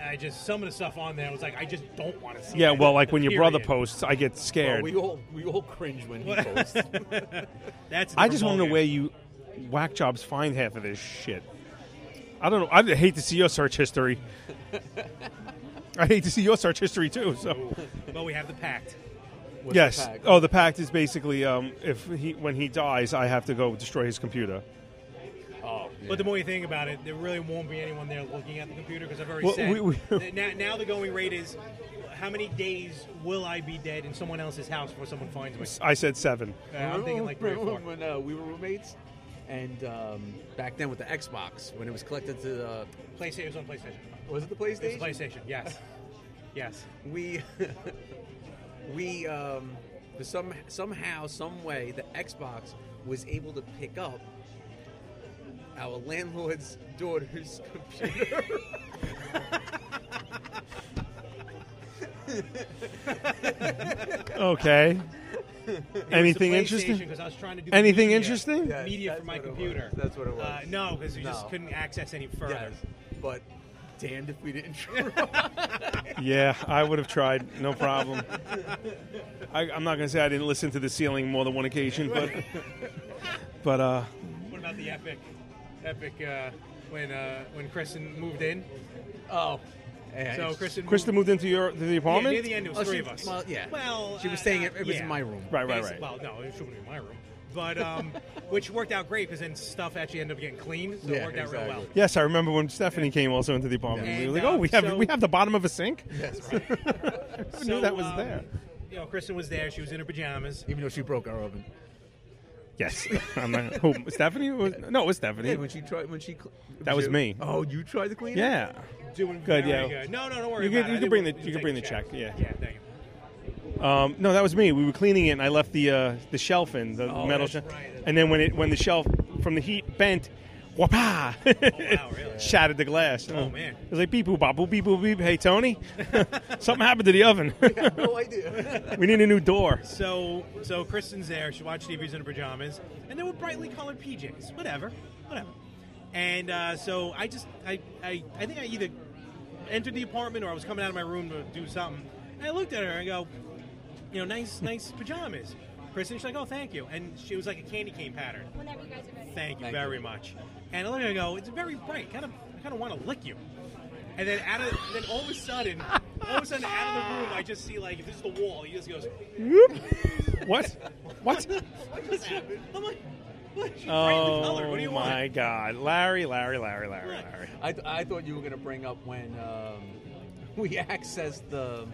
Speaker 2: I just some of the stuff on there was like I just don't want to see.
Speaker 3: yeah,
Speaker 2: that.
Speaker 3: well, like when your brother
Speaker 2: Period.
Speaker 3: posts, I get scared.
Speaker 11: Well, we all we all cringe when he posts.
Speaker 2: That's.
Speaker 3: I just want to know where you whack jobs find half of this shit. I don't know. I'd hate to see your search history. I hate to see your search history too. So.
Speaker 2: But we have the pact.
Speaker 3: yes. oh, the pact is basically um, if he when he dies, I have to go destroy his computer.
Speaker 2: Oh,
Speaker 11: yeah.
Speaker 2: but the more you think about it, there really won't be anyone there looking at the computer because I've already
Speaker 3: Well,
Speaker 2: said
Speaker 3: we- we-
Speaker 2: that now, now the going rate is how many days will I be dead in someone else's house before someone finds me?
Speaker 3: I said seven.
Speaker 2: Yeah, I'm thinking like three or
Speaker 11: Remember
Speaker 2: four.
Speaker 11: when uh, we were roommates, and um, back then with the Xbox when it was collected to the
Speaker 2: PlayStation was on PlayStation.
Speaker 11: Was it the
Speaker 2: It was
Speaker 11: PlayStation?
Speaker 2: PlayStation, yes. yes.
Speaker 11: We we um, for some somehow some way the Xbox was able to pick up our landlord's daughter's computer.
Speaker 3: Okay. Anything interesting?
Speaker 2: Because I was trying to do the
Speaker 3: Anything
Speaker 2: media-
Speaker 3: interesting?
Speaker 2: Media, from my computer.
Speaker 5: That's what it was.
Speaker 2: Uh, no, because you just
Speaker 5: No.
Speaker 2: couldn't access any further.
Speaker 5: But damned if we didn't.
Speaker 3: Yeah, I would have tried. No problem. I, I'm not going to say I didn't listen to the ceiling more than one occasion, but but uh,
Speaker 2: What about the epic, epic uh, when uh, when Kristen moved in? Oh, so Kristen.
Speaker 3: Kristen moved into your to the apartment.
Speaker 2: Yeah, near the end, it was
Speaker 13: Oh,
Speaker 2: three
Speaker 13: she-
Speaker 2: of us.
Speaker 13: well, yeah.
Speaker 2: Well,
Speaker 13: She was
Speaker 2: uh,
Speaker 13: staying- it- it was
Speaker 2: yeah.
Speaker 13: in my room.
Speaker 3: Right, right,
Speaker 2: Basi-
Speaker 3: right.
Speaker 2: Well, no, it shouldn't be in my room, but um, which worked out great because then stuff actually ended up getting cleaned, so it
Speaker 3: Yeah,
Speaker 2: worked out real well.
Speaker 3: Yes, I remember when Stephanie came also into the apartment. we were
Speaker 2: And,
Speaker 3: like,
Speaker 2: uh,
Speaker 3: "Oh, we have
Speaker 2: so-
Speaker 3: we have the bottom of a sink."
Speaker 2: Yes, right.
Speaker 3: I knew that was there.
Speaker 2: um, You know, Kristen was there. She was in her pajamas,
Speaker 13: even though she broke our oven.
Speaker 3: Yes, I'm not, who, Stephanie was no, it was Stephanie.
Speaker 5: Yeah, when she tried, when she. Cl-
Speaker 3: That was me.
Speaker 5: Oh, you tried to clean it.
Speaker 3: Yeah.
Speaker 2: Doing
Speaker 3: good,
Speaker 2: very
Speaker 3: yeah.
Speaker 2: good. No, no, don't worry
Speaker 3: You can,
Speaker 2: about it.
Speaker 3: you
Speaker 2: I didn't
Speaker 3: can bring the
Speaker 2: want you to
Speaker 3: you can
Speaker 2: take
Speaker 3: bring
Speaker 2: a
Speaker 3: the check. Yeah.
Speaker 2: Yeah, thank you.
Speaker 3: Um, no, that was me. We were cleaning it, and I left the uh, the shelf in the
Speaker 2: Oh,
Speaker 3: metal
Speaker 2: that's
Speaker 3: shelf.
Speaker 2: right.
Speaker 3: And then when it when the shelf from the heat bent, whapa! Shattered the glass. Uh,
Speaker 2: Oh, man.
Speaker 3: It was like beep boop bop boop beep boop beep. Hey Tony, something happened to the oven.
Speaker 2: no idea.
Speaker 3: we need a new door.
Speaker 2: So, so Kristen's there. She watched TV's in her pajamas, and they were brightly colored PJs. Whatever, whatever. And uh, so I just, I, I, I think I either entered the apartment or I was coming out of my room to do something. And I looked at her and I go, you know, nice, nice pajamas. Kristen, she's like, oh, thank you. And she was like a candy cane pattern.
Speaker 14: Whenever you guys are ready.
Speaker 2: Thank you very much. And I look at her and go, it's very bright. Kind of, I kind of want to lick you. And then out of, then all of a sudden, all of a sudden, out of the room, I just see like if this is the wall. He just goes,
Speaker 3: Whoop. what? What?
Speaker 2: what just happened? I'm like, what? She's brightly colored.
Speaker 3: Oh
Speaker 2: What do you want?
Speaker 3: my God, Larry, Larry, Larry, Larry, Larry.
Speaker 5: I, th- I thought you were going to bring up when um, we accessed the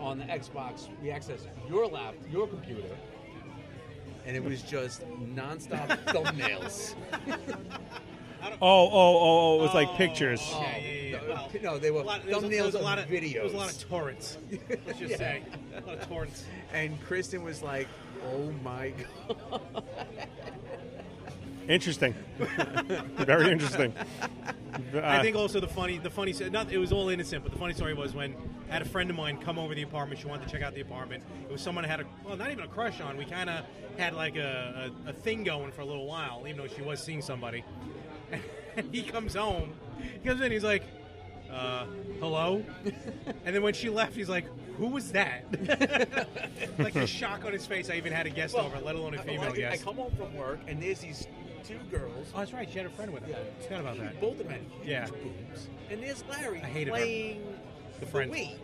Speaker 5: on the Xbox. We accessed your lap, your computer, and it was just nonstop thumbnails.
Speaker 3: Oh, oh, oh, oh! It was like pictures.
Speaker 5: Oh, no, no, they were
Speaker 2: There's a-
Speaker 5: thumbnails
Speaker 2: there's a
Speaker 5: of
Speaker 2: lot of-
Speaker 5: videos.
Speaker 2: There was a lot of torrents. Let's just
Speaker 5: Yeah.
Speaker 2: say, a lot of torrents.
Speaker 5: And Kristen was like, "Oh my god!"
Speaker 3: Interesting. Very interesting.
Speaker 2: I
Speaker 3: Uh,
Speaker 2: think also the funny, the funny, not it was all innocent, but the funny story was when I had a friend of mine come over the apartment. She wanted to check out the apartment. It was someone I had a, well, not even a crush on. We kind of had like a, a, a thing going for a little while, even though she was seeing somebody. And he comes home, he comes in, he's like, uh, hello? and then when she left, he's like, who was that? like the shock on his face. I even had a guest over, let alone a
Speaker 5: Hmm. Well,
Speaker 2: female
Speaker 5: I, I
Speaker 2: guest.
Speaker 5: come home from work, and there's these two girls.
Speaker 2: Oh, that's right. She had a friend with her. Forgot about that.
Speaker 5: Both of them had huge
Speaker 2: Yeah.
Speaker 5: boobs. And there's Larry
Speaker 2: I hated her.
Speaker 5: playing
Speaker 2: The friend.
Speaker 5: Wii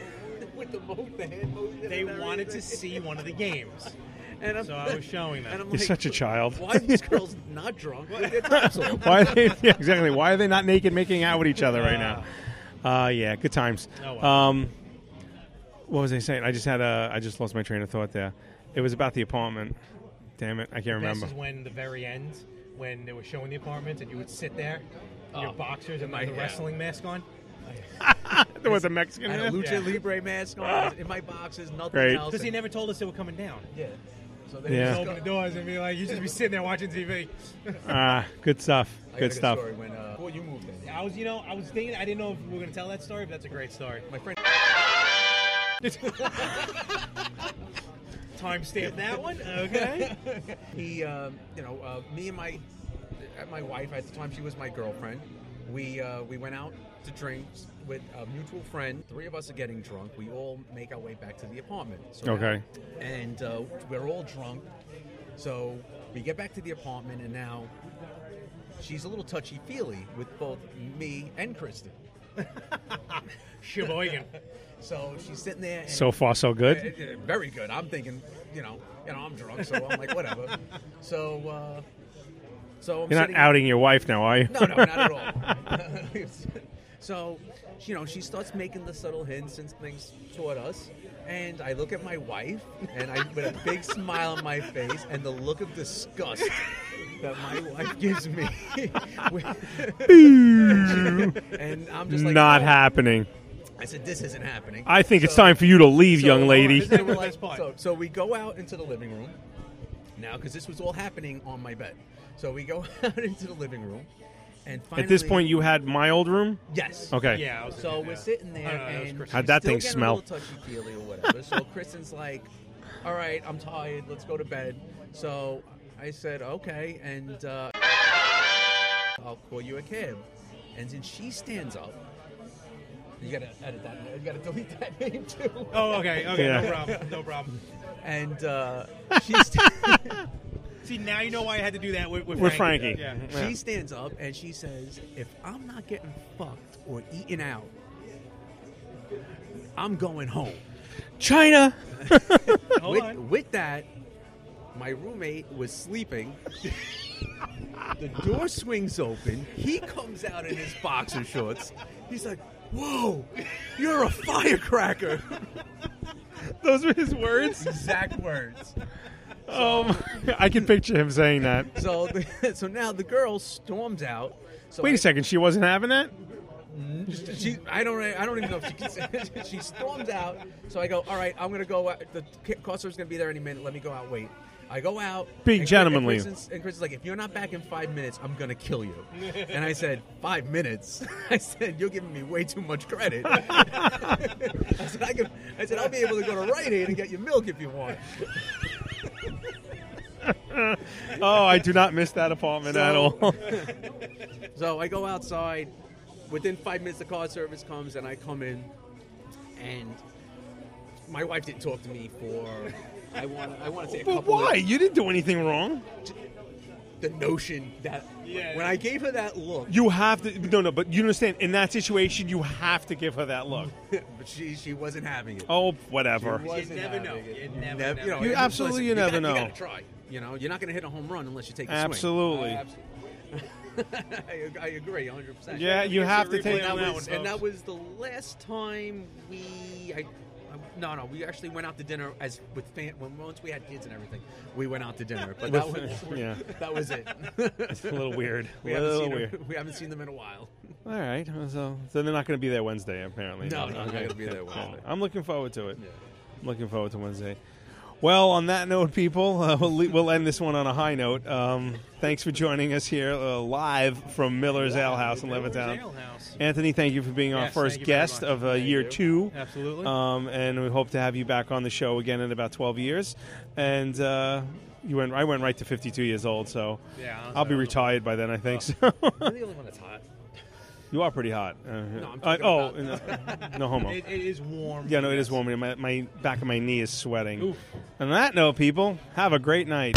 Speaker 5: with the mode, the hand motion and
Speaker 2: They
Speaker 5: everything.
Speaker 2: wanted to see one of the games.
Speaker 5: And I'm,
Speaker 2: So I was showing them.
Speaker 5: And I'm
Speaker 3: You're
Speaker 5: like,
Speaker 3: such a child.
Speaker 5: Why are these girls not drunk? with their tops off?
Speaker 3: Why are they, yeah, exactly? Why are they not naked making out with each other right now? Uh, yeah, good times.
Speaker 5: Oh, well.
Speaker 3: Um, what was I saying? I just had a. I just lost my train of thought there. It was about the apartment. Damn it, I can't
Speaker 2: This
Speaker 3: remember.
Speaker 2: is when the very end, when they were showing the apartments, and you would sit there, in
Speaker 5: Oh,
Speaker 2: your boxers and
Speaker 5: my-
Speaker 2: like the
Speaker 5: yeah.
Speaker 2: wrestling mask on.
Speaker 3: there was a Mexican.
Speaker 5: I had a
Speaker 3: man?
Speaker 5: lucha
Speaker 3: Yeah.
Speaker 5: libre mask on in my boxes, nothing
Speaker 3: Great.
Speaker 5: else.
Speaker 2: Because Ah. he never told us they were coming down.
Speaker 5: Yeah. So
Speaker 3: they Yeah.
Speaker 2: just open the doors and be like, you just be sitting there watching TV.
Speaker 3: Ah, good stuff.
Speaker 5: I got
Speaker 3: Good
Speaker 5: a
Speaker 3: stuff.
Speaker 5: story when, uh, well, you moved in.
Speaker 2: I was, you know, I was thinking, I didn't know if we were going to tell that story, but that's a great story.
Speaker 5: My friend.
Speaker 2: Timestamp that one, okay?
Speaker 5: he, um, you know, uh, me and my uh, my wife at the time she was my girlfriend. We uh, we went out to drink with a mutual friend. Three of us are getting drunk. We all make our way back to the apartment. So
Speaker 3: Okay.
Speaker 5: and uh, we're all drunk. So we get back to the apartment, and now she's a little touchy feely with both me and Kristen.
Speaker 2: Sheboygan.
Speaker 5: so she's sitting there. and-
Speaker 3: So far, so good?
Speaker 5: Uh, uh, very good. I'm thinking, you know, you know, I'm drunk, so I'm like, whatever. So, uh, so I'm
Speaker 3: You're not
Speaker 5: sitting-
Speaker 3: outing your wife now, are you?
Speaker 5: No, no, not at all. so, you know, she starts making the subtle hints and things toward us, and I look at my wife, and I with a big smile on my face, and the look of disgust that my wife gives me. and I'm just like,
Speaker 3: not
Speaker 5: "Oh."
Speaker 3: happening.
Speaker 5: I said, "This isn't happening."
Speaker 3: I think it's time for you to leave, young
Speaker 5: hold on,
Speaker 3: lady.
Speaker 5: this is the last part. so, so we go out into the living room now because this was all happening on my bed. So we go out into the living room, and finally,
Speaker 3: At this point, you had my old room.
Speaker 5: Yes.
Speaker 3: Okay.
Speaker 5: so we're sitting there,
Speaker 2: I don't know, that was
Speaker 5: and
Speaker 2: Christian.
Speaker 3: How'd that
Speaker 5: still
Speaker 3: thing
Speaker 5: getting
Speaker 3: smell?
Speaker 5: A little touchy feely or whatever. so Kristen's like, all right, I'm tired. Let's go to bed. So I said, okay, and uh, I'll call you a cab. And then she stands up. You gotta edit that. You gotta delete that name too.
Speaker 2: Oh, okay, okay, no Yeah. problem, no problem.
Speaker 5: And uh, she
Speaker 2: See, now you know why I had to do that with, with,
Speaker 3: With Frankie.
Speaker 2: Yeah.
Speaker 5: She stands up and she says, If I'm not getting fucked or eaten out, I'm going home.
Speaker 3: China.
Speaker 5: with, with that, my roommate was sleeping. the door swings open. He comes out in his boxer shorts. He's like, Whoa, you're a firecracker.
Speaker 3: Those were his words?
Speaker 5: Exact words.
Speaker 3: Oh, my- I can picture him saying that.
Speaker 5: So, the, so now the girl storms out. So
Speaker 3: Wait
Speaker 5: I-
Speaker 3: a second, she wasn't having that.
Speaker 5: She, I don't. I don't even know if she can say. she storms out. So I go. All right. I'm gonna go. Out. The customer's gonna be there any minute. Let me go out. Wait. I go out.
Speaker 3: Being
Speaker 5: and Chris-
Speaker 3: gentlemanly.
Speaker 5: And Chris, is, and Chris is like, if you're not back in five minutes, I'm gonna kill you. And I said, five minutes. I said, you're giving me way too much credit. I said, I can. I said, I'll be able to go to Rite Aid and get you milk if you want.
Speaker 3: oh, I do not miss that apartment at all.
Speaker 5: so I go outside. Within five minutes, the car service comes, and I come in. And my wife didn't talk to me for I want I want to say a
Speaker 3: but
Speaker 5: couple.
Speaker 3: why?
Speaker 5: Of,
Speaker 3: You didn't do anything wrong.
Speaker 5: the notion that when I gave her that look,
Speaker 3: You have to no, no. But you understand, in that situation, you have to give her that look.
Speaker 5: but she she wasn't having it.
Speaker 3: Oh, whatever.
Speaker 5: She wasn't
Speaker 2: never
Speaker 5: having
Speaker 2: know.
Speaker 5: it.
Speaker 2: You never
Speaker 5: Nev-
Speaker 2: know.
Speaker 5: you know,
Speaker 3: You
Speaker 5: it-
Speaker 3: absolutely
Speaker 5: listen,
Speaker 3: never
Speaker 5: gotta- You
Speaker 3: know.
Speaker 5: gotta try. You know, you're not going to hit a home run unless you take the
Speaker 3: Absolutely.
Speaker 5: swing. Absolutely. I, I agree, 100. percent
Speaker 3: Yeah, you have to take that one,
Speaker 5: And that
Speaker 3: folks.
Speaker 5: was the last time we. I, I- no, no, we actually went out to dinner as with fan. When once we had kids and everything, we went out to dinner. But that was
Speaker 3: With- yeah.
Speaker 5: that was it.
Speaker 3: It's a little weird.
Speaker 5: We haven't
Speaker 3: Little
Speaker 5: seen them-
Speaker 3: weird.
Speaker 5: we haven't seen them in a while.
Speaker 3: All right. So, so they're not going to be there Wednesday, apparently.
Speaker 5: No, no, they're not gonna be there Wednesday.
Speaker 3: I'm looking forward to it. I'm looking forward to Wednesday. Well, on that note, people, uh, we'll, le- we'll end this one on a high note. Um, thanks for joining us here uh, live from Miller's Ale House in Levittown.
Speaker 2: Ale House.
Speaker 3: Anthony, thank you for being our
Speaker 2: Yes,
Speaker 3: first
Speaker 2: thank you very
Speaker 3: guest
Speaker 2: much.
Speaker 3: of uh,
Speaker 2: Thank
Speaker 3: year
Speaker 2: you.
Speaker 3: two.
Speaker 2: Absolutely.
Speaker 3: Um, and we hope to have you back on the show again in about 12 years. And uh, you went, I went right to 52 years old, so
Speaker 5: Yeah, I was
Speaker 3: I'll be
Speaker 5: there.
Speaker 3: retired by then, I think. So.
Speaker 5: I'm the only one that's hot.
Speaker 3: You are pretty hot. Uh,
Speaker 5: No, I'm
Speaker 3: uh,
Speaker 5: talking
Speaker 3: oh,
Speaker 5: about-
Speaker 3: no, no homo.
Speaker 5: It- it is warm.
Speaker 3: Yeah, no, it is warm. My, my back of my knee is sweating.
Speaker 5: Oof.
Speaker 3: On that note, people, have a great night.